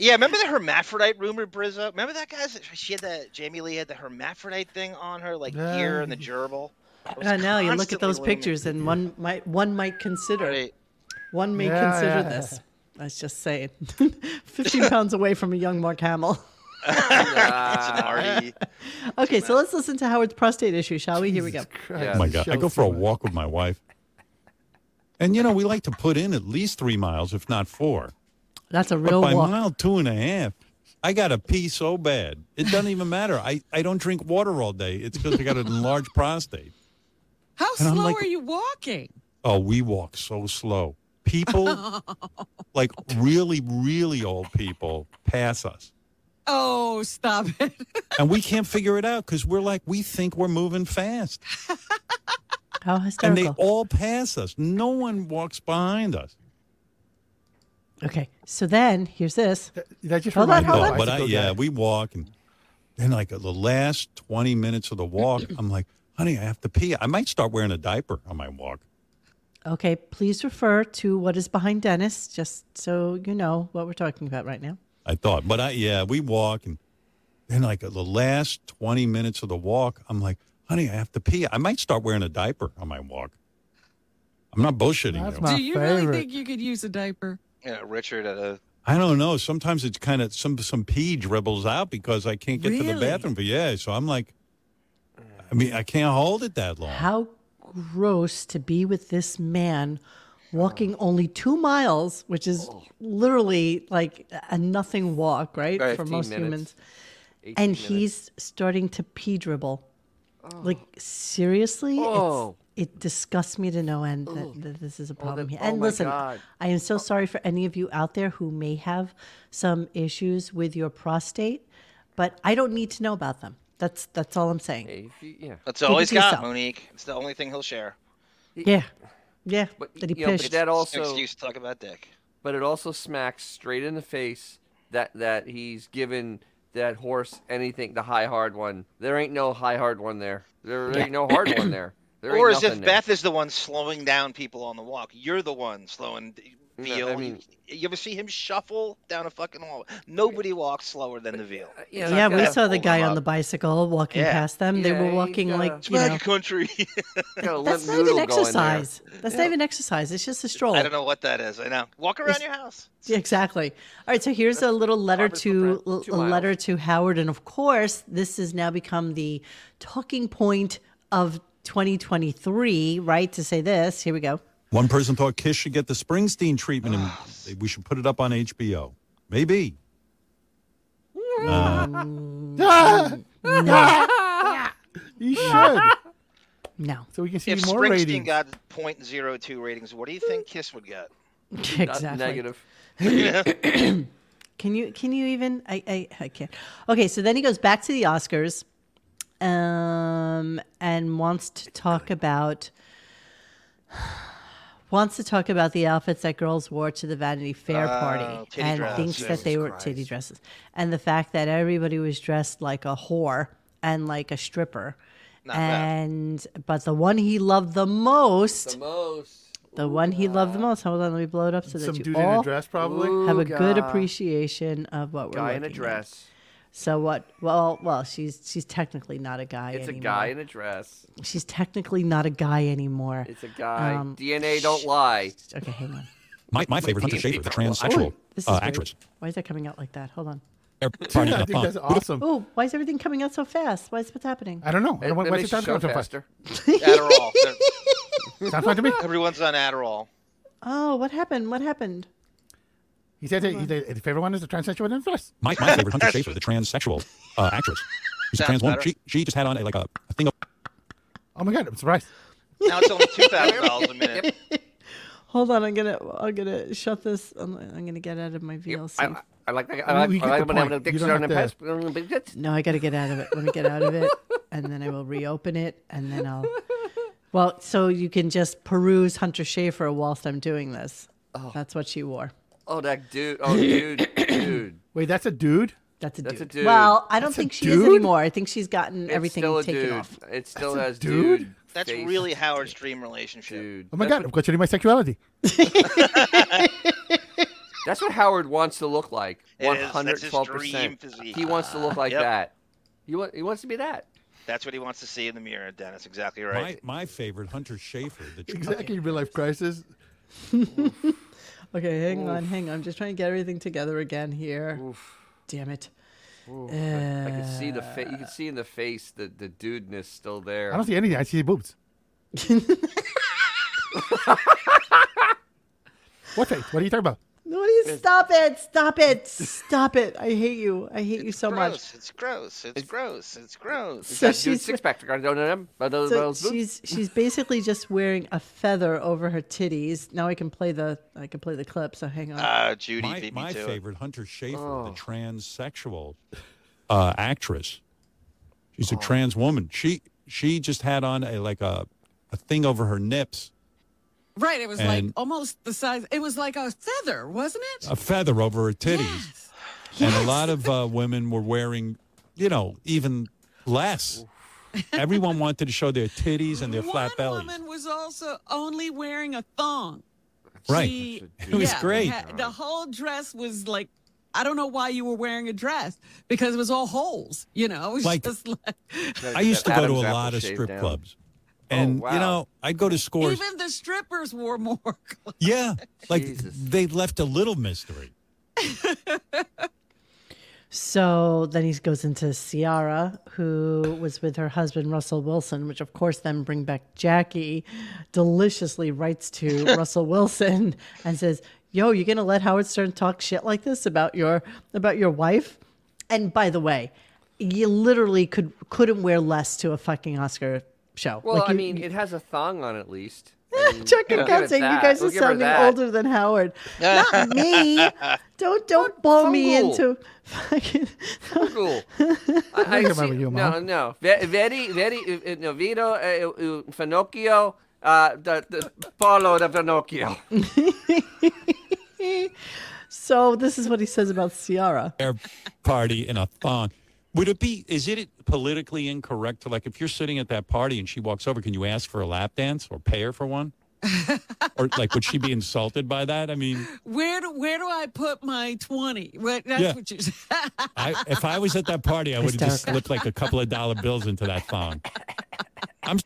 Speaker 3: Yeah, remember the hermaphrodite rumor, Brizzo? Remember that guy's? She had that Jamie Lee had the hermaphrodite thing on her, like
Speaker 2: Yeah.
Speaker 3: ear and the gerbil. It was
Speaker 1: I know. Uh, You look at
Speaker 3: constantly
Speaker 1: those
Speaker 3: looming.
Speaker 1: pictures, and one might one might consider
Speaker 3: Right.
Speaker 1: one may
Speaker 2: Yeah,
Speaker 1: consider
Speaker 2: yeah.
Speaker 1: this. I was just saying, fifteen pounds away from a young Mark Hamill.
Speaker 3: It's an RE.
Speaker 1: Okay, so let's listen to Howard's prostate issue, shall we? Here we go.
Speaker 4: Yeah.
Speaker 6: Oh my God. I go for a walk with my wife. And, you know, we like to put in at least three miles, if not four.
Speaker 1: That's a
Speaker 6: But
Speaker 1: real
Speaker 6: by
Speaker 1: walk.
Speaker 6: mile two and a half, I got to pee so bad. It doesn't even matter. I, I don't drink water all day. It's because I got an enlarged prostate.
Speaker 7: How
Speaker 6: And I'm
Speaker 7: slow
Speaker 6: like-
Speaker 7: are you walking?
Speaker 6: Oh, we walk so slow. People, like really, really old people, pass us.
Speaker 7: Oh, stop it.
Speaker 6: And we can't figure it out because we're like, we think we're moving fast.
Speaker 1: How
Speaker 6: And they
Speaker 1: hysterical.
Speaker 6: all pass us. No one walks behind us.
Speaker 1: okay, so then here's this.
Speaker 6: Uh,
Speaker 2: That just
Speaker 1: Hold on,
Speaker 2: reminded me
Speaker 1: hold
Speaker 2: of
Speaker 1: on.
Speaker 6: Oh, but I,
Speaker 2: Bicycle
Speaker 6: yeah,
Speaker 2: Guy.
Speaker 6: we walk, and then like the last twenty minutes of the walk, I'm like, honey, I have to pee. I might start wearing a diaper on my walk.
Speaker 1: Okay, please refer to what is behind Dennis, just so you know what we're talking about right now.
Speaker 6: I thought, but I yeah, we walk, and then like the last twenty minutes of the walk, I'm like, honey, I have to pee. I might start wearing a diaper on my walk. I'm not bullshitting
Speaker 2: That's
Speaker 6: you.
Speaker 2: my
Speaker 7: Do you
Speaker 2: favorite.
Speaker 7: really think you could use a diaper?
Speaker 3: Yeah, Richard at a
Speaker 6: I don't know. Sometimes it's kind of some some pee dribbles out because I can't get to the
Speaker 7: Really?
Speaker 6: bathroom. But yeah, so I'm like, I mean, I can't hold it that long.
Speaker 1: How gross to be with this man walking
Speaker 4: Oh.
Speaker 1: only two miles, which is literally like a nothing walk, right? For
Speaker 4: 15
Speaker 1: most
Speaker 4: minutes.
Speaker 1: humans.
Speaker 4: 18
Speaker 1: And
Speaker 4: minutes.
Speaker 1: he's starting to pee dribble. Like seriously, It's-
Speaker 4: Oh.
Speaker 1: it disgusts me to no end that, that this is a problem
Speaker 4: that-
Speaker 1: here.
Speaker 4: oh
Speaker 1: And
Speaker 4: my
Speaker 1: listen,
Speaker 4: God. Oh.
Speaker 1: I am so sorry for any of you out there who may have some issues with your prostate, but I don't need to know about them. That's that's all I'm saying.
Speaker 4: If you- yeah.
Speaker 3: That's all
Speaker 1: it
Speaker 3: he's
Speaker 1: to
Speaker 3: got,
Speaker 1: yourself.
Speaker 3: Monique. It's the only thing he'll share.
Speaker 1: Yeah, yeah.
Speaker 4: But,
Speaker 1: that he
Speaker 4: you know, but
Speaker 1: pished.
Speaker 4: that
Speaker 3: It's an
Speaker 4: also
Speaker 3: excuse to talk about dick.
Speaker 4: but it also smacks straight in the face that that he's given that horse anything the high hard one. There ain't no high hard one there. There ain't no hard one there. There ain't
Speaker 3: or as if
Speaker 4: nothing there.
Speaker 3: Beth is the one slowing down people on the walk. You're the one slowing. Veal.
Speaker 4: I mean-
Speaker 3: you, you ever see him shuffle down a fucking hallway? Nobody walks slower than the veal.
Speaker 4: You know,
Speaker 1: yeah,
Speaker 4: that
Speaker 1: we
Speaker 4: guy-
Speaker 1: saw the
Speaker 3: Hold
Speaker 1: guy
Speaker 3: him
Speaker 1: on
Speaker 3: up.
Speaker 1: the bicycle walking
Speaker 3: Yeah.
Speaker 1: past them. They
Speaker 4: Yeah,
Speaker 1: were
Speaker 4: he's
Speaker 1: walking
Speaker 4: gotta-
Speaker 1: like
Speaker 3: It's
Speaker 1: you know.
Speaker 3: back country.
Speaker 4: got a
Speaker 1: That's
Speaker 4: limp
Speaker 1: not even
Speaker 4: noodle going there.
Speaker 1: exercise. That's not even exercise. It's just a stroll.
Speaker 3: I don't know what that is. I know. Walk around your house.
Speaker 1: Yeah, Exactly. All right. So here's a little letter
Speaker 4: Harvard
Speaker 1: to
Speaker 4: footprint, two
Speaker 1: a
Speaker 4: miles.
Speaker 1: letter to Howard, and of course, this has now become the talking point of 2023. Right to say this. Here we go.
Speaker 6: One person thought Kiss should get the Springsteen treatment and we should put it up on HBO. Maybe.
Speaker 2: You should.
Speaker 1: No.
Speaker 2: So we can see
Speaker 3: If
Speaker 2: more
Speaker 3: Springsteen
Speaker 2: ratings.
Speaker 3: got 0.02 ratings, what do you think Kiss would get?
Speaker 4: Not
Speaker 1: Exactly.
Speaker 4: negative.
Speaker 1: Can you? Can you even? I, I. I can't. Okay. So then he goes back to the Oscars, um, and wants to talk about. Wants to talk about the outfits that girls wore to the Vanity Fair party
Speaker 3: Oh, titty
Speaker 1: and
Speaker 3: dress.
Speaker 1: thinks that they were titty dresses, and the fact that everybody was dressed like a whore and like a stripper,
Speaker 3: bad.
Speaker 1: and but the one he loved the most,
Speaker 4: The most.
Speaker 1: the one he loved the most. Hold on, let me blow it up so
Speaker 2: Some
Speaker 1: that
Speaker 2: dude
Speaker 1: you
Speaker 2: in
Speaker 1: all
Speaker 2: a dress, probably.
Speaker 1: have a good appreciation of what we're
Speaker 4: Guy in a
Speaker 1: looking at.
Speaker 4: dress.
Speaker 1: So what? Well, well, she's she's technically not a guy
Speaker 4: It's a
Speaker 1: anymore.
Speaker 4: guy in a dress.
Speaker 1: She's technically not a guy anymore.
Speaker 4: It's a guy.
Speaker 1: Um,
Speaker 4: DNA don't lie.
Speaker 1: Okay, hang on.
Speaker 6: My, my favorite, Hunter Schafer, the transsexual
Speaker 1: This is
Speaker 6: uh,
Speaker 1: weird.
Speaker 6: actress. Er,
Speaker 1: Why is that coming out like that? Hold on.
Speaker 6: Finding
Speaker 2: I
Speaker 6: a
Speaker 2: think that's
Speaker 6: fun.
Speaker 2: awesome.
Speaker 1: Oh, why is everything coming out so fast? Why is what's happening?
Speaker 2: I don't know. I
Speaker 4: It,
Speaker 2: don't,
Speaker 4: it
Speaker 2: why- why's
Speaker 4: makes
Speaker 2: it
Speaker 4: you
Speaker 2: sound
Speaker 4: go
Speaker 2: so fast?
Speaker 4: faster.
Speaker 3: Adderall. They're-
Speaker 2: Sounds fine to me.
Speaker 3: Everyone's on Adderall.
Speaker 1: Oh, what happened? What happened?
Speaker 2: He said that, he- that if everyone is a transsexual, then first.
Speaker 6: My, my favorite, Hunter Schafer, the transsexual uh, actress. She's a
Speaker 3: Sounds
Speaker 6: trans woman.
Speaker 3: better.
Speaker 6: She, she just had on like a, a thing of
Speaker 2: Oh my god, I'm surprised.
Speaker 3: Now it's only $2,000 a minute.
Speaker 1: Hold on, I'm gonna I'm gonna shut this. I'm, I'm gonna get out of my VLC.
Speaker 4: I, I- I like that.
Speaker 2: You-
Speaker 4: I
Speaker 2: you
Speaker 4: like,
Speaker 2: get
Speaker 4: I
Speaker 2: the
Speaker 4: like when I'm
Speaker 2: point.
Speaker 4: a
Speaker 2: You don't
Speaker 4: Dixon and Mm,
Speaker 2: have
Speaker 4: Pest-
Speaker 1: no, I gotta get out of it. Let me get out of it, and then I will reopen it, and then I'll. Well, so you can just peruse Hunter Schafer whilst I'm doing this. That's what she wore.
Speaker 4: Oh, that dude. Oh, dude. dude.
Speaker 2: Wait, that's a dude.
Speaker 1: That's a dude.
Speaker 4: That's a dude.
Speaker 1: Well, I don't
Speaker 2: a
Speaker 1: think she is
Speaker 2: dude?
Speaker 1: anymore. I think she's gotten
Speaker 4: It's
Speaker 1: everything
Speaker 4: still a
Speaker 1: taken
Speaker 4: dude.
Speaker 1: off.
Speaker 4: It still
Speaker 2: a
Speaker 4: has
Speaker 2: dude?
Speaker 4: dude.
Speaker 3: That's
Speaker 4: face.
Speaker 3: really Howard's dream relationship.
Speaker 4: dude.
Speaker 2: Oh my
Speaker 4: that's
Speaker 2: god, I'm
Speaker 4: What,
Speaker 2: questioning my sexuality.
Speaker 4: that's what Howard wants to look like.
Speaker 3: It
Speaker 4: One
Speaker 3: is.
Speaker 4: hundred
Speaker 3: That's his dream
Speaker 4: twelve percent.
Speaker 3: physique.
Speaker 4: He wants to look like
Speaker 3: Yep.
Speaker 4: that. He, wa- he wants to be that.
Speaker 3: That's what he wants to see in the mirror, Dennis. Exactly
Speaker 6: my,
Speaker 3: right.
Speaker 6: my favorite, Hunter Schafer, the trans
Speaker 2: Exactly, real life crisis.
Speaker 1: Okay, hang on, hang on. I'm just trying to get everything together again here. Damn it. Uh,
Speaker 4: I can see the fa- you can see in the face the the dudeness still there.
Speaker 2: I don't see anything. I see boobs. what face? What are you talking about?
Speaker 1: No, what are you- stop it. Stop it. Stop it. I hate you. I hate you so much.
Speaker 3: gross. It's gross. It's, gross. It's gross.
Speaker 1: So
Speaker 4: That dude's
Speaker 1: she's
Speaker 4: six pack. I don't know them. But those,
Speaker 1: so
Speaker 4: those boobs.
Speaker 1: she's she's basically just wearing a feather over her titties. Now I can play the I can play the clip. So hang on.
Speaker 3: Uh, Judy
Speaker 6: my,
Speaker 3: beat me
Speaker 6: my
Speaker 3: to it.
Speaker 6: favorite Hunter Schafer, the transsexual uh, actress. She's a trans woman. She she just had on a like a a thing over her nips,
Speaker 7: Right. It was
Speaker 6: And-
Speaker 7: like almost the size. It was like a feather, wasn't it?
Speaker 6: a feather over her titties,
Speaker 7: Yes.
Speaker 6: and a lot of uh, women were wearing, you know, even less. Everyone wanted to show their titties and their
Speaker 7: One
Speaker 6: flat bellies.
Speaker 7: woman was also only wearing a thong.
Speaker 6: Right.
Speaker 7: She-
Speaker 6: It was
Speaker 7: yeah,
Speaker 6: great.
Speaker 7: ha- the whole dress was like, I don't know why you were wearing a dress because it was all holes. You know, it was
Speaker 6: Like-
Speaker 7: just like,
Speaker 6: I used to go to
Speaker 4: Adam's
Speaker 6: a
Speaker 4: apple
Speaker 6: lot of
Speaker 4: shaved
Speaker 6: strip
Speaker 4: down. Oh,
Speaker 6: clubs, and you
Speaker 4: wow.
Speaker 6: know, I'd go to scores.
Speaker 7: even the strippers wore more. clothes.
Speaker 6: yeah, like
Speaker 4: Jesus.
Speaker 6: they left a little mystery.
Speaker 1: So then he goes into Ciara, who was with her husband Russell Wilson, which of course then bring back Jackie. Deliciously writes to Russell Wilson and says, "Yo, you gonna let Howard Stern talk shit like this about your about your wife?" And by the way, you literally could couldn't wear less to a fucking Oscar show.
Speaker 4: Well,
Speaker 1: Like,
Speaker 4: I
Speaker 1: you-
Speaker 4: mean, it has a thong on at least. I mean,
Speaker 1: Chuck
Speaker 4: we'll
Speaker 1: and
Speaker 4: give
Speaker 1: Kat
Speaker 4: it
Speaker 1: saying you
Speaker 4: that.
Speaker 1: guys
Speaker 4: We'll
Speaker 1: are
Speaker 4: give her
Speaker 1: sounding
Speaker 4: that.
Speaker 1: older than Howard. Not me. Don't don't bowl me
Speaker 4: Fungal.
Speaker 1: into fucking.
Speaker 4: Cool. I, I
Speaker 2: remember
Speaker 4: see-
Speaker 2: you,
Speaker 4: no,
Speaker 2: Mom.
Speaker 4: no. Ve- Very, very. uh, uh, No, Vito, uh, uh, Finocchio, uh, the, the Paolo da Finocchio.
Speaker 1: So this is what he says about Ciara.
Speaker 6: Air party in a thong. Would it be? Is it politically incorrect to like if you're sitting at that party and she walks over? Can you ask for a lap dance or pay her for one? or like, would she be insulted by that? I mean,
Speaker 7: Where do where do I put my twenty? What that's
Speaker 6: Yeah.
Speaker 7: what you.
Speaker 6: I, if I was at that party, I would have just slipped like a couple of dollar bills into that thong. I'm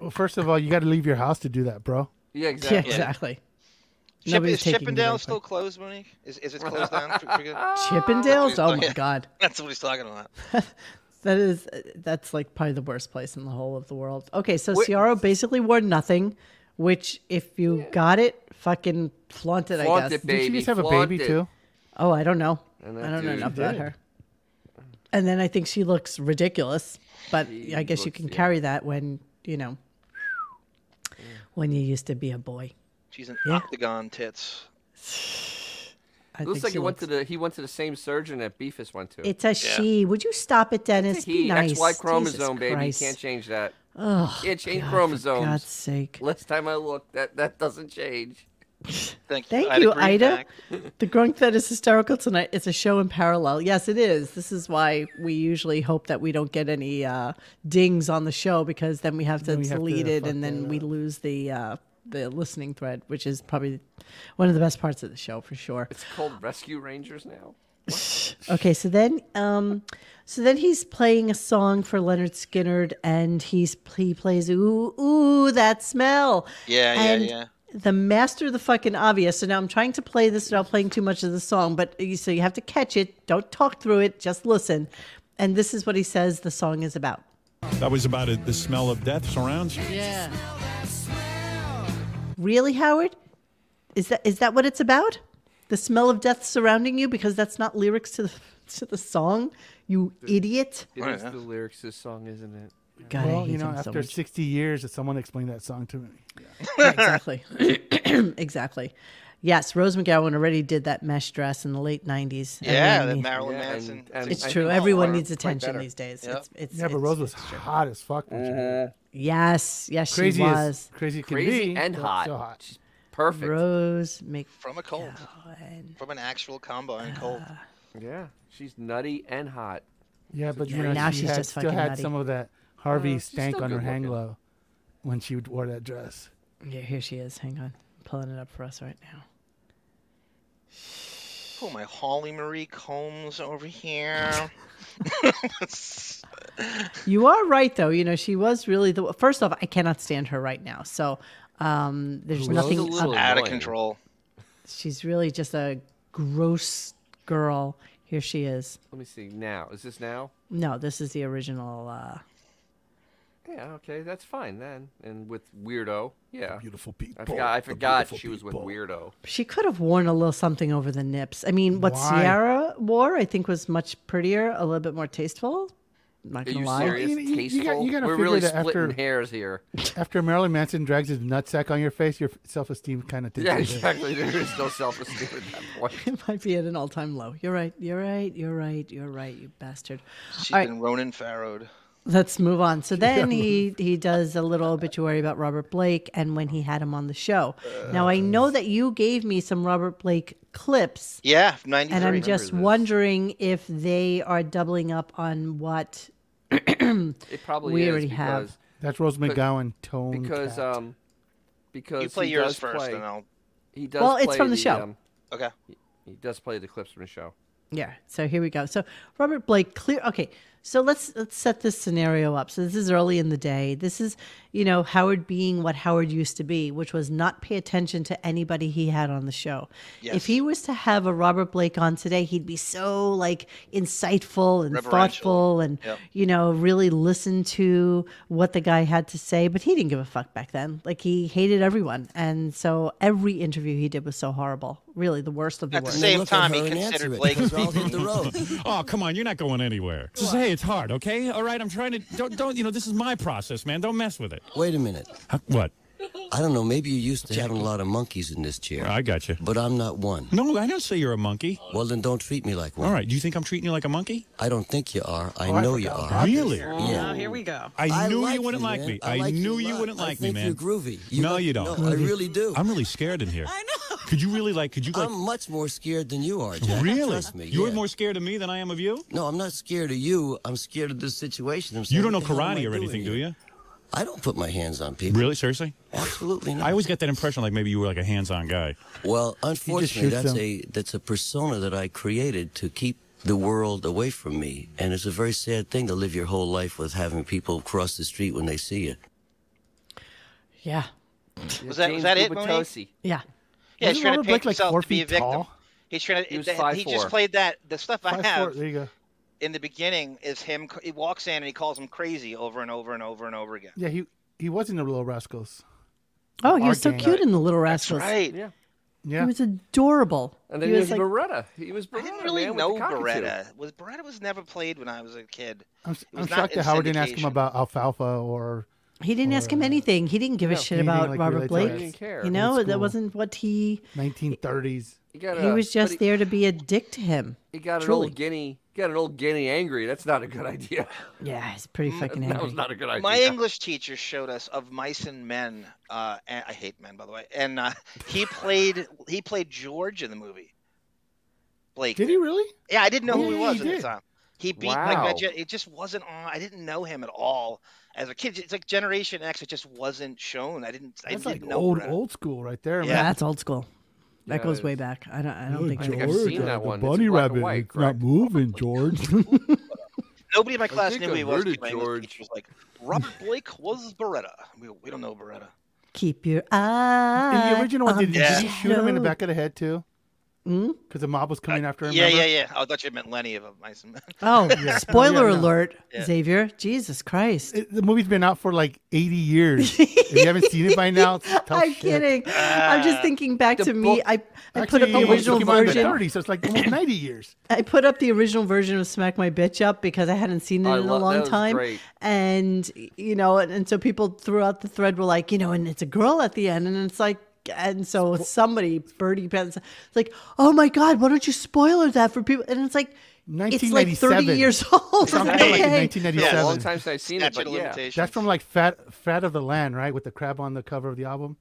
Speaker 2: Well, first of all, you got to leave your house to do that, bro.
Speaker 4: Yeah,
Speaker 1: Yeah,
Speaker 4: exactly.
Speaker 1: exactly.
Speaker 3: Chip,
Speaker 1: Nobody's
Speaker 3: is
Speaker 1: taking me
Speaker 3: Chippendale
Speaker 1: right
Speaker 3: still closed, Monique? Is, is it closed down? for- for good?
Speaker 1: Chippendales. Oh my
Speaker 3: Yeah.
Speaker 1: god,
Speaker 3: That's what he's talking about.
Speaker 1: that is that's like probably the worst place in the whole of the world. Okay, so Ciara basically wore nothing, which if you got it, fucking flaunt it. I
Speaker 4: Flaunt
Speaker 1: guess.
Speaker 4: it,
Speaker 2: Did she
Speaker 4: Baby
Speaker 2: just have a baby
Speaker 4: flaunted.
Speaker 2: too?
Speaker 1: Oh, I don't know. I
Speaker 4: And that
Speaker 1: don't know
Speaker 4: dude-
Speaker 1: enough about her. And then I think she looks ridiculous, but I guess you
Speaker 4: looks-
Speaker 1: can
Speaker 4: yeah.
Speaker 1: carry that when you know when you used to be a boy.
Speaker 3: She's an octagon tits.
Speaker 1: I
Speaker 4: It looks
Speaker 1: think
Speaker 4: like
Speaker 1: she
Speaker 4: he went
Speaker 1: looks-
Speaker 4: to the he went to the same surgeon that Beefus went to.
Speaker 1: It's a she. Would you stop it, Dennis?
Speaker 4: It's a he.
Speaker 1: Be nice.
Speaker 4: XY
Speaker 1: Jesus
Speaker 4: chromosome, baby.
Speaker 1: Christ.
Speaker 4: Can't change that. Can't change chromosomes.
Speaker 1: For God's sake.
Speaker 4: Last time I looked, that that doesn't change.
Speaker 3: Thank you,
Speaker 1: Thank you,
Speaker 3: Greenback.
Speaker 1: Ida. The Grunk Fed is hysterical tonight. It's a show in parallel. Yes, it is. This is why we usually hope that we don't get any uh, dings on the show because then we have to
Speaker 2: Then we have to
Speaker 1: delete it and
Speaker 2: fuck
Speaker 1: then
Speaker 2: that
Speaker 1: we lose the uh, the listening thread, which is probably one of the best parts of the show for sure.
Speaker 4: It's called Rescue Rangers now.
Speaker 1: Okay, so then, um, so then he's playing a song for Leonard Skinnard, and he's he plays ooh ooh that smell.
Speaker 3: Yeah, yeah,
Speaker 1: and
Speaker 3: yeah.
Speaker 1: The master of the fucking obvious. So now I'm trying to play this without playing too much of the song, but you, so you have to catch it. Don't talk through it. Just listen. And this is what he says the song is about.
Speaker 6: That was about it. The smell of death surrounds you.
Speaker 1: Yeah. Really, Howard? Is that is that what it's about? The smell of death surrounding you because that's not lyrics to the to the song. You idiot.
Speaker 4: It
Speaker 3: Oh,
Speaker 4: is
Speaker 3: yeah.
Speaker 4: the lyrics to this song, isn't it?
Speaker 1: God, I
Speaker 2: Well,
Speaker 1: hate
Speaker 2: you know,
Speaker 1: him so
Speaker 2: after
Speaker 1: much.
Speaker 2: 60 years, someone explained that song to me.
Speaker 1: exactly. exactly. Yes, Rose McGowan already did that mesh dress in the late '90s.
Speaker 3: Yeah,
Speaker 1: Everyone
Speaker 3: that
Speaker 1: needs-
Speaker 3: Marilyn
Speaker 4: Yeah, and-
Speaker 3: Manson.
Speaker 4: and-
Speaker 1: it's
Speaker 4: I
Speaker 1: true.
Speaker 4: think
Speaker 1: Everyone
Speaker 4: Laura
Speaker 1: needs
Speaker 4: played
Speaker 1: attention
Speaker 4: better.
Speaker 1: these days.
Speaker 3: Yeah.
Speaker 1: It's, it's,
Speaker 2: Yeah, but
Speaker 1: it's-
Speaker 2: Rose was hot as fuck. when she
Speaker 4: Uh-huh.
Speaker 2: did it.
Speaker 1: yes, yes,
Speaker 2: Crazy
Speaker 1: she was.
Speaker 2: as crazy can
Speaker 4: Crazy
Speaker 2: be,
Speaker 4: and
Speaker 2: but
Speaker 4: hot.
Speaker 2: still hot.
Speaker 4: She's perfect.
Speaker 1: Rose Mc.
Speaker 3: From a cold. From an actual combine cold.
Speaker 4: Yeah, she's nutty and hot.
Speaker 2: Yeah, but you
Speaker 1: Yeah,
Speaker 2: know,
Speaker 1: now
Speaker 2: she
Speaker 1: she's
Speaker 2: had,
Speaker 1: just
Speaker 2: still
Speaker 1: fucking
Speaker 2: had
Speaker 1: nutty.
Speaker 2: some of that Harvey stank
Speaker 4: Uh, still
Speaker 2: on her
Speaker 4: good-looking.
Speaker 2: hang low when she would- wore that dress.
Speaker 1: Yeah, here she is. Hang on, pulling it up for us right now.
Speaker 3: Oh, my Holly Marie Combs over here.
Speaker 1: You are right, though. You know, she was really the. First off, I cannot stand her right now. So um, there's
Speaker 4: She's
Speaker 1: nothing.
Speaker 4: a little
Speaker 1: up-
Speaker 3: Out of
Speaker 4: annoying.
Speaker 3: control.
Speaker 1: she's really just a gross girl. Here she is.
Speaker 4: Let me see now. Is this now?
Speaker 1: No, this is the original. Uh,
Speaker 4: Yeah, okay, that's fine then. And with weirdo, yeah.
Speaker 8: Beautiful people.
Speaker 4: I forgot. I
Speaker 8: the
Speaker 4: forgot
Speaker 8: beautiful
Speaker 4: she was with
Speaker 8: people.
Speaker 4: weirdo.
Speaker 1: she could have worn a little something over the nips. I mean, what
Speaker 2: Why?
Speaker 1: Ciara wore, I think, was much prettier, a little bit more tasteful. I'm not
Speaker 4: Are
Speaker 1: gonna
Speaker 4: you
Speaker 1: lie.
Speaker 4: serious?
Speaker 2: You- you- you
Speaker 4: Tasteful.
Speaker 2: gotta- you gotta
Speaker 4: We're
Speaker 2: figure
Speaker 4: really
Speaker 2: that
Speaker 4: splitting
Speaker 2: after-
Speaker 4: hairs here.
Speaker 2: After Marilyn Manson drags his nutsack on your face, your self esteem kind of takes
Speaker 4: Yeah,
Speaker 2: a hit.
Speaker 4: exactly. There is no self-esteem at that point.
Speaker 1: It might be at an all-time low. You're right. You're right. You're right. You're right. You bastard.
Speaker 3: She's
Speaker 1: All right.
Speaker 3: been Ronan Farrowed.
Speaker 1: Let's move on. So then he he does a little obituary about Robert Blake and when he had him on the show. now I know that you gave me some Robert Blake clips,
Speaker 3: Yeah, 93.
Speaker 1: and I'm just wondering if they are doubling up on what.
Speaker 4: It probably
Speaker 1: We
Speaker 4: is
Speaker 1: already
Speaker 4: because,
Speaker 1: have.
Speaker 2: That's Rose McGowan tone.
Speaker 4: because
Speaker 2: cat.
Speaker 4: um because
Speaker 3: You play
Speaker 4: he
Speaker 3: yours
Speaker 4: does
Speaker 3: first,
Speaker 4: play,
Speaker 3: and I'll.
Speaker 4: he does
Speaker 1: Well, it's
Speaker 4: play
Speaker 1: from the show.
Speaker 4: um,
Speaker 3: Okay.
Speaker 4: he does play the clips from the show.
Speaker 1: Yeah. So here we go. So Robert Blake clear. Okay. So let's let's set this scenario up. So this is early in the day. This is you know Howard being what Howard used to be, which was not pay attention to anybody he had on the show. If
Speaker 3: Yes.
Speaker 1: he was to have a Robert Blake on today, he'd be so like insightful and
Speaker 3: Reverential.
Speaker 1: thoughtful and
Speaker 3: Yep.
Speaker 1: you know really listen to what the guy had to say. But he didn't give a fuck back then. Like he hated everyone, and so every interview he did was so horrible. really the worst of the
Speaker 3: At the
Speaker 1: worst.
Speaker 3: same
Speaker 8: look at
Speaker 3: time,
Speaker 8: her
Speaker 3: he
Speaker 8: and answer
Speaker 3: considered
Speaker 8: it,
Speaker 3: Blake.
Speaker 8: because I'll hit the road.
Speaker 6: Oh, come on. You're not going anywhere. Just, hey, it's hard, okay? All right, I'm trying to. Don't, don't, you know, this is my process, man. Don't mess with it.
Speaker 9: Wait a minute.
Speaker 6: Huh, What?
Speaker 9: I don't know. Maybe you're used to having a lot of monkeys in this chair.
Speaker 6: I got you.
Speaker 9: But I'm not one.
Speaker 6: No, I don't say you're a monkey.
Speaker 9: Well, then don't treat me like one.
Speaker 6: All right. Do you think I'm treating you like a monkey?
Speaker 9: I don't think you are. I
Speaker 2: I
Speaker 9: know you
Speaker 2: forgot
Speaker 9: are.
Speaker 6: Really?
Speaker 7: Now Oh, here we go.
Speaker 6: I, knew
Speaker 9: like
Speaker 6: you wouldn't like
Speaker 9: man.
Speaker 6: me.
Speaker 9: I,
Speaker 6: I,
Speaker 9: like
Speaker 6: knew
Speaker 9: a
Speaker 6: you
Speaker 9: lot.
Speaker 6: wouldn't
Speaker 9: I
Speaker 6: like me,
Speaker 9: think
Speaker 6: man.
Speaker 9: You're groovy. You
Speaker 6: no,
Speaker 9: look-
Speaker 6: you don't.
Speaker 9: No, I really do.
Speaker 6: I'm really scared in here. I know. Could you really like? Could you like?
Speaker 9: I'm much more scared than you are, Jack.
Speaker 6: really?
Speaker 9: Trust me.
Speaker 6: You're
Speaker 9: yeah.
Speaker 6: more scared of me than I am of you.
Speaker 9: No, I'm not scared of you. I'm scared of this situation. I'm
Speaker 6: You
Speaker 9: saying,
Speaker 6: don't know
Speaker 9: what the hell am I
Speaker 6: karate or
Speaker 9: doing
Speaker 6: anything, do
Speaker 9: here?
Speaker 6: you?
Speaker 9: I don't put my hands on people.
Speaker 6: Really? Seriously?
Speaker 9: Absolutely not.
Speaker 6: I always get that impression, like maybe you were like a hands-on guy.
Speaker 9: Well, unfortunately,
Speaker 2: shoots
Speaker 9: that's
Speaker 2: them.
Speaker 9: a that's a persona that I created to keep the world away from me, and it's a very sad thing to live your whole life with having people cross the street when they see you.
Speaker 1: yeah.
Speaker 3: Was that- was that it, Monique?
Speaker 1: Yeah.
Speaker 3: Yeah, he's
Speaker 2: Isn't
Speaker 3: trying to paint
Speaker 2: Robert Blake, like,
Speaker 3: himself
Speaker 2: four
Speaker 3: to be a
Speaker 2: feet
Speaker 3: victim.
Speaker 2: tall?
Speaker 3: He's trying to.
Speaker 4: He was
Speaker 3: that- he
Speaker 4: 5'4".
Speaker 3: just played that. The stuff I
Speaker 2: Five,
Speaker 3: have
Speaker 2: four, there you go.
Speaker 3: in the beginning is him. c- He walks in and he calls him crazy over and over and over and over again.
Speaker 2: Yeah, he he was in the Little Rascals.
Speaker 1: Oh, he
Speaker 2: Our
Speaker 1: was so
Speaker 2: gang.
Speaker 1: cute in the Little
Speaker 3: That's
Speaker 1: Rascals.
Speaker 3: right.
Speaker 4: Yeah.
Speaker 1: He
Speaker 2: Yeah,
Speaker 1: was adorable.
Speaker 4: And then
Speaker 1: he
Speaker 4: he
Speaker 1: was
Speaker 4: was,
Speaker 1: like,
Speaker 4: Beretta. He was Beretta.
Speaker 3: I didn't really
Speaker 4: man,
Speaker 3: know
Speaker 4: with the cockatoo.
Speaker 3: Beretta. Was Beretta was never played when I was a kid.
Speaker 2: I'm, s-
Speaker 3: It
Speaker 2: I'm
Speaker 3: was not
Speaker 2: shocked
Speaker 3: in
Speaker 2: that Howard didn't ask him
Speaker 3: syndication.
Speaker 2: about alfalfa or
Speaker 1: he didn't ask him anything. He didn't give a shit
Speaker 2: he didn't,
Speaker 1: about
Speaker 2: like,
Speaker 1: Robert
Speaker 2: relate to
Speaker 1: Blake.
Speaker 2: us. He
Speaker 4: didn't care.
Speaker 1: You know,
Speaker 2: Old
Speaker 1: that
Speaker 2: school.
Speaker 1: wasn't what he.
Speaker 2: 1930s.
Speaker 4: He, got
Speaker 1: he
Speaker 4: a-
Speaker 1: was
Speaker 4: but
Speaker 1: just
Speaker 4: he-
Speaker 1: there to be a dick to him.
Speaker 4: He got an
Speaker 1: Truly.
Speaker 4: old guinea. he Got an old guinea angry. That's not a good idea.
Speaker 1: Yeah, he's pretty fucking
Speaker 4: That was
Speaker 1: angry.
Speaker 4: not a good idea.
Speaker 3: My English teacher showed us of mice and men. Uh, and I hate men, by the way. And uh, he played he played George in the movie. Blake.
Speaker 2: Did he really?
Speaker 3: Yeah, I didn't know who
Speaker 2: Yeah,
Speaker 3: he
Speaker 2: he
Speaker 3: was at
Speaker 2: did.
Speaker 3: the time. He beat Mike
Speaker 4: Wow.
Speaker 3: Medjed. It just wasn't on. I didn't know him at all as a kid. It's like Generation X. It just wasn't shown. I didn't. I
Speaker 2: That's
Speaker 3: didn't
Speaker 2: like
Speaker 3: know.
Speaker 2: old
Speaker 3: Brad.
Speaker 2: old school right there,
Speaker 3: Yeah.
Speaker 1: Yeah,
Speaker 2: man.
Speaker 1: that's old school. That
Speaker 4: Yeah,
Speaker 1: goes
Speaker 4: it
Speaker 1: way
Speaker 4: is.
Speaker 1: back. I don't. I don't think. I
Speaker 4: think I've
Speaker 1: ever-
Speaker 4: seen that one. It's
Speaker 2: bunny
Speaker 4: in black and
Speaker 2: rabbit,
Speaker 4: white,
Speaker 2: it's not
Speaker 4: correct?
Speaker 2: moving, George.
Speaker 3: Nobody in my class
Speaker 4: think
Speaker 3: knew who
Speaker 4: I
Speaker 3: he was.
Speaker 4: heard
Speaker 3: because
Speaker 4: it,
Speaker 3: my English
Speaker 4: George.
Speaker 3: teacher was like Robert Blake was Beretta. We, we don't know Beretta.
Speaker 1: Keep your eye.
Speaker 2: in the original
Speaker 3: Uh,
Speaker 2: one,
Speaker 1: on
Speaker 2: did,
Speaker 1: the
Speaker 2: did he shoot him in the
Speaker 1: shadow.
Speaker 2: back of the head too? Because the mob was coming after him.
Speaker 3: Hmm? Uh, Yeah, yeah,
Speaker 2: remember?
Speaker 3: yeah. Oh, I thought you meant Lenny of Mice and Men.
Speaker 1: Oh, spoiler
Speaker 2: Yeah, no.
Speaker 1: alert, Xavier. Jesus Christ.
Speaker 2: It- the movie's been out for like 80 years. if you haven't seen it by now, it's tough
Speaker 1: I'm
Speaker 2: shit.
Speaker 1: kidding. I'm just thinking back to me.
Speaker 4: book-
Speaker 1: I, I put
Speaker 2: Actually,
Speaker 1: up the
Speaker 2: it was-
Speaker 1: original
Speaker 2: it came out in the
Speaker 1: version.
Speaker 2: 30s, so it's like almost 90 years.
Speaker 1: I put up the original version of Smack My Bitch Up because I hadn't seen it
Speaker 4: I
Speaker 1: in
Speaker 4: lo-
Speaker 1: a
Speaker 4: that
Speaker 1: long
Speaker 4: was
Speaker 1: time.
Speaker 4: great.
Speaker 1: And, you know, and, and so people throughout the thread were like, you know, and it's a girl at the end. And it's like, and so somebody, Birdie Pence, it's like, oh my God, why don't you spoiler that for people? And it's like, it's like 30
Speaker 2: 1997.
Speaker 1: years old.
Speaker 2: It's like
Speaker 1: Okay.
Speaker 2: 1997.
Speaker 4: a long time since I've seen it,
Speaker 3: Statute
Speaker 4: but
Speaker 3: of
Speaker 4: yeah.
Speaker 3: limitations.
Speaker 2: That's from like Fat Fat of the Land, right? With the crab on the cover of the album.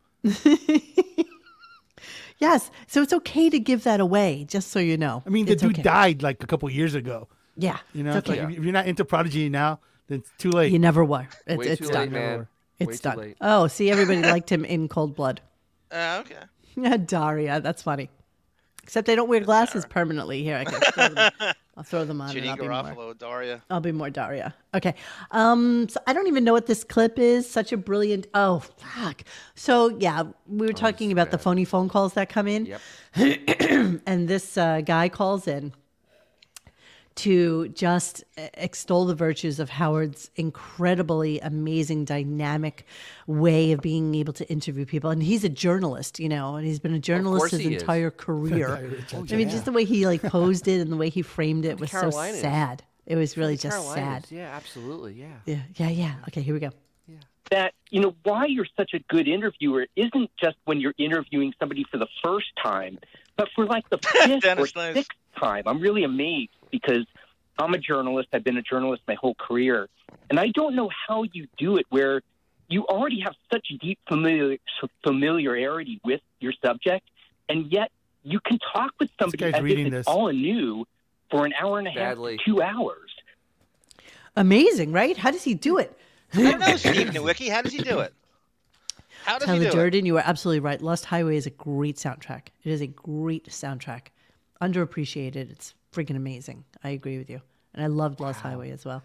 Speaker 1: Yes. So it's okay to give that away, just so you know.
Speaker 2: I mean, the
Speaker 1: It's
Speaker 2: dude
Speaker 1: okay.
Speaker 2: died like a couple years ago.
Speaker 1: Yeah.
Speaker 2: You know,
Speaker 1: it's
Speaker 2: it's
Speaker 1: okay.
Speaker 2: like if- if you're not into Prodigy now, then it's too late.
Speaker 1: You never were. It,
Speaker 4: Way
Speaker 1: it's
Speaker 4: too
Speaker 1: done.
Speaker 4: late, man.
Speaker 1: It's
Speaker 4: Way too
Speaker 1: done.
Speaker 4: late.
Speaker 1: Oh, see, everybody liked him in Cold Blood.
Speaker 3: Uh, okay.
Speaker 1: Yeah, Daria. That's funny. Except they don't wear glasses permanently here. I can throw them. I'll throw them on. and
Speaker 3: Ginny
Speaker 1: I'll, be more,
Speaker 3: Garofalo, Daria.
Speaker 1: I'll be more Daria. Okay. Um, so I don't even know what this clip is. Such a brilliant. Oh, fuck. So, yeah, we
Speaker 4: Oh,
Speaker 1: were talking about the phony phone calls that come in.
Speaker 4: Yep.
Speaker 1: and this uh, guy calls in to just e-, extol the virtues of Howard's incredibly amazing, dynamic way of being able to interview people. And he's a journalist, you know, and he's been a journalist
Speaker 4: course
Speaker 1: his
Speaker 4: he is.
Speaker 1: entire career.
Speaker 4: Oh,
Speaker 1: I mean, just the way he like posed it and the way he framed it was
Speaker 4: Carolinas.
Speaker 1: so sad. It was really just
Speaker 4: Carolinas,
Speaker 1: sad.
Speaker 4: Yeah, absolutely. Yeah.
Speaker 1: Yeah, yeah, yeah. Okay, here we go.
Speaker 10: that you know why you're such a good interviewer isn't just when you're interviewing somebody for the first time, but for like the fifth or
Speaker 3: Dennis, nice.
Speaker 10: sixth time. I'm really amazed because I'm a journalist. I've been a journalist my whole career, and I don't know how you do it where you already have such deep familiar, familiarity with your subject, and yet you can talk with somebody
Speaker 2: guy's
Speaker 10: as if
Speaker 2: reading
Speaker 10: it's
Speaker 2: this.
Speaker 10: all new for an hour and a half,
Speaker 4: Badly.
Speaker 10: to two hours.
Speaker 1: Amazing, right? How does he do it?
Speaker 3: I don't know, Steve Nowicki. How does he do it? How does he
Speaker 1: Tyler
Speaker 3: do it?
Speaker 1: Durden, you are absolutely right. Lost Highway is a great soundtrack. It is a great soundtrack. Underappreciated. It's freaking amazing. I agree with you. And I loved Lost Highway as well.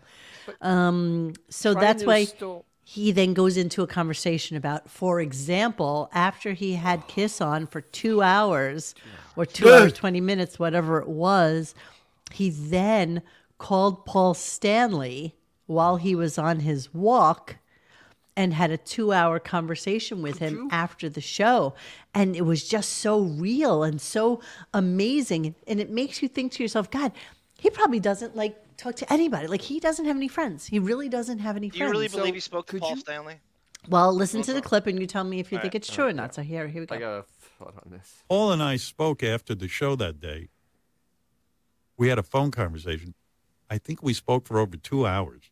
Speaker 1: Um, so
Speaker 4: Try
Speaker 1: that's
Speaker 4: new
Speaker 1: why
Speaker 4: sto-
Speaker 1: he then goes into a conversation about, for example, after he had Kiss on for two hours or two hours, 20 minutes, whatever it was, he then called Paul Stanley while he was on his walk and had a two hour conversation with him after the show. And it was just so real and so amazing. And it makes you think to yourself, God, he probably doesn't like talk to anybody. Like he doesn't have any friends. He really doesn't have any
Speaker 3: Do
Speaker 1: friends.
Speaker 3: you really believe
Speaker 1: So-
Speaker 3: he spoke to Paul Stanley?
Speaker 1: Well, listen to the clip and you tell me if you
Speaker 6: All
Speaker 1: think
Speaker 6: right,
Speaker 1: it's true or not. So here, here we go.
Speaker 4: got a thought on this.
Speaker 6: Paul and I spoke after the show that day. We had a phone conversation. I think we spoke for over two hours.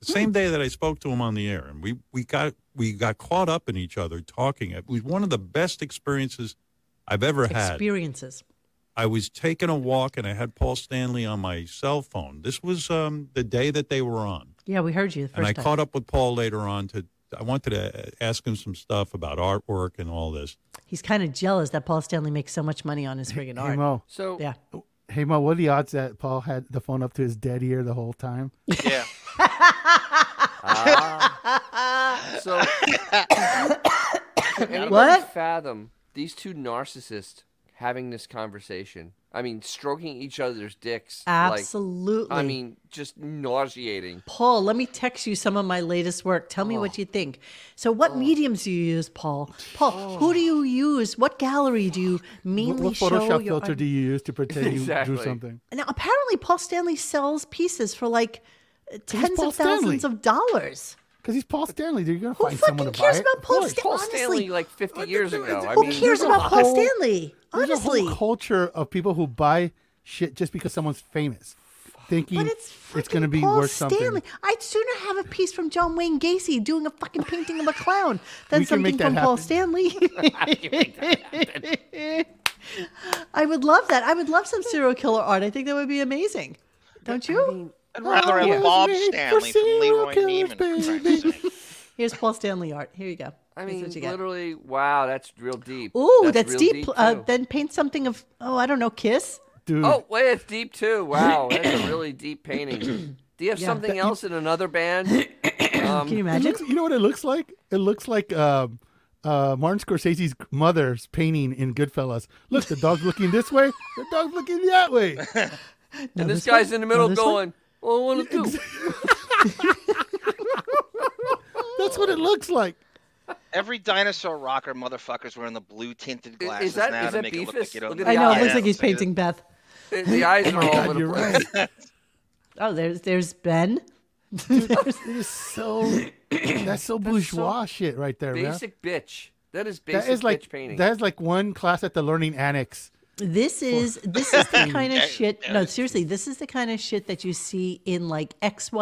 Speaker 6: The same day that I spoke to him on the air, and we, we got we got caught up in each other talking. It was one of the best experiences I've ever had.
Speaker 1: Experiences.
Speaker 6: I was taking a walk, and I had Paul Stanley on my cell phone. This was um, the day that they were on
Speaker 1: Yeah, we heard you the first
Speaker 6: and I
Speaker 1: time.
Speaker 6: caught up with Paul later on to I wanted to ask him some stuff about artwork and all this.
Speaker 1: He's kind of jealous that Paul Stanley makes so much money on his friggin'
Speaker 2: Hey
Speaker 1: art.
Speaker 2: Mo.
Speaker 4: So
Speaker 1: Yeah.
Speaker 2: Hey Mo, what are the odds that Paul had the phone up to his dead ear the whole time?
Speaker 3: Yeah.
Speaker 4: So can anybody
Speaker 1: What?
Speaker 4: fathom these two narcissists having this conversation? I mean, stroking each other's dicks. like-
Speaker 1: Absolutely.
Speaker 4: I mean, just nauseating.
Speaker 1: Paul, let me text you some of my latest work. Tell me
Speaker 4: Oh.
Speaker 1: what you think. So, what mediums do you use, Paul? Paul, who do you use? What gallery do you
Speaker 2: What,
Speaker 1: mainly
Speaker 2: what
Speaker 1: show
Speaker 2: Photoshop
Speaker 1: your
Speaker 2: filter
Speaker 1: art?
Speaker 2: do you use to pretend you
Speaker 4: Exactly.
Speaker 2: drew something?
Speaker 1: Now, apparently, Paul Stanley sells pieces for like tens
Speaker 2: Paul
Speaker 1: of thousands
Speaker 2: Stanley.
Speaker 1: of dollars.
Speaker 2: Because he's Paul Stanley, dude. You're
Speaker 1: Who
Speaker 2: gonna find
Speaker 1: fucking
Speaker 2: someone to
Speaker 1: cares
Speaker 2: buy it.
Speaker 1: about Paul
Speaker 2: Look,
Speaker 1: Stanley?
Speaker 4: Paul
Speaker 1: honestly,
Speaker 4: Stanley, like 50 years ago. I
Speaker 1: who
Speaker 4: mean,
Speaker 1: cares
Speaker 2: there's a
Speaker 1: about Paul
Speaker 2: whole-
Speaker 1: Stanley?
Speaker 2: There's
Speaker 1: Honestly,
Speaker 2: a whole culture of people who buy shit just because someone's famous, thinking
Speaker 1: But it's
Speaker 2: it's
Speaker 1: going
Speaker 2: gonna
Speaker 1: to
Speaker 2: be
Speaker 1: Paul
Speaker 2: worth
Speaker 1: Stanley.
Speaker 2: something.
Speaker 1: I'd sooner have a piece from John Wayne Gacy doing a fucking painting of a clown
Speaker 2: We
Speaker 1: than
Speaker 2: can
Speaker 1: something
Speaker 2: make
Speaker 1: from
Speaker 2: that
Speaker 1: Paul
Speaker 2: happen.
Speaker 1: Stanley. I would love that. I would love some serial killer art. I think that would be amazing. Don't you?
Speaker 3: I'd rather have
Speaker 2: yeah.
Speaker 3: Bob
Speaker 2: Made
Speaker 3: Stanley
Speaker 2: for
Speaker 3: from
Speaker 2: serial
Speaker 3: Leroy
Speaker 2: killers,
Speaker 3: Neiman. for Christ's sake.
Speaker 1: Here's Paul Stanley art. Here you go.
Speaker 4: I
Speaker 1: Here's
Speaker 4: mean,
Speaker 1: what you get.
Speaker 4: literally, wow, that's real deep.
Speaker 1: Ooh, that's,
Speaker 4: real
Speaker 1: deep. uh,
Speaker 4: too.
Speaker 1: then paint something of, oh, I don't know, Kiss.
Speaker 2: dude.
Speaker 4: oh, wait, it's deep too. Wow, that's a really deep painting. Do you have something else in another band? Um,
Speaker 1: Can you
Speaker 2: It
Speaker 1: imagine?
Speaker 2: looks, you know what it looks like? It looks like um, uh, Martin Scorsese's mother's painting in Goodfellas. Look, the dog's looking this way, the dog's looking that way.
Speaker 4: and this
Speaker 1: this one?
Speaker 4: guy's in the middle
Speaker 1: No, this one?
Speaker 4: going, "Well, I want to do."
Speaker 2: That's what it looks like.
Speaker 3: Every dinosaur rocker motherfucker's wearing the blue tinted
Speaker 4: is
Speaker 3: glasses
Speaker 4: that-
Speaker 3: now
Speaker 4: is
Speaker 3: to
Speaker 4: that
Speaker 3: make it look
Speaker 4: Beefus?
Speaker 3: like you don't.
Speaker 4: Look at the
Speaker 1: I know.
Speaker 4: Yeah,
Speaker 1: it looks
Speaker 4: yeah,
Speaker 1: like he's painting Beth.
Speaker 4: The, the eyes are all
Speaker 2: God,
Speaker 4: over the
Speaker 2: you're
Speaker 4: place.
Speaker 2: right.
Speaker 1: Oh, there's there's Ben.
Speaker 2: It is so. That's so bourgeois shit right there, man.
Speaker 4: Basic bitch. That is basic
Speaker 2: That is
Speaker 4: bitch
Speaker 2: like
Speaker 4: painting.
Speaker 2: that is like one class at the learning annex.
Speaker 1: This is this is the kind of
Speaker 3: There-
Speaker 1: shit.
Speaker 3: there
Speaker 1: No,
Speaker 3: it is.
Speaker 1: seriously, this is the kind of shit that you see in like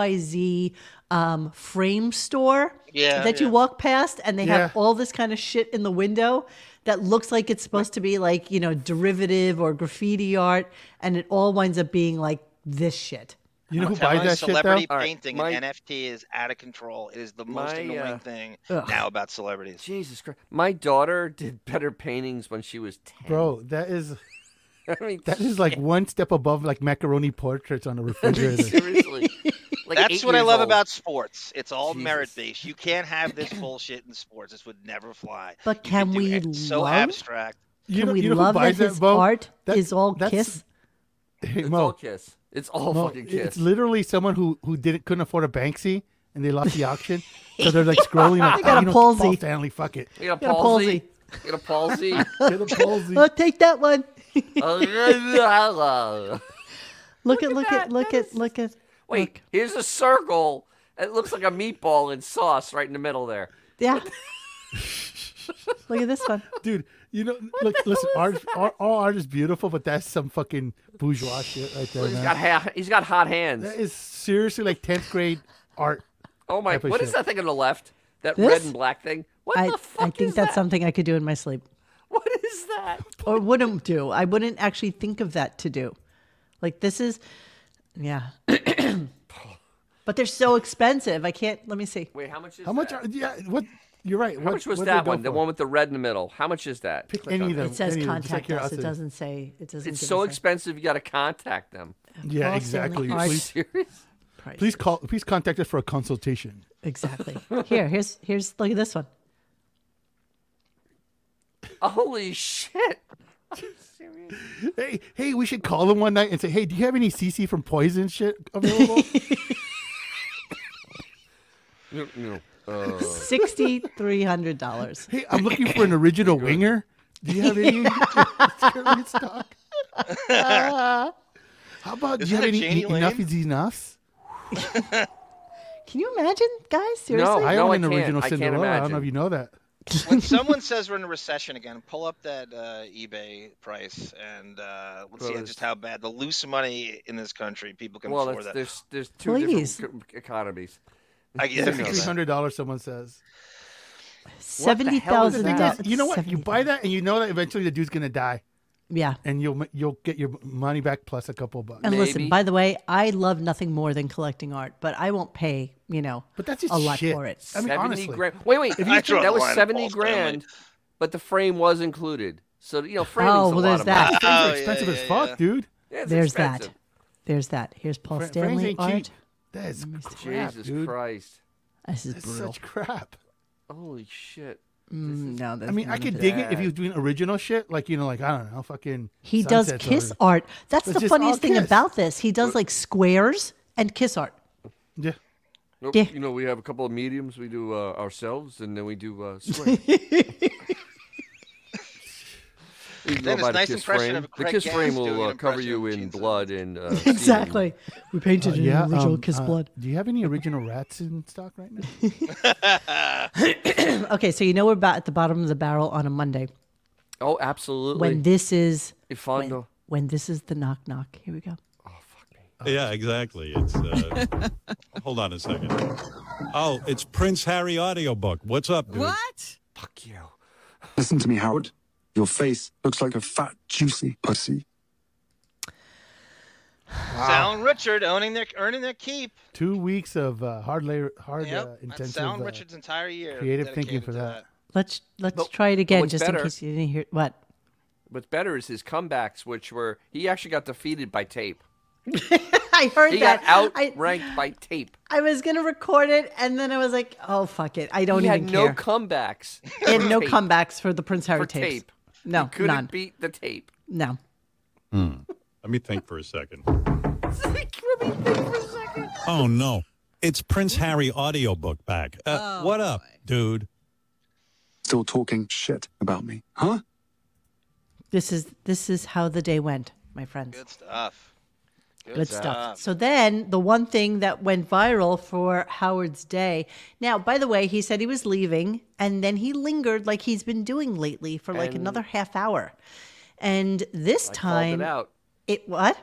Speaker 1: XYZ um, frame store
Speaker 3: Yeah,
Speaker 1: that you
Speaker 3: yeah.
Speaker 1: walk past and they have
Speaker 2: Yeah.
Speaker 1: all this kind of shit in the window that looks like it's supposed to be like, you know, derivative or graffiti art and it all winds up being like this shit.
Speaker 2: You know
Speaker 3: I'm
Speaker 2: who buys
Speaker 3: telling you,
Speaker 2: that shit though?
Speaker 3: celebrity
Speaker 4: All right,
Speaker 3: painting
Speaker 4: my-
Speaker 3: and NFT is out of control. It is the most
Speaker 4: My,
Speaker 3: annoying
Speaker 4: uh,
Speaker 3: thing now about celebrities.
Speaker 4: Jesus Christ. My daughter did better paintings when she was 10.
Speaker 2: Bro, that is
Speaker 4: I mean,
Speaker 2: that is like one step above like macaroni portraits on a refrigerator.
Speaker 4: seriously. Like
Speaker 3: That's
Speaker 4: eight
Speaker 3: what I
Speaker 4: years
Speaker 3: love
Speaker 4: old.
Speaker 3: about sports. It's all
Speaker 4: Jesus.
Speaker 3: merit based. You can't have this bullshit in sports. This would never fly.
Speaker 1: But
Speaker 3: You
Speaker 1: can
Speaker 3: do
Speaker 1: we
Speaker 3: it. It's so
Speaker 1: love-
Speaker 3: abstract.
Speaker 2: You
Speaker 1: Can
Speaker 2: know-
Speaker 1: we
Speaker 2: you know who
Speaker 1: love that
Speaker 2: buys
Speaker 1: his
Speaker 2: Bo?
Speaker 1: art
Speaker 2: That-
Speaker 1: is all
Speaker 2: that's-
Speaker 1: kiss?
Speaker 2: Hey,
Speaker 4: It's
Speaker 2: Mo,
Speaker 4: all kiss. It's all
Speaker 2: Mo,
Speaker 4: fucking kiss.
Speaker 2: It's literally someone who who didn't couldn't afford a Banksy and they lost the auction, so they're like scrolling. Like,
Speaker 1: got
Speaker 2: "Oh,
Speaker 1: a
Speaker 2: you know,
Speaker 1: palsy."
Speaker 2: Paul Stanley, fuck it.
Speaker 4: You got a
Speaker 1: got a
Speaker 4: palsy. You got a palsy.
Speaker 2: Get a palsy.
Speaker 1: Oh, take that one. look at
Speaker 4: at
Speaker 1: look
Speaker 4: that.
Speaker 1: at look
Speaker 4: That
Speaker 1: at
Speaker 4: is-
Speaker 1: look at
Speaker 4: Wait, here's a circle. It looks like a meatball in sauce right in the middle there.
Speaker 1: yeah. look at this one.
Speaker 2: dude. You know, look, listen, art, art, all art is beautiful, but that's some fucking bourgeois shit right there.
Speaker 4: He's
Speaker 2: man.
Speaker 4: got ha- he's got hot hands.
Speaker 2: That is seriously like tenth grade art.
Speaker 4: oh my!
Speaker 2: type of
Speaker 4: What is
Speaker 2: shit.
Speaker 4: that thing on the left? That
Speaker 1: This?
Speaker 4: red and black thing. What
Speaker 1: I,
Speaker 4: the fuck
Speaker 1: I think
Speaker 4: is
Speaker 1: that's
Speaker 4: that?
Speaker 1: something I could do in my sleep.
Speaker 4: What is that?
Speaker 1: or wouldn't do. I wouldn't actually think of that to do. Like this is, yeah. but they're so expensive. I can't. Let me see.
Speaker 4: Wait, how much is
Speaker 2: How much?
Speaker 4: that?
Speaker 2: Are, yeah, what? You're right.
Speaker 4: How much was that one? The one with the red in the middle. How much is that?
Speaker 2: Pick any of them.
Speaker 1: It says
Speaker 2: any of them, just
Speaker 1: contact
Speaker 2: like your
Speaker 1: us. It
Speaker 2: outfit.
Speaker 1: doesn't say. It doesn't.
Speaker 4: It's
Speaker 1: give
Speaker 4: so
Speaker 1: us a
Speaker 4: expensive. You got to contact them.
Speaker 2: Yeah,
Speaker 1: Paul
Speaker 2: exactly.
Speaker 1: Stanley art.
Speaker 2: Please,
Speaker 4: Serious?
Speaker 1: price.
Speaker 2: please call. Please contact us for a consultation.
Speaker 1: Exactly. Here, here's here's. Look at this one.
Speaker 4: Holy shit!
Speaker 2: Hey, hey, we should call them one night and say, "Hey, do you have any CC from Poison shit available?"
Speaker 4: No, no.
Speaker 1: Sixty three hundred dollars.
Speaker 2: Hey, I'm looking for an original winger. Do you have any? Currently stock. How about do
Speaker 1: Isn't
Speaker 2: you have
Speaker 1: it
Speaker 2: any
Speaker 1: Janie
Speaker 2: e-
Speaker 1: Lane?
Speaker 2: enough is enough?
Speaker 1: Can you imagine, guys? Seriously?
Speaker 2: I own an original Cinderella. I, don't know if you know that.
Speaker 3: when someone says we're in a recession again, pull up that uh, eBay price and uh, let's see
Speaker 4: Well,
Speaker 3: just how bad the loose money in this country people can
Speaker 4: Well,
Speaker 3: afford
Speaker 4: that's-
Speaker 3: that.
Speaker 4: there's there's two
Speaker 1: Please.
Speaker 4: different c- economies.
Speaker 3: I get it.
Speaker 2: Sixty-three hundred dollars. Someone says
Speaker 1: Seventy thousand dollars.
Speaker 2: You know what? You buy that, and you know that eventually the dude's gonna die.
Speaker 1: Yeah.
Speaker 2: And you'll you'll get your money back plus a couple bucks.
Speaker 1: And listen, by the way, I love nothing more than collecting art, but I won't pay, you know,
Speaker 2: but that's
Speaker 1: a lot for it.
Speaker 4: grand. Wait, wait.
Speaker 1: If you
Speaker 4: that
Speaker 1: throw the
Speaker 4: was
Speaker 1: line at
Speaker 4: seventy
Speaker 1: Paul Stanley.
Speaker 4: grand, but the frame was included. So you know, framing's
Speaker 1: Oh,
Speaker 4: a
Speaker 1: well,
Speaker 4: lot
Speaker 1: there's
Speaker 4: of
Speaker 1: that.
Speaker 4: money.
Speaker 1: Frames are Oh, yeah, expensive
Speaker 2: as yeah, fuck, yeah. dude.
Speaker 4: Yeah, it's
Speaker 1: There's
Speaker 4: expensive.
Speaker 1: that. There's that. Here's Paul
Speaker 2: Fra- frames
Speaker 1: Stanley
Speaker 2: ain't
Speaker 1: art.
Speaker 2: cheap. That's crap,
Speaker 4: Jesus
Speaker 2: dude.
Speaker 4: Christ.
Speaker 1: This is
Speaker 2: That's
Speaker 1: brutal.
Speaker 2: such crap.
Speaker 4: Holy shit.
Speaker 1: Mm, no,
Speaker 2: I mean, I could dig it if he was doing original shit, like you know, like I don't know, fucking.
Speaker 1: He does
Speaker 2: Sunsets
Speaker 1: kiss
Speaker 2: or-
Speaker 1: art. That's
Speaker 2: It's
Speaker 1: the
Speaker 2: just all
Speaker 1: funniest thing
Speaker 2: kiss.
Speaker 1: about this. He does like squares and kiss art.
Speaker 2: Yeah.
Speaker 4: Nope.
Speaker 1: Yeah.
Speaker 4: You know, we have a couple of mediums. We do uh, ourselves, and then we do uh, square. You can
Speaker 3: Then
Speaker 4: go
Speaker 3: it's
Speaker 4: by the
Speaker 3: nice
Speaker 4: kiss
Speaker 3: impression
Speaker 4: frame.
Speaker 3: of
Speaker 4: the
Speaker 3: Craig
Speaker 4: kiss
Speaker 3: Gaines
Speaker 4: frame
Speaker 3: doing
Speaker 4: will
Speaker 3: an
Speaker 4: uh, cover you in blood and uh,
Speaker 1: Exactly. We painted
Speaker 2: Uh,
Speaker 1: it in
Speaker 2: yeah,
Speaker 1: original
Speaker 2: um,
Speaker 1: kiss
Speaker 2: uh,
Speaker 1: blood.
Speaker 2: Do you have any original rats in stock right now?
Speaker 1: okay, so you know we're about at the bottom of the barrel on a Monday.
Speaker 4: Oh, absolutely.
Speaker 1: When this is
Speaker 4: Ifondo.
Speaker 1: when, when this is the knock knock. Here we go. Oh.
Speaker 6: Yeah, exactly. It's uh, hold on a second. Oh, it's Prince Harry audiobook. What's up, dude?
Speaker 7: What?
Speaker 4: Fuck you.
Speaker 11: Listen to me, Howard. Your face looks like a fat, juicy pussy.
Speaker 4: Ah.
Speaker 3: Sound Richard owning their earning their keep.
Speaker 2: Two weeks of uh, hard labor, hard
Speaker 3: Yep,
Speaker 2: uh,
Speaker 3: that's
Speaker 2: intensive.
Speaker 3: Sound
Speaker 2: uh,
Speaker 3: Richard's entire year
Speaker 2: Creative thinking
Speaker 3: dedicated
Speaker 2: for
Speaker 3: to
Speaker 2: that.
Speaker 1: Let's let's
Speaker 4: But-
Speaker 1: try it
Speaker 4: but
Speaker 1: again
Speaker 4: what's
Speaker 1: just in
Speaker 4: better-
Speaker 1: case you didn't hear what.
Speaker 4: What's better is his comebacks, which were he actually got defeated by tape.
Speaker 1: I heard
Speaker 4: He
Speaker 1: that.
Speaker 4: got
Speaker 1: I,
Speaker 4: outranked by tape.
Speaker 1: I was gonna record it and then I was like, oh fuck it. I don't
Speaker 4: he
Speaker 1: even
Speaker 4: had
Speaker 1: care.
Speaker 4: no comebacks.
Speaker 1: He had no
Speaker 4: Tape.
Speaker 1: comebacks for the Prince Harry
Speaker 4: For
Speaker 1: tapes.
Speaker 4: tape.
Speaker 1: No,
Speaker 4: He couldn't
Speaker 1: none.
Speaker 4: beat the tape.
Speaker 1: No.
Speaker 6: Hmm. Let me think for a second.
Speaker 4: Let
Speaker 6: Oh no, it's Prince Harry audiobook back. Uh,
Speaker 1: Oh,
Speaker 6: what up, dude?
Speaker 11: Still talking shit about me, huh?
Speaker 1: This is this is how the day went, my friends.
Speaker 3: Good stuff.
Speaker 1: Good, stuff. So then the one thing that went viral for Howard's day. Now, by the way, he said he was leaving and then he lingered like he's been doing lately for like
Speaker 4: And-
Speaker 1: another half hour. And this time
Speaker 4: it out.
Speaker 1: it what?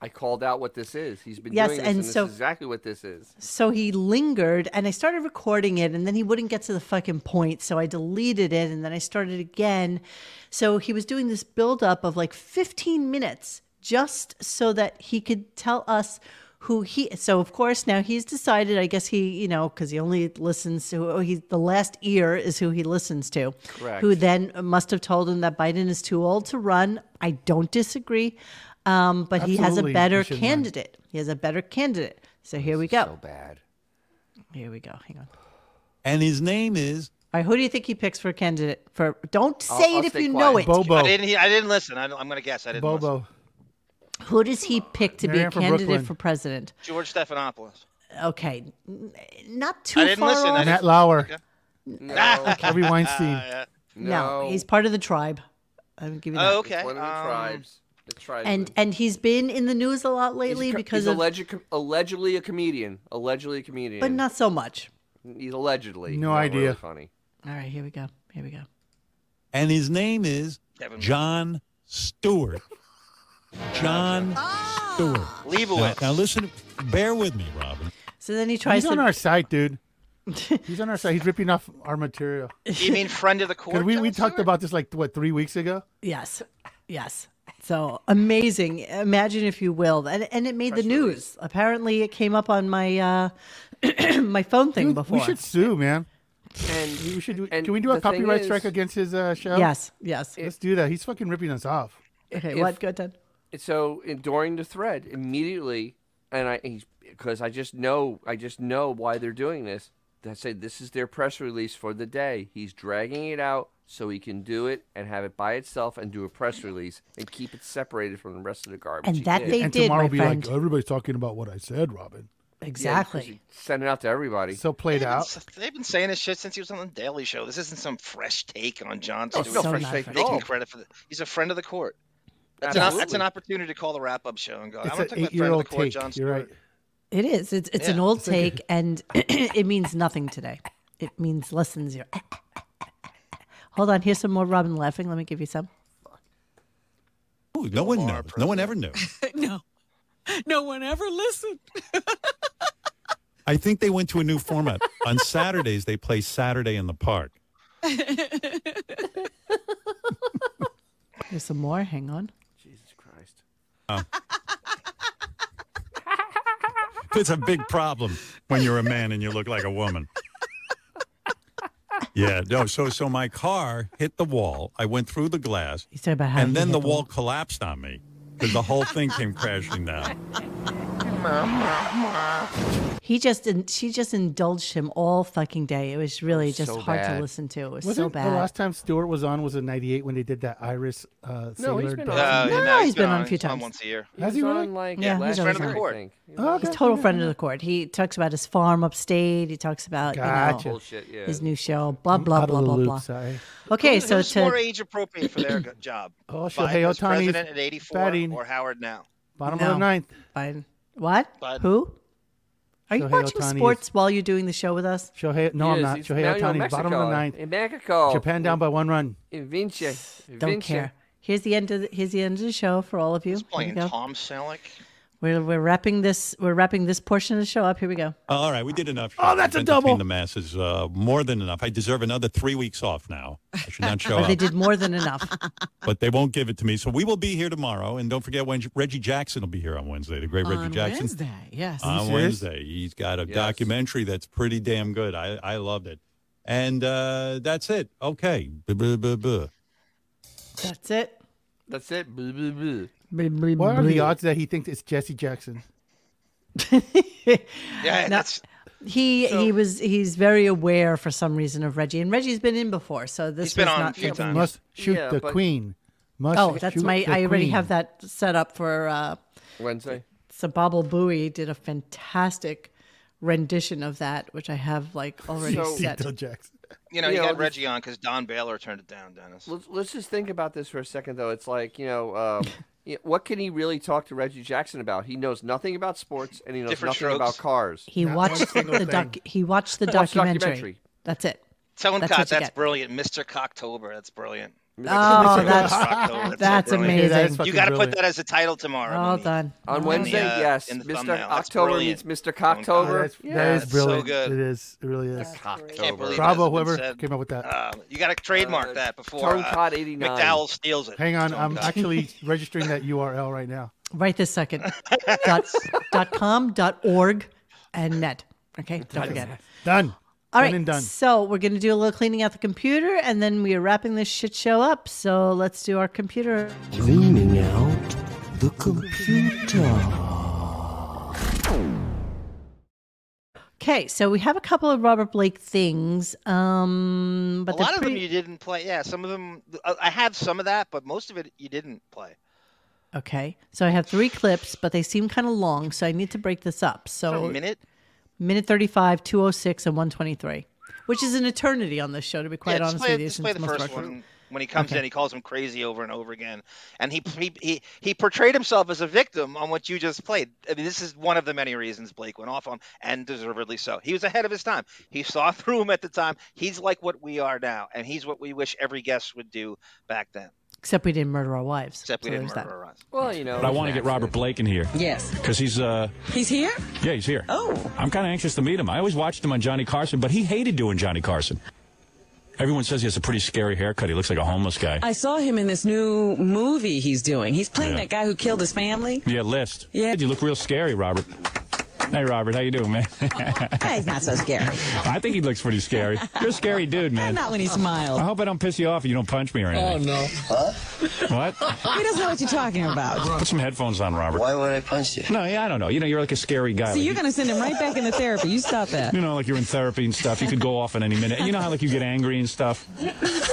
Speaker 4: I called out what this is. He's been
Speaker 1: Yes,
Speaker 4: doing this,
Speaker 1: and
Speaker 4: and, this
Speaker 1: so-
Speaker 4: is exactly what this is.
Speaker 1: So he lingered and I started recording it and then he wouldn't get to the fucking point. So I deleted it and then I started again. So he was doing this buildup of like 15 minutes just so that he could tell us who he so of course now he's decided i guess he you know because he only listens to oh he's the last ear is who he listens to
Speaker 12: Correct.
Speaker 1: who then must have told him that biden is too old to run i don't disagree um, but he has a
Speaker 12: Absolutely, he
Speaker 1: better
Speaker 12: should run.
Speaker 1: candidate he has a better candidate so here we go so
Speaker 4: bad
Speaker 1: here we go hang on
Speaker 6: And his name is.
Speaker 1: all right, who do you think he picks for a candidate? For don't say
Speaker 3: I'll-
Speaker 1: it
Speaker 3: I'll
Speaker 1: if
Speaker 3: stay
Speaker 1: you
Speaker 3: quiet.
Speaker 1: know it.
Speaker 3: I didn't. hear- I didn't listen. I, am going to guess. I didn't. listen.
Speaker 2: Bobo.
Speaker 1: Who does he pick to be a
Speaker 2: Marianne from
Speaker 1: candidate
Speaker 2: Brooklyn.
Speaker 1: for president?
Speaker 3: George Stephanopoulos.
Speaker 1: Okay, n- not too
Speaker 3: I didn't
Speaker 1: far
Speaker 3: listen.
Speaker 1: off.
Speaker 3: I
Speaker 2: Matt
Speaker 3: didn't-
Speaker 2: Lauer.
Speaker 3: Okay.
Speaker 4: No.
Speaker 2: Harvey Weinstein.
Speaker 1: No. he's part of the tribe. I'm give you that.
Speaker 3: Oh, okay.
Speaker 4: It's one of the
Speaker 3: um,
Speaker 4: tribes. The tribes.
Speaker 1: And and he's been in the news a lot
Speaker 4: He's a
Speaker 1: lately
Speaker 4: co-
Speaker 1: because
Speaker 4: he's
Speaker 1: of,
Speaker 4: alleged, com- allegedly a comedian. Allegedly a comedian.
Speaker 1: but not so much.
Speaker 4: He's allegedly.
Speaker 6: No
Speaker 4: not
Speaker 6: idea.
Speaker 4: really funny.
Speaker 1: All right, here we go. Here we go.
Speaker 6: And his name is John Stewart. John Stewart.
Speaker 3: Leibowitz.
Speaker 6: Now, now listen, bear with me, Robin.
Speaker 1: So then he tries
Speaker 2: He's
Speaker 1: to.
Speaker 2: on our side, dude. He's on our side. He's ripping off our material.
Speaker 3: You mean friend of the court?
Speaker 2: Because we, we talked about this like what three weeks ago.
Speaker 1: Yes. Yes. So amazing. Imagine if you will. And and it made the news. Apparently it came up on my uh my phone thing before.
Speaker 2: We should sue, man.
Speaker 4: And
Speaker 2: we should do.
Speaker 4: and
Speaker 2: Can we do a
Speaker 4: the thing
Speaker 2: copyright
Speaker 4: is-
Speaker 2: strike against his uh, show?
Speaker 1: Yes, yes.
Speaker 2: Let's do that. He's fucking ripping us off.
Speaker 1: Okay,
Speaker 4: if-
Speaker 1: what good then?
Speaker 4: so in, during the thread immediately and i because i just know i just know why they're doing this i say this is their press release for the day he's dragging it out so he can do it and have it by itself and do a press release and keep it separated from the rest of the garbage
Speaker 1: And
Speaker 4: he
Speaker 1: that
Speaker 4: did.
Speaker 1: they
Speaker 2: and
Speaker 1: did,
Speaker 2: tomorrow
Speaker 1: my
Speaker 2: will be
Speaker 1: friend.
Speaker 2: like everybody's talking about what I said, Robin.
Speaker 1: Exactly.
Speaker 4: Send it out to everybody.
Speaker 2: So played
Speaker 3: They've been s- They've been saying this shit since he was on the Daily Show. This isn't some fresh take on John
Speaker 4: Oh,
Speaker 3: Stewart.
Speaker 4: it's no fresh
Speaker 3: He's
Speaker 4: take at
Speaker 3: Taking
Speaker 4: all.
Speaker 3: credit for the, he's a friend of the court. That's an, that's
Speaker 4: Absolutely.
Speaker 3: an opportunity to call the wrap up show and go. I
Speaker 2: It's
Speaker 3: want
Speaker 2: an
Speaker 3: to talk about friend of the
Speaker 2: eight-year-old
Speaker 3: court,
Speaker 2: take.
Speaker 3: John Stewart.
Speaker 2: You're right.
Speaker 1: It is. It's it's an
Speaker 3: Yeah.
Speaker 1: old
Speaker 3: It's like a-
Speaker 1: take, and it means nothing today. It means less than zero. Hold on. Here's some more Robin laughing. Let me give you some.
Speaker 6: Ooh, no one knows. No one ever knew.
Speaker 7: no, no one ever listened.
Speaker 6: I think they went to a new format. On Saturdays, they play Saturday in the Park.
Speaker 1: Here's some more. Hang on.
Speaker 4: Jesus Christ.
Speaker 6: Uh, it's a big problem when you're a man and you look like a woman. Yeah, no. So, so my car hit the wall. I went through the glass,
Speaker 1: He's talking about how
Speaker 6: and
Speaker 1: he
Speaker 6: then
Speaker 1: hit
Speaker 6: the
Speaker 1: the
Speaker 6: wall collapsed on me because the whole thing came crashing down.
Speaker 1: He just in, she just indulged him all fucking day. It was really just
Speaker 2: so
Speaker 1: hard to
Speaker 2: bad.
Speaker 1: listen to. It was
Speaker 2: Wasn't
Speaker 1: so bad.
Speaker 2: The last time Stewart was on was in '98 when they did that Iris. Uh,
Speaker 1: No, he's
Speaker 2: Sailor
Speaker 1: been
Speaker 2: dance.
Speaker 1: on. No, No, he's he's been been on a on- few he's on times.
Speaker 3: once a year.
Speaker 2: Has he
Speaker 4: was
Speaker 2: really?
Speaker 4: on, like,
Speaker 1: yeah,
Speaker 4: last
Speaker 1: he's
Speaker 4: year,
Speaker 1: always
Speaker 4: I
Speaker 1: on.
Speaker 4: think.
Speaker 2: Oh,
Speaker 1: He's total friend of the court. He talks about his farm upstate. He talks about you know,
Speaker 2: Gotcha.
Speaker 4: Bullshit, yeah.
Speaker 1: his new show. Blah
Speaker 2: I'm
Speaker 1: blah
Speaker 2: out of
Speaker 1: blah
Speaker 2: the
Speaker 1: blah
Speaker 2: loop,
Speaker 1: blah.
Speaker 2: sorry.
Speaker 1: Okay,
Speaker 3: Who's-
Speaker 1: so
Speaker 3: who's
Speaker 1: to
Speaker 3: more age appropriate for their go- job?
Speaker 2: Oh,
Speaker 3: Biden
Speaker 2: Shohei
Speaker 3: as
Speaker 2: Ohtani's
Speaker 3: president at 84
Speaker 2: batting.
Speaker 3: or Howard now?
Speaker 2: Bottom
Speaker 1: No.
Speaker 2: of the ninth.
Speaker 1: Biden. What?
Speaker 3: Biden.
Speaker 1: Who? Are you
Speaker 2: Shohei
Speaker 1: watching
Speaker 2: Ohtani is-
Speaker 1: sports while you're doing the show with us?
Speaker 2: Shohei, no,
Speaker 4: He
Speaker 2: I'm
Speaker 4: is.
Speaker 2: not.
Speaker 4: He's
Speaker 2: Shohei
Speaker 4: now you're in
Speaker 2: Otani, bottom
Speaker 4: Mexico.
Speaker 2: of the ninth.
Speaker 4: In Mexico.
Speaker 2: Japan down by one run.
Speaker 4: In Vinci. In
Speaker 1: Don't
Speaker 4: Vinci.
Speaker 1: care. Here's the end of the, here's the end of the show for all of you. Here we
Speaker 3: Playing
Speaker 1: go.
Speaker 3: Tom Selleck.
Speaker 1: We're we're wrapping this we're wrapping this portion of the show up. Here we go.
Speaker 6: All right, we did enough.
Speaker 1: Oh, that's a
Speaker 6: Entertained
Speaker 1: double.
Speaker 6: The masses, uh, more than enough. I deserve another three weeks off now. I should not show
Speaker 1: Or Oh, they
Speaker 6: up,
Speaker 1: did more than enough.
Speaker 6: but they won't give it to me. So we will be here tomorrow, and don't forget when Reggie Jackson will be here on Wednesday. The great
Speaker 7: On
Speaker 6: Reggie Jackson.
Speaker 7: Wednesday, yes.
Speaker 12: Uh,
Speaker 6: on Wednesday. He's got a
Speaker 7: Yes.
Speaker 6: documentary that's pretty damn good. I, I loved it. And uh, that's it. Okay. Buh, buh, buh, buh.
Speaker 1: That's it.
Speaker 4: That's it. Blah, blah, blah.
Speaker 2: What are the odds that he thinks it's Jesse Jackson?
Speaker 3: Yeah,
Speaker 1: Now, he he was he's very aware for some reason of Reggie, and Reggie's been in before, so this
Speaker 3: been
Speaker 1: was
Speaker 3: on a
Speaker 1: not
Speaker 3: few
Speaker 1: something
Speaker 3: times.
Speaker 1: new.
Speaker 2: Must shoot
Speaker 4: Yeah,
Speaker 2: the
Speaker 4: but-
Speaker 2: queen. Must
Speaker 1: oh, that's
Speaker 2: shoot
Speaker 1: my.
Speaker 2: the
Speaker 1: I already
Speaker 2: queen.
Speaker 1: have that set up for. uh
Speaker 4: Wednesday.
Speaker 1: Sababal Bowie did a fantastic rendition of that, which I have like already
Speaker 4: So-
Speaker 1: set.
Speaker 2: Bill Jackson.
Speaker 3: You know,
Speaker 4: You
Speaker 3: you
Speaker 4: know,
Speaker 3: got
Speaker 4: this-
Speaker 3: Reggie on because Don Baylor turned it down, Dennis.
Speaker 4: Let's, let's just think about this for a second, though. It's like, you know, um, y- what can he really talk to Reggie Jackson about? He knows nothing about sports and he knows
Speaker 3: Different strokes.
Speaker 4: nothing about cars.
Speaker 1: He watched the
Speaker 2: single thing.
Speaker 1: doc. He watched the
Speaker 4: Watched the
Speaker 1: documentary.
Speaker 4: documentary.
Speaker 1: That's it.
Speaker 3: Tell him,
Speaker 1: That's
Speaker 3: Cock,
Speaker 1: what you
Speaker 3: that's
Speaker 1: get.
Speaker 3: brilliant. Mr. Cocktober, that's brilliant.
Speaker 1: Oh,
Speaker 3: Mr.
Speaker 1: that's-
Speaker 3: Cocktober,
Speaker 1: that's
Speaker 3: brilliant.
Speaker 1: amazing.
Speaker 2: that is
Speaker 3: You
Speaker 2: fucking
Speaker 3: got to put
Speaker 2: brilliant.
Speaker 3: that as a title tomorrow.
Speaker 1: All
Speaker 3: in the-
Speaker 1: done.
Speaker 4: On
Speaker 1: All
Speaker 4: Wednesday,
Speaker 1: done.
Speaker 3: uh,
Speaker 4: yes.
Speaker 3: in the
Speaker 4: Mr.
Speaker 3: thumbnail. That's
Speaker 4: October means
Speaker 3: brilliant.
Speaker 4: Mr.
Speaker 3: Don't call
Speaker 2: Oh,
Speaker 4: Cocktober.
Speaker 2: that's, that is
Speaker 3: Yeah.
Speaker 2: brilliant.
Speaker 3: So good.
Speaker 2: It is. It really is.
Speaker 3: Can't believe it
Speaker 2: Bravo,
Speaker 3: hasn't been
Speaker 2: whoever
Speaker 3: said.
Speaker 2: came up with that.
Speaker 3: Uh, you got to trademark
Speaker 4: Uh,
Speaker 3: that before
Speaker 4: Tone
Speaker 3: uh,
Speaker 4: Cod 89.
Speaker 3: McDowell steals it.
Speaker 2: Hang on,
Speaker 3: Tone
Speaker 2: I'm
Speaker 3: Cod.
Speaker 2: actually registering that URL right now.
Speaker 1: Right this second. dot, dot com. Dot org. And net. Okay. Don't forget.
Speaker 2: Done.
Speaker 1: All
Speaker 2: done
Speaker 1: right.
Speaker 2: and done.
Speaker 1: So we're going to do a little cleaning out the computer, and then we are wrapping this shit show up. So let's do our computer.
Speaker 5: Cleaning out the computer.
Speaker 1: Okay. So we have a couple of Robert Blake things. Um, but
Speaker 3: a
Speaker 1: they're
Speaker 3: lot of them
Speaker 1: pretty-
Speaker 3: you didn't play. Yeah, some of them. I I have some of that, but most of it you didn't play.
Speaker 1: Okay. So I have three clips, but they seem kind of long, so I need to break this up.
Speaker 3: a
Speaker 1: So
Speaker 3: minute.
Speaker 1: minute 35, 206, and 123, which is an eternity on this show, to be quite
Speaker 3: yeah, just
Speaker 1: honest
Speaker 3: play,
Speaker 1: with you.
Speaker 3: just play the
Speaker 1: since most of
Speaker 3: first
Speaker 1: our-
Speaker 3: one when he comes in. He calls him crazy over and over again, and he, he he he portrayed himself as a victim on what you just played. I mean, this is one of the many reasons Blake went off on, and deservedly so. He was ahead of his time. He saw through him at the time. He's like what we are now, and he's what we wish every guest would do back then.
Speaker 1: Except we didn't murder our wives.
Speaker 3: Except we
Speaker 1: So
Speaker 3: didn't
Speaker 1: there's that.
Speaker 3: murder our eyes.
Speaker 4: Well, you know.
Speaker 12: But I want to get Robert Blake in here.
Speaker 13: Yes.
Speaker 12: Because he's, uh,
Speaker 13: He's here?
Speaker 12: yeah, he's here.
Speaker 13: Oh.
Speaker 12: I'm kind of anxious to meet him. I always watched him on Johnny Carson, but he hated doing Johnny Carson. Everyone says he has a pretty scary haircut. He looks like a homeless guy.
Speaker 13: I saw him in this new movie he's doing. He's playing
Speaker 12: Yeah.
Speaker 13: that guy who killed his family.
Speaker 12: yeah, list.
Speaker 13: Yeah.
Speaker 12: You look real scary, Robert. Hey, Robert, how you doing, man?
Speaker 13: Hey, Ah, he's not so scary.
Speaker 12: I think he looks pretty scary. You're a scary dude, man.
Speaker 13: Not when he smiled.
Speaker 12: I hope I don't piss you off and you don't punch me or anything.
Speaker 8: no.
Speaker 12: What?
Speaker 13: He doesn't know what you're talking about.
Speaker 12: Put some headphones on, Robert.
Speaker 9: Why would I punch you?
Speaker 12: No, yeah, I don't know. You know, you're like a scary guy.
Speaker 13: So
Speaker 12: Like,
Speaker 13: you're going to send him right back into therapy. You stop that.
Speaker 12: you know, like you're in therapy and stuff. You could go off at any minute. You know how like you get angry and stuff.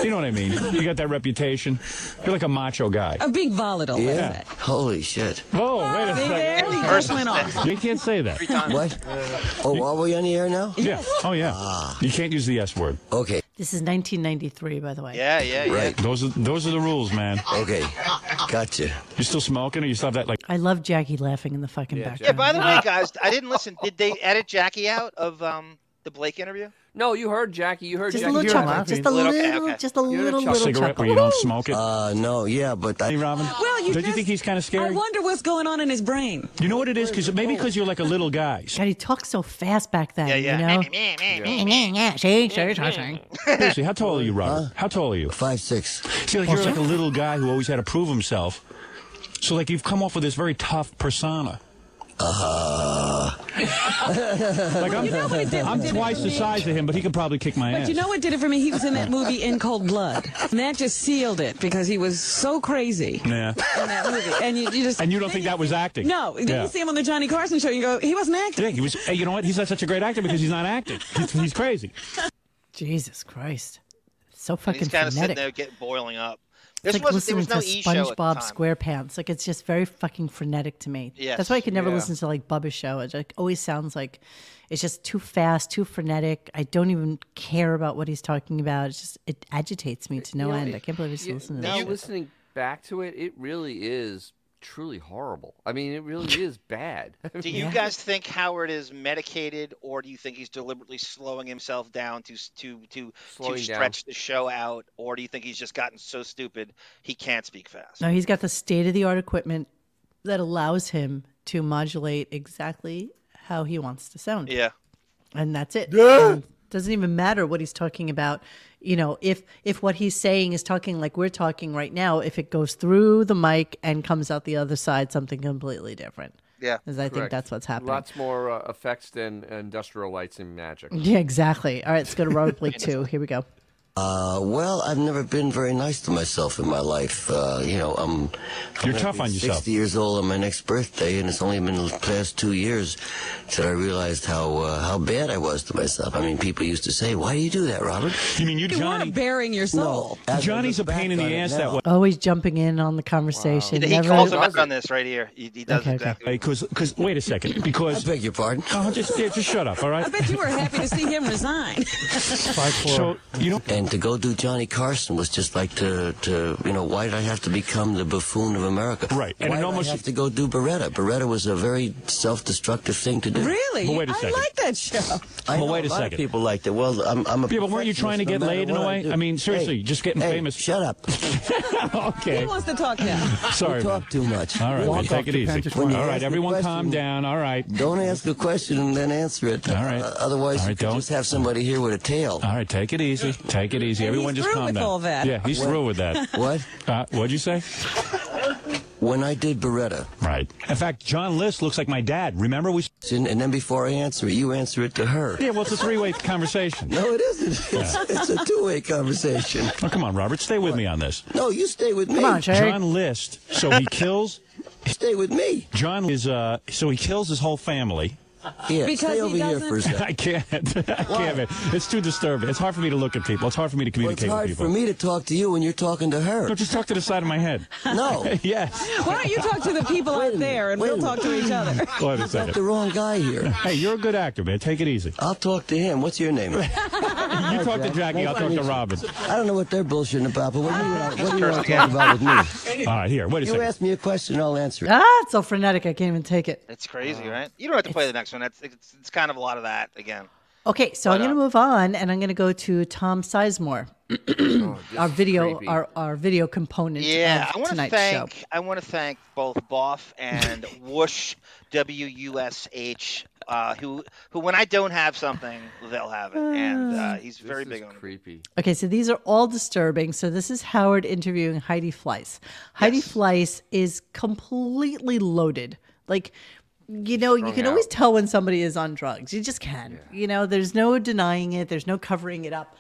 Speaker 12: You know what I mean? You got that reputation. You're like a macho guy.
Speaker 13: A big volatile.
Speaker 12: Yeah.
Speaker 13: Yeah.
Speaker 9: Holy shit.
Speaker 12: Whoa, wait a
Speaker 13: There
Speaker 12: second.
Speaker 13: he just went off.
Speaker 12: You can't say that.
Speaker 3: times.
Speaker 9: What? Oh, are we on the air now? Ah.
Speaker 12: Yeah. Oh, yeah. You can't use the S word.
Speaker 9: Okay.
Speaker 1: This is 1993, by the way.
Speaker 3: Yeah, yeah, yeah.
Speaker 12: Right. Those are those are the rules, man.
Speaker 9: Okay. Gotcha.
Speaker 12: You still smoking, or you still have that like?
Speaker 1: I love Jackie laughing in the fucking background.
Speaker 3: Yeah, by the way, guys, I didn't listen. Did they edit Jackie out of um, the Blake interview?
Speaker 4: No, you heard Jackie. You heard
Speaker 1: Just a
Speaker 4: Jackie.
Speaker 1: little chuckle, just a little, just a little,
Speaker 12: a
Speaker 1: little
Speaker 12: cigarette
Speaker 1: chuckle.
Speaker 12: where you don't smoke it.
Speaker 9: Uh, no, yeah, but I,
Speaker 12: Robin.
Speaker 7: Well, you
Speaker 12: don't you
Speaker 7: just-
Speaker 12: think he's kind of
Speaker 7: I
Speaker 12: scary?
Speaker 7: wonder what's going on in his brain.
Speaker 12: you know what it is? Because maybe because you're like a little guy.
Speaker 1: God, he talked so fast back then.
Speaker 12: yeah.
Speaker 1: You know? yeah, yeah. See, see, see, see.
Speaker 12: Seriously, how tall are you, Robert?
Speaker 7: Uh,
Speaker 12: How tall are you?
Speaker 9: Five six.
Speaker 12: See, like you're like a little guy who always had to prove himself. So like you've come off with this very tough persona.
Speaker 9: Uh,
Speaker 12: Like I'm,
Speaker 7: Uh-huh. You know what it did-
Speaker 12: I'm
Speaker 7: did it
Speaker 12: twice
Speaker 7: for
Speaker 12: the
Speaker 7: me?
Speaker 12: size of him, but he could probably kick my
Speaker 7: But
Speaker 12: ass.
Speaker 7: you know what did it for me? He was in that movie In Cold Blood. And that just sealed it because he was so crazy.
Speaker 12: yeah.
Speaker 7: in that movie. And you, you just
Speaker 12: And you don't think that was acting?
Speaker 7: no. Then
Speaker 12: Yeah.
Speaker 7: you see him on the Johnny Carson show. You go, he wasn't acting.
Speaker 12: Yeah, he was. Hey, you know what? He's not such a great actor because he's not acting. He's, he's crazy.
Speaker 1: Jesus Christ. So
Speaker 3: And
Speaker 1: fucking
Speaker 3: he's kind of sitting
Speaker 1: frenetic.
Speaker 3: there getting boiling up. This
Speaker 1: It's like
Speaker 3: was there
Speaker 1: listening
Speaker 3: was no
Speaker 1: to
Speaker 3: e show at the
Speaker 1: SpongeBob
Speaker 3: time.
Speaker 1: SquarePants. Like it's just very fucking frenetic to me.
Speaker 3: Yes,
Speaker 1: That's why I could never
Speaker 3: yeah.
Speaker 1: listen to like Bubba's show. It like, always sounds like it's just too fast, too frenetic. I don't even care about what he's talking about. It's just it agitates me to no
Speaker 4: You know,
Speaker 1: end.
Speaker 4: it-
Speaker 1: I can't believe I still
Speaker 4: you-
Speaker 1: listen to
Speaker 4: Now
Speaker 1: this. shit.
Speaker 4: listening back to it, it really is truly horrible. I mean, it really is bad.
Speaker 3: Do you guys think Howard is medicated, or do you think he's deliberately slowing himself down to s- to to
Speaker 4: Slowing
Speaker 3: to
Speaker 4: down.
Speaker 3: stretch the show out, or do you think he's just gotten so stupid he can't speak fast?
Speaker 1: No, he's got the state of the art equipment that allows him to modulate exactly how he wants to sound.
Speaker 3: Yeah.
Speaker 1: and that's it. And doesn't even matter what he's talking about. You know, if if what he's saying is talking like we're talking right now, if it goes through the mic and comes out the other side, something completely different.
Speaker 4: Yeah,
Speaker 1: 'Cause I think that's what's happening.
Speaker 4: Lots more uh, effects than industrial lights and magic.
Speaker 1: Yeah, exactly. All right, let's go to Robert Blake two. Here we go.
Speaker 9: uh, well, I've never been very nice to myself in my life. Uh, you know, I'm.
Speaker 12: You're
Speaker 9: I'm
Speaker 12: tough
Speaker 9: gonna
Speaker 12: on
Speaker 9: be
Speaker 12: yourself.
Speaker 9: Sixty years old on my next birthday, and it's only been the past two years that I realized how uh, how bad I was to myself. I mean, people used to say, "Why do you do that, Robert?"
Speaker 12: You mean you, Johnny?
Speaker 7: Burying your soul.
Speaker 9: as I
Speaker 12: Johnny's a
Speaker 9: look back
Speaker 12: pain in
Speaker 9: on
Speaker 12: the
Speaker 9: it
Speaker 12: ass
Speaker 9: now-
Speaker 12: that way.
Speaker 1: Always jumping in on the conversation.
Speaker 3: He, he
Speaker 1: never-
Speaker 3: calls him out on this right here. He, he does
Speaker 1: Okay, okay.
Speaker 3: exactly.
Speaker 12: Because, because, wait a second. Because
Speaker 9: I beg your pardon.
Speaker 12: Oh, just, yeah, just shut up. All right.
Speaker 7: I bet you were happy to see him resign.
Speaker 12: So you know,
Speaker 9: And to go do Johnny Carson was just like to, to you know, why did I have to become the buffoon of America?
Speaker 12: Right, and
Speaker 9: why
Speaker 12: it
Speaker 9: did
Speaker 12: almost-
Speaker 9: I have to go do Beretta? Beretta was a very self-destructive thing to do.
Speaker 7: really?
Speaker 12: But wait a
Speaker 7: I
Speaker 12: second.
Speaker 7: like that show.
Speaker 9: I
Speaker 12: Well,
Speaker 9: know
Speaker 12: wait a
Speaker 9: lot of
Speaker 12: second.
Speaker 9: people liked it. Well, I'm, I'm a
Speaker 12: Yeah, but weren't you
Speaker 9: perfectionist
Speaker 12: trying to
Speaker 9: no
Speaker 12: get
Speaker 9: matter
Speaker 12: laid in a
Speaker 9: what
Speaker 12: way?
Speaker 9: do.
Speaker 12: I mean, seriously,
Speaker 9: Hey,
Speaker 12: just getting
Speaker 9: hey,
Speaker 12: famous.
Speaker 9: Shut up.
Speaker 7: He
Speaker 12: okay.
Speaker 7: wants to talk now.
Speaker 12: Sorry.
Speaker 9: You
Speaker 12: man.
Speaker 9: talk too much.
Speaker 12: All right,
Speaker 9: Walk
Speaker 12: man,
Speaker 9: off
Speaker 12: take it
Speaker 9: the
Speaker 12: easy.
Speaker 9: bench if you
Speaker 12: All
Speaker 9: wanna
Speaker 12: right,
Speaker 9: ask a
Speaker 12: everyone, calm
Speaker 9: question.
Speaker 12: down. All right.
Speaker 9: Don't ask a question and then answer it.
Speaker 12: All right.
Speaker 9: Uh, otherwise,
Speaker 12: All
Speaker 9: you
Speaker 12: right,
Speaker 9: could
Speaker 12: don't.
Speaker 9: just have somebody here with a tail.
Speaker 12: All right, take it easy. Take it easy.
Speaker 7: And
Speaker 12: Everyone,
Speaker 7: he's
Speaker 12: just
Speaker 7: through
Speaker 12: calm
Speaker 7: with
Speaker 12: down.
Speaker 7: all that.
Speaker 12: Yeah, he's through with that.
Speaker 9: What?
Speaker 12: Uh, what'd you say?
Speaker 9: When I did Beretta,
Speaker 12: Right. In fact, John List looks like my dad. Remember we?
Speaker 9: and and then before I answer it, you answer it to her.
Speaker 12: Yeah. Well, it's a three-way conversation.
Speaker 9: No, it isn't. It's, it's a two-way conversation.
Speaker 12: Oh, come on, Robert. Stay with me on this.
Speaker 9: No, you stay with me.
Speaker 1: Come on, Sherry.
Speaker 12: John List. So he kills.
Speaker 9: Stay with me.
Speaker 12: John is. Uh. So he kills his whole family.
Speaker 9: Yeah,
Speaker 7: Because
Speaker 9: stay
Speaker 7: he
Speaker 9: over here for a second.
Speaker 12: I can't. I can't. Man. It's too disturbing. It's hard for me to look at people. It's hard for me to
Speaker 9: Well, it's
Speaker 12: communicate
Speaker 9: hard
Speaker 12: with people.
Speaker 9: for me to talk to you when you're talking to her.
Speaker 12: No, just talk to the side of my head.
Speaker 9: No,
Speaker 12: yes.
Speaker 7: Why don't you talk to the people out there and
Speaker 9: wait a
Speaker 7: we'll talk to each other?
Speaker 12: Wait a
Speaker 9: got the
Speaker 12: second.
Speaker 9: wrong guy here.
Speaker 12: Hey, you're a good actor, man. Take it easy.
Speaker 9: I'll talk to him. What's your name?
Speaker 12: You talk to Jackie. I'll talk to Robin.
Speaker 9: I don't know what they're bullshitting about, but what do you, want- what do you want to talk about with me?
Speaker 12: All right, here. Wait a
Speaker 9: You
Speaker 12: second.
Speaker 9: ask me a question, I'll answer it.
Speaker 1: Ah, it's so frenetic. I can't even take it.
Speaker 3: It's crazy,
Speaker 1: Oh.
Speaker 3: right? You don't have to play the next one. That's it's, it's kind of a lot of that again.
Speaker 1: Okay, so I'm going
Speaker 3: uh,
Speaker 1: to move on, and I'm going to go to Tom Sizemore,
Speaker 3: Oh,
Speaker 1: our video,
Speaker 4: creepy.
Speaker 1: our, our video component
Speaker 3: Yeah,
Speaker 1: of
Speaker 3: I want to
Speaker 1: tonight's
Speaker 3: thank
Speaker 1: show.
Speaker 3: I want to thank both Boff and Whoosh W U S H, uh, who who when I don't have something, they'll have it, and uh, he's very
Speaker 4: This
Speaker 3: big
Speaker 4: is
Speaker 3: on.
Speaker 4: creepy.
Speaker 1: Okay, so these are all disturbing. So this is Howard interviewing Heidi Fleiss. Heidi Fleiss is completely loaded. Like, you know, you can always tell when somebody is on drugs. You just can. You know, there's no denying it. There's no covering it up.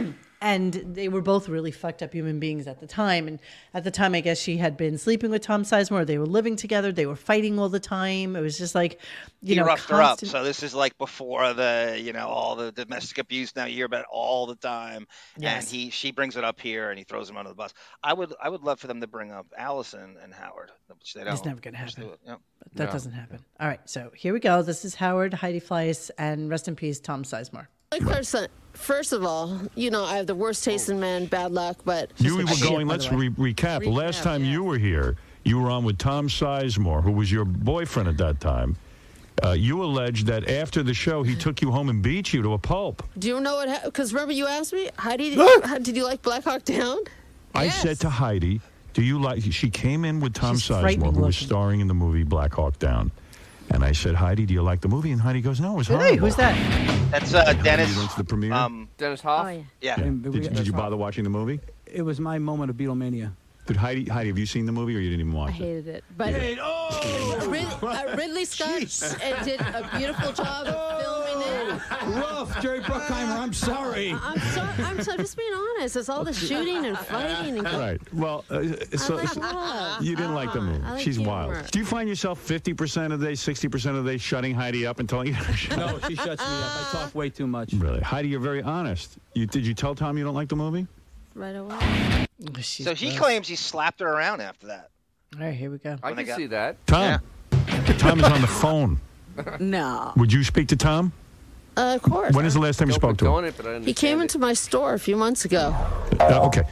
Speaker 1: and they were both really fucked up human beings at the time. And at the time, I guess she had been sleeping with Tom Sizemore. They were living together. They were fighting all the time. It was just like, you
Speaker 3: he
Speaker 1: know,
Speaker 3: roughed
Speaker 1: constant-
Speaker 3: her up. So this is like before the you know all the domestic abuse. Now you hear about it all the time,
Speaker 1: Yes.
Speaker 3: and he she brings it up here, and he throws him under the bus. I would I would love for them to bring up Allison and Howard, which they don't.
Speaker 1: It's never gonna
Speaker 3: which they
Speaker 1: happen.
Speaker 3: would- yeah.
Speaker 1: But that doesn't happen. All right, so here we go. This is Howard, Heidi Fleiss, and rest in peace, Tom Sizemore.
Speaker 14: Like person, first of all, you know I have the worst taste in men. Bad luck, but
Speaker 12: You were going. Let's re- recap.
Speaker 14: Recap,
Speaker 12: Last time you were here, you were on with Tom Sizemore, who was your boyfriend at that time. Uh, you alleged that after the show, he took you home and beat you to a pulp.
Speaker 14: Do you know what? Because remember you asked me, Heidi,
Speaker 12: Look!
Speaker 14: how, did you like Black Hawk Down?
Speaker 12: I said to Heidi, "Do you like?" She came in with Tom
Speaker 14: frightening
Speaker 12: Sizemore, who was starring in the movie Black Hawk Down, and I said, "Heidi, do you like the movie?" And Heidi goes, "No, it was horrible."
Speaker 3: That's uh,
Speaker 12: You
Speaker 3: Dennis.
Speaker 12: went to the premiere.
Speaker 3: Um,
Speaker 4: Dennis
Speaker 1: Oh,
Speaker 4: Hoff.
Speaker 12: yeah. Did, you- did you bother watching the movie? It was my moment of Beatlemania. Did Heidi? Heidi, have you seen the movie, or you didn't even
Speaker 14: I
Speaker 12: watch it?
Speaker 14: hated it, but Rid- uh, Ridley Scott uh, did a beautiful job of filming it.
Speaker 9: Rough, Jerry Bruckheimer. I'm sorry.
Speaker 14: I'm sorry. I'm so, just being honest. It's all the shooting and fighting. And
Speaker 12: Right. Well, uh, so,
Speaker 14: like
Speaker 12: so-
Speaker 14: love.
Speaker 12: you didn't like the movie.
Speaker 14: Ah, I like
Speaker 12: She's
Speaker 14: humor.
Speaker 12: wild. Do you find yourself 50% of the day, 60% of the day shutting Heidi up and telling you?
Speaker 9: No, she shuts me up. I talk way too much.
Speaker 12: really? Heidi, you're very honest. You, did you tell Tom you don't like the movie?
Speaker 14: Right away.
Speaker 3: so he claims he slapped her around after that.
Speaker 1: All right, here we go.
Speaker 4: I
Speaker 3: When they
Speaker 4: can
Speaker 3: got-
Speaker 4: see that.
Speaker 12: Tom. Tom is on the phone.
Speaker 14: No.
Speaker 12: Would you speak to Tom?
Speaker 14: Uh, of course.
Speaker 12: When is the last time you spoke to him?
Speaker 14: He came into my store a few months ago.
Speaker 12: Uh, okay.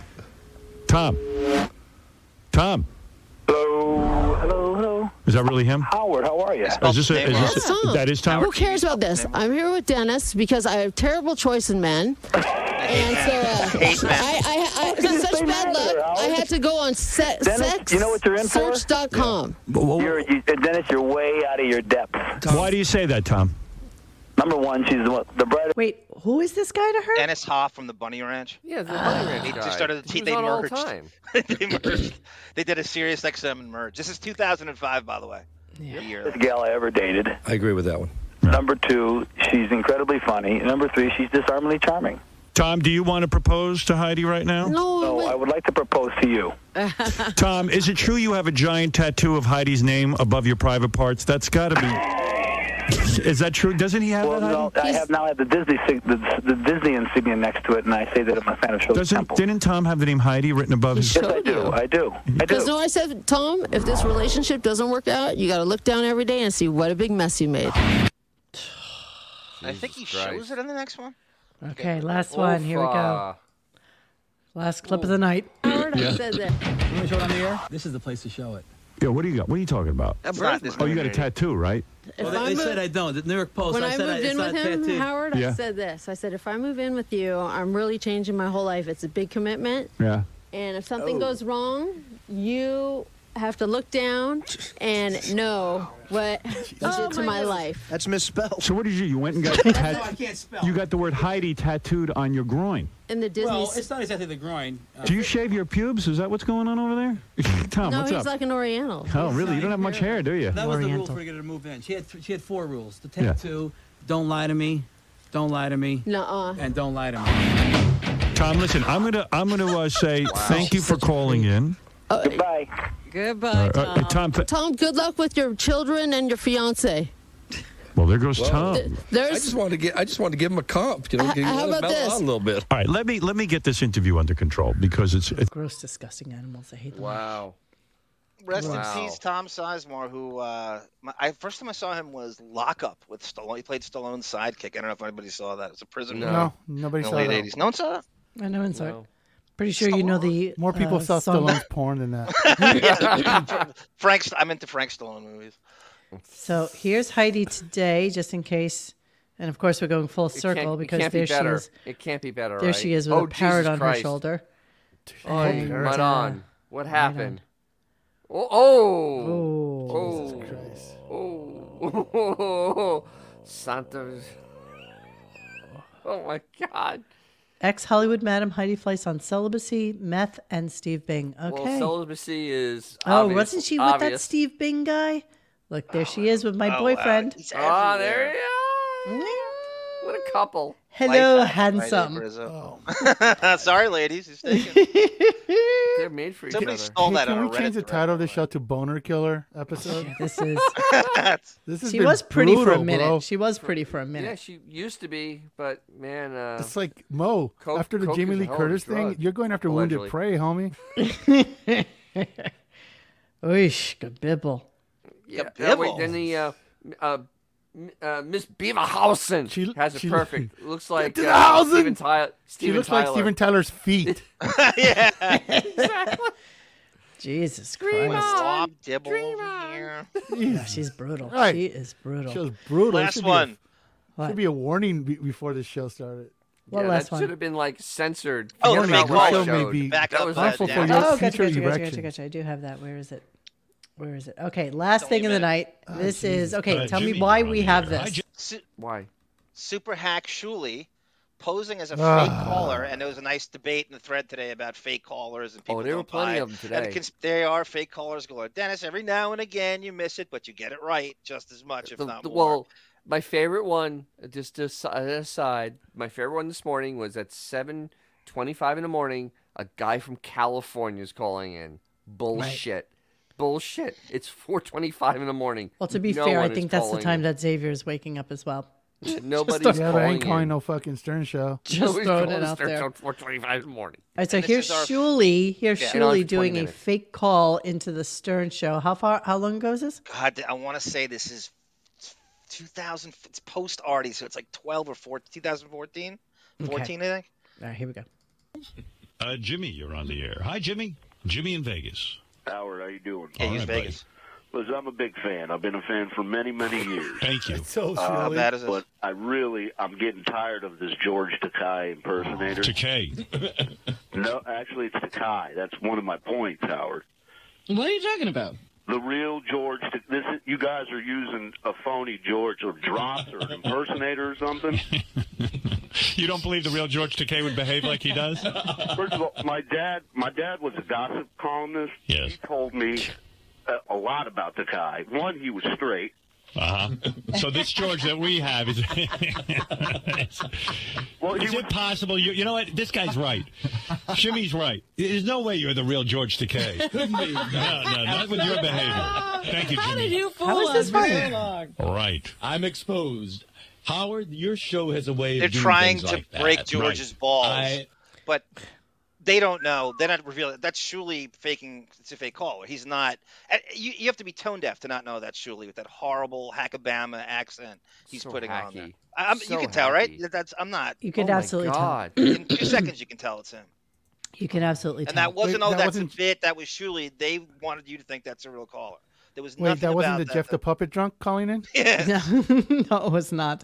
Speaker 12: Tom. Tom. Hello.
Speaker 15: Hello, hello.
Speaker 12: Is that really him?
Speaker 15: Howard, how are you?
Speaker 12: Is this a, is this a,
Speaker 14: Tom,
Speaker 12: that is Tom?
Speaker 14: Who cares about this? I'm here with Dennis because I have terrible choice in men. And so uh,
Speaker 15: Hate men.
Speaker 14: I, I, I
Speaker 15: Why
Speaker 14: got
Speaker 15: you
Speaker 14: such
Speaker 15: say
Speaker 14: bad
Speaker 15: men
Speaker 14: luck,
Speaker 15: there,
Speaker 14: I had to go on set,
Speaker 15: Dennis,
Speaker 14: sex
Speaker 15: you know what you're in for?
Speaker 14: search.com.
Speaker 15: You're, you, Dennis, you're way out of your depth.
Speaker 12: Why do you say that, Tom?
Speaker 15: Number one, she's the, one- the bride.
Speaker 1: Wait, who is this guy to her?
Speaker 3: Dennis Hoff from the Bunny Ranch.
Speaker 4: Yeah, the
Speaker 3: Bunny
Speaker 4: Ranch
Speaker 3: They
Speaker 4: guy.
Speaker 3: just started.
Speaker 4: Ah.
Speaker 3: The,
Speaker 4: He was
Speaker 3: they
Speaker 4: on all the
Speaker 3: merged.
Speaker 4: time.
Speaker 3: they merged. They did a serious XM and merge. This is 2005, by the way. The year.
Speaker 15: Best gal I ever dated.
Speaker 16: I agree with that one.
Speaker 15: Number two, she's incredibly funny. And Number three, she's disarmingly charming.
Speaker 12: Tom, do you want to propose to Heidi right now?
Speaker 14: No,
Speaker 15: I would like to propose to you.
Speaker 12: Tom, is it true you have a giant tattoo of Heidi's name above your private parts? That's got to be. Is that true? Doesn't he have
Speaker 15: Well,
Speaker 12: that? Heidi?
Speaker 15: no, I have now had the Disney sig- the, the Disney insignia next to it, and I say that I'm a fan of Shirley
Speaker 12: Doesn't
Speaker 15: Temple.
Speaker 12: didn't Tom have the name Heidi written above his?
Speaker 15: Yes, I do. I do. I
Speaker 14: Because
Speaker 15: do.
Speaker 14: no, I said, Tom, if this relationship doesn't work out, you got to look down every day and see what a big mess you made.
Speaker 3: I think he shows it in the next one.
Speaker 1: Okay, last one. Here we
Speaker 4: uh,
Speaker 1: go. Last clip of the night.
Speaker 12: Yeah.
Speaker 9: You want to show it on the air? This is the place to show it.
Speaker 12: Yeah, what do you got? What are you talking about?
Speaker 9: A It's not- birthmark. it's
Speaker 12: Oh, you got a
Speaker 9: not-
Speaker 12: tattoo, right?
Speaker 9: Well, they, they said I don't. The New York Post.
Speaker 14: when
Speaker 9: I,
Speaker 14: I,
Speaker 9: said
Speaker 14: moved
Speaker 9: I,
Speaker 14: in
Speaker 9: it's
Speaker 14: with
Speaker 9: not
Speaker 14: him,
Speaker 9: tattooed.
Speaker 14: Howard,
Speaker 12: Yeah.
Speaker 14: I said this. I said, if I move in with you, I'm really changing my whole life. It's a big commitment.
Speaker 12: Yeah.
Speaker 14: And if something goes wrong, you have to look down and know what you did to my life.
Speaker 12: That's misspelled. So what did you? You went and got. tat-
Speaker 9: No, I can't spell.
Speaker 12: You got the word Heidi tattooed on your groin.
Speaker 14: In the Disney.
Speaker 9: Well, it's not exactly the groin. Uh,
Speaker 12: Do you shave your pubes? Is that what's going on over there? Tom,
Speaker 14: no,
Speaker 12: what's
Speaker 14: he's
Speaker 12: up?
Speaker 14: like an Oriental.
Speaker 12: oh, really? You don't have much hair, do you?
Speaker 9: That was the rule for her to get her to move in. She had th- she had four rules: the
Speaker 12: Yeah.
Speaker 9: tattoo, don't lie to me, don't lie to me,
Speaker 14: Nuh-uh.
Speaker 9: and don't lie to me.
Speaker 12: Tom, listen, I'm gonna I'm gonna uh, say thank you for calling in.
Speaker 15: Goodbye.
Speaker 14: Goodbye,
Speaker 12: Uh, uh, Tom. Tom, th-
Speaker 14: Tom, good luck with your children and your fiance.
Speaker 12: Well, there goes Tom.
Speaker 14: There's...
Speaker 16: I just wanted to get. I just wanted to give him a comp. You know,
Speaker 14: Uh,
Speaker 16: give-
Speaker 14: how about
Speaker 16: mellow
Speaker 14: this?
Speaker 16: out a little bit.
Speaker 12: All right, let me let me get this interview under control because it's, it's
Speaker 1: Gross, disgusting animals. I hate them.
Speaker 4: Wow.
Speaker 3: Rest
Speaker 12: Wow.
Speaker 3: in peace, Tom Sizemore. Who uh, my, I first time I saw him was Lock Up with Stallone. He played Stallone's sidekick. I don't know if anybody saw that. It was a prison.
Speaker 2: No,
Speaker 3: movie
Speaker 2: nobody
Speaker 3: in the
Speaker 2: saw
Speaker 3: late
Speaker 2: that.
Speaker 3: 80s. uh, No one saw that.
Speaker 1: I know it's no. Pretty sure you know the
Speaker 2: More people
Speaker 1: uh,
Speaker 2: saw
Speaker 1: song-
Speaker 2: Stallone's porn than that.
Speaker 3: Oh, Yeah. Frank, I'm into Frank Stallone movies.
Speaker 1: So here's Heidi today, just in case. And of course, we're going full
Speaker 4: can't-
Speaker 1: circle
Speaker 4: it
Speaker 1: because
Speaker 4: can't be
Speaker 1: there she
Speaker 4: better.
Speaker 1: is.
Speaker 4: It can't be better,
Speaker 1: There she
Speaker 4: right?
Speaker 1: is with
Speaker 4: Oh,
Speaker 1: a parrot
Speaker 4: Jesus
Speaker 1: on her
Speaker 4: Christ.
Speaker 1: shoulder.
Speaker 4: Oy,
Speaker 1: And,
Speaker 4: right
Speaker 1: uh,
Speaker 4: on. What
Speaker 1: right
Speaker 4: happened? Oh, oh,
Speaker 1: Oh,
Speaker 4: oh, oh, oh, Santa's. Oh my God.
Speaker 1: Ex Hollywood Madam Heidi Fleiss on celibacy, meth, and Steve Bing.
Speaker 4: Well,
Speaker 1: Okay.
Speaker 4: celibacy is.
Speaker 1: oh,
Speaker 4: obvious-
Speaker 1: wasn't she with that
Speaker 4: obvious.
Speaker 1: Steve Bing
Speaker 2: Oh,
Speaker 1: guy? Look, there she is with my
Speaker 4: Oh, wow.
Speaker 1: boyfriend.
Speaker 4: Oh, there you What a couple.
Speaker 1: Hello, handsome.
Speaker 2: Oh.
Speaker 3: Sorry, ladies. It's taken.
Speaker 4: They're made for each
Speaker 3: Somebody
Speaker 4: other.
Speaker 3: stole that
Speaker 2: Can
Speaker 3: on
Speaker 2: we change
Speaker 3: Reddit.
Speaker 2: the title of the show to Boner Killer
Speaker 3: Oh,
Speaker 2: episode?
Speaker 1: this is.
Speaker 2: this has
Speaker 1: she
Speaker 2: been
Speaker 1: was pretty for a
Speaker 2: brutal,
Speaker 1: minute.
Speaker 2: bro.
Speaker 1: She was pretty for a
Speaker 4: Yeah,
Speaker 1: minute.
Speaker 4: she used to be, but man, uh,
Speaker 2: It's like Mo
Speaker 4: Coke-
Speaker 2: after the
Speaker 4: Coke
Speaker 2: Jamie
Speaker 4: is a
Speaker 2: Lee
Speaker 4: hell of a
Speaker 2: Curtis thing.
Speaker 4: drug,
Speaker 2: You're going after
Speaker 4: allegedly.
Speaker 2: Wounded Prey, homie.
Speaker 1: Oish, good bibble.
Speaker 4: Yeah, uh, wait, then the uh, m- uh, m- uh, Miss Beaverhausen has it
Speaker 2: she-
Speaker 4: perfect. Looks like
Speaker 2: to the
Speaker 4: uh,
Speaker 2: housing!
Speaker 4: Steven, Tyler.
Speaker 2: she
Speaker 4: Steven
Speaker 2: looks
Speaker 4: Tyler.
Speaker 2: like Steven Tyler's feet.
Speaker 3: yeah.
Speaker 1: Jesus
Speaker 3: Dream
Speaker 1: Christ.
Speaker 3: on. Dibble over here.
Speaker 1: Yeah, she's brutal.
Speaker 2: Right.
Speaker 1: She is brutal.
Speaker 2: She was brutal. It
Speaker 3: Last
Speaker 2: should
Speaker 3: one.
Speaker 2: Be a, should be a warning be- before the show started.
Speaker 1: What
Speaker 4: yeah,
Speaker 1: last
Speaker 4: that
Speaker 1: one?
Speaker 4: should have been like censored.
Speaker 3: Oh,
Speaker 4: Forget
Speaker 3: the
Speaker 4: about
Speaker 3: big
Speaker 4: what
Speaker 3: wall
Speaker 4: I
Speaker 3: show,
Speaker 4: showed.
Speaker 3: the back
Speaker 4: that was
Speaker 3: upside
Speaker 4: awful
Speaker 3: down.
Speaker 4: for
Speaker 1: oh, gotcha,
Speaker 2: future
Speaker 1: gotcha, gotcha, gotcha,
Speaker 2: erection.
Speaker 1: gotcha. I do have that. Where is it? Where is it? Okay, last thing of the night.
Speaker 2: Ah,
Speaker 1: this is okay.
Speaker 3: Uh,
Speaker 1: tell me
Speaker 3: Jimmy,
Speaker 1: why
Speaker 3: you're on
Speaker 1: we
Speaker 3: the
Speaker 1: have
Speaker 3: air. I
Speaker 1: this.
Speaker 3: ju-
Speaker 4: Why?
Speaker 3: Super hack Shuli posing as a
Speaker 1: Ah.
Speaker 3: fake caller, and there was a nice debate in the thread today about fake callers and
Speaker 4: Oh,
Speaker 3: people.
Speaker 4: there were
Speaker 3: don't
Speaker 4: plenty
Speaker 3: buy it.
Speaker 4: of them
Speaker 3: And
Speaker 4: today.
Speaker 3: cons- they are fake callers galore. Dennis, every now and again you miss it, but you get it right just as much, if
Speaker 4: The-
Speaker 3: not
Speaker 4: the-
Speaker 3: more.
Speaker 4: well, my favorite one, just as an aside, my favorite one this morning was at seven twenty-five in the morning. A guy from California is calling in. Bullshit. Bullshit. It's four twenty-five in the morning.
Speaker 1: Well, to be
Speaker 4: No
Speaker 1: fair, I
Speaker 4: one is
Speaker 1: think that's the
Speaker 4: calling
Speaker 1: time
Speaker 4: in.
Speaker 1: that Xavier is waking up as well.
Speaker 4: Nobody's
Speaker 2: yeah, but I
Speaker 4: calling
Speaker 2: ain't calling
Speaker 4: in.
Speaker 2: no fucking Stern show.
Speaker 1: Just
Speaker 4: Nobody's
Speaker 1: throwing
Speaker 4: calling
Speaker 1: it out
Speaker 4: Stern
Speaker 1: there.
Speaker 4: Show at four twenty-five in the morning.
Speaker 1: All right, so
Speaker 4: And this
Speaker 1: here's
Speaker 4: is our-
Speaker 1: Shuli. Here's
Speaker 3: Yeah.
Speaker 1: Shuli
Speaker 3: Another 20
Speaker 1: doing a
Speaker 3: minute.
Speaker 1: fake call into the Stern Show. How far? How long ago is this?
Speaker 3: God, I want to say this is 2000. It's post Artie, so it's like 12 or 14, 2014,
Speaker 6: Okay.
Speaker 3: 14, I think.
Speaker 1: All right, here we go.
Speaker 6: Uh, Jimmy, you're on the air. Hi, Jimmy. Jimmy in Vegas.
Speaker 15: Howard, how you doing?
Speaker 6: Yeah, All he's right, Vegas.
Speaker 15: Listen, I'm a big fan. I've been a fan for many, many years.
Speaker 6: Thank you.
Speaker 3: Oh,
Speaker 2: So
Speaker 15: Uh,
Speaker 3: How bad is this?
Speaker 15: But I really, I'm getting tired of this George Takai impersonator.
Speaker 6: Takei.
Speaker 15: no, actually, it's Takai. That's one of my points, Howard.
Speaker 17: What are you talking about?
Speaker 15: The real George. Ta- This is, you guys are using a phony George or drops or an impersonator or something.
Speaker 6: You don't believe the real George Takei would behave like he does?
Speaker 15: First of all, my dad, my dad was a gossip columnist.
Speaker 6: Yes.
Speaker 15: He told me uh, a, a lot about Takai. One, he was straight.
Speaker 6: Uh huh. So this George that we have is. is it possible? You, you know what? This guy's right. Jimmy's right. There's no way you're the real George Takei.
Speaker 12: Couldn't be.
Speaker 6: No, no, not with your behavior. Thank you,
Speaker 12: How
Speaker 6: Jimmy.
Speaker 12: did you fool
Speaker 1: How is this
Speaker 12: us
Speaker 1: funny?
Speaker 12: so long?
Speaker 6: Right.
Speaker 12: I'm exposed. Howard, your show has a way of
Speaker 3: They're
Speaker 12: doing
Speaker 3: trying
Speaker 12: things
Speaker 3: to
Speaker 12: like that.
Speaker 3: break George's
Speaker 12: Right.
Speaker 3: balls,
Speaker 12: I-
Speaker 3: but they don't know. They're not revealing. That's Shuli faking. It's a fake caller. He's not. uh, You, you have to be tone deaf to not know that's Shuli with that horrible Hackabama accent he's
Speaker 4: So
Speaker 3: putting on there.
Speaker 4: hacky.
Speaker 3: I, I'm,
Speaker 4: So
Speaker 3: you can tell, right?
Speaker 4: hacky.
Speaker 3: That- That's I'm not.
Speaker 1: You can
Speaker 4: Oh my
Speaker 1: absolutely
Speaker 4: God.
Speaker 1: tell.
Speaker 3: In two seconds, you can tell it's him.
Speaker 1: You can absolutely
Speaker 3: And
Speaker 1: tell.
Speaker 3: that wasn't. oh,
Speaker 2: that
Speaker 3: that's
Speaker 2: wasn't-
Speaker 3: a bit. That was Shuli. They wanted you to think that's a real caller. There was
Speaker 2: Wait,
Speaker 3: nothing
Speaker 2: that wasn't the
Speaker 3: about that
Speaker 2: Jeff the Puppet Drunk calling in?
Speaker 1: No, no, it was not.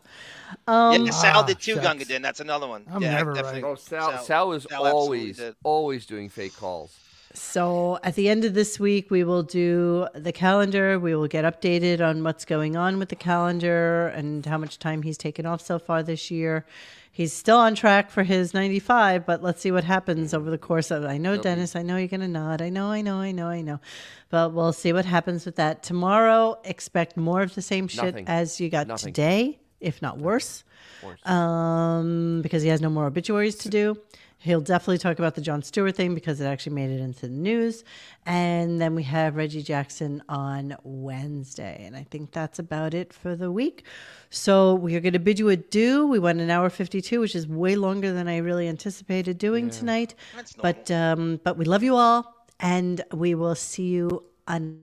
Speaker 1: Um,
Speaker 3: yeah, Sal did
Speaker 2: Ah,
Speaker 3: too,
Speaker 2: shucks.
Speaker 3: Gunga did. That's another one.
Speaker 2: I'm
Speaker 3: yeah,
Speaker 2: never
Speaker 3: definitely.
Speaker 4: Oh, Sal, Sal, is
Speaker 3: Sal absolutely
Speaker 4: always,
Speaker 3: did.
Speaker 4: always doing fake calls.
Speaker 1: So at the end of this week, we will do the calendar. We will get updated on what's going on with the calendar and how much time he's taken off so far this year. He's still on track for his 95, but let's see what happens over the course of. I know,
Speaker 4: Yep.
Speaker 1: Dennis, I know you're going to nod. I know, I know, I know, I know. But we'll see what happens with that. Tomorrow, expect more of the same shit
Speaker 4: Nothing.
Speaker 1: as you got
Speaker 4: Nothing.
Speaker 1: today, if not worse, Um, because he has no more obituaries to do. He'll definitely talk about the John Stewart thing because it actually made it into the news. And then we have Reggie Jackson on Wednesday. And I think that's about it for the week. So we are going to bid you adieu. We went an hour 52, which is way longer than I really anticipated doing tonight. But, um, but we love you all. And we will see you on.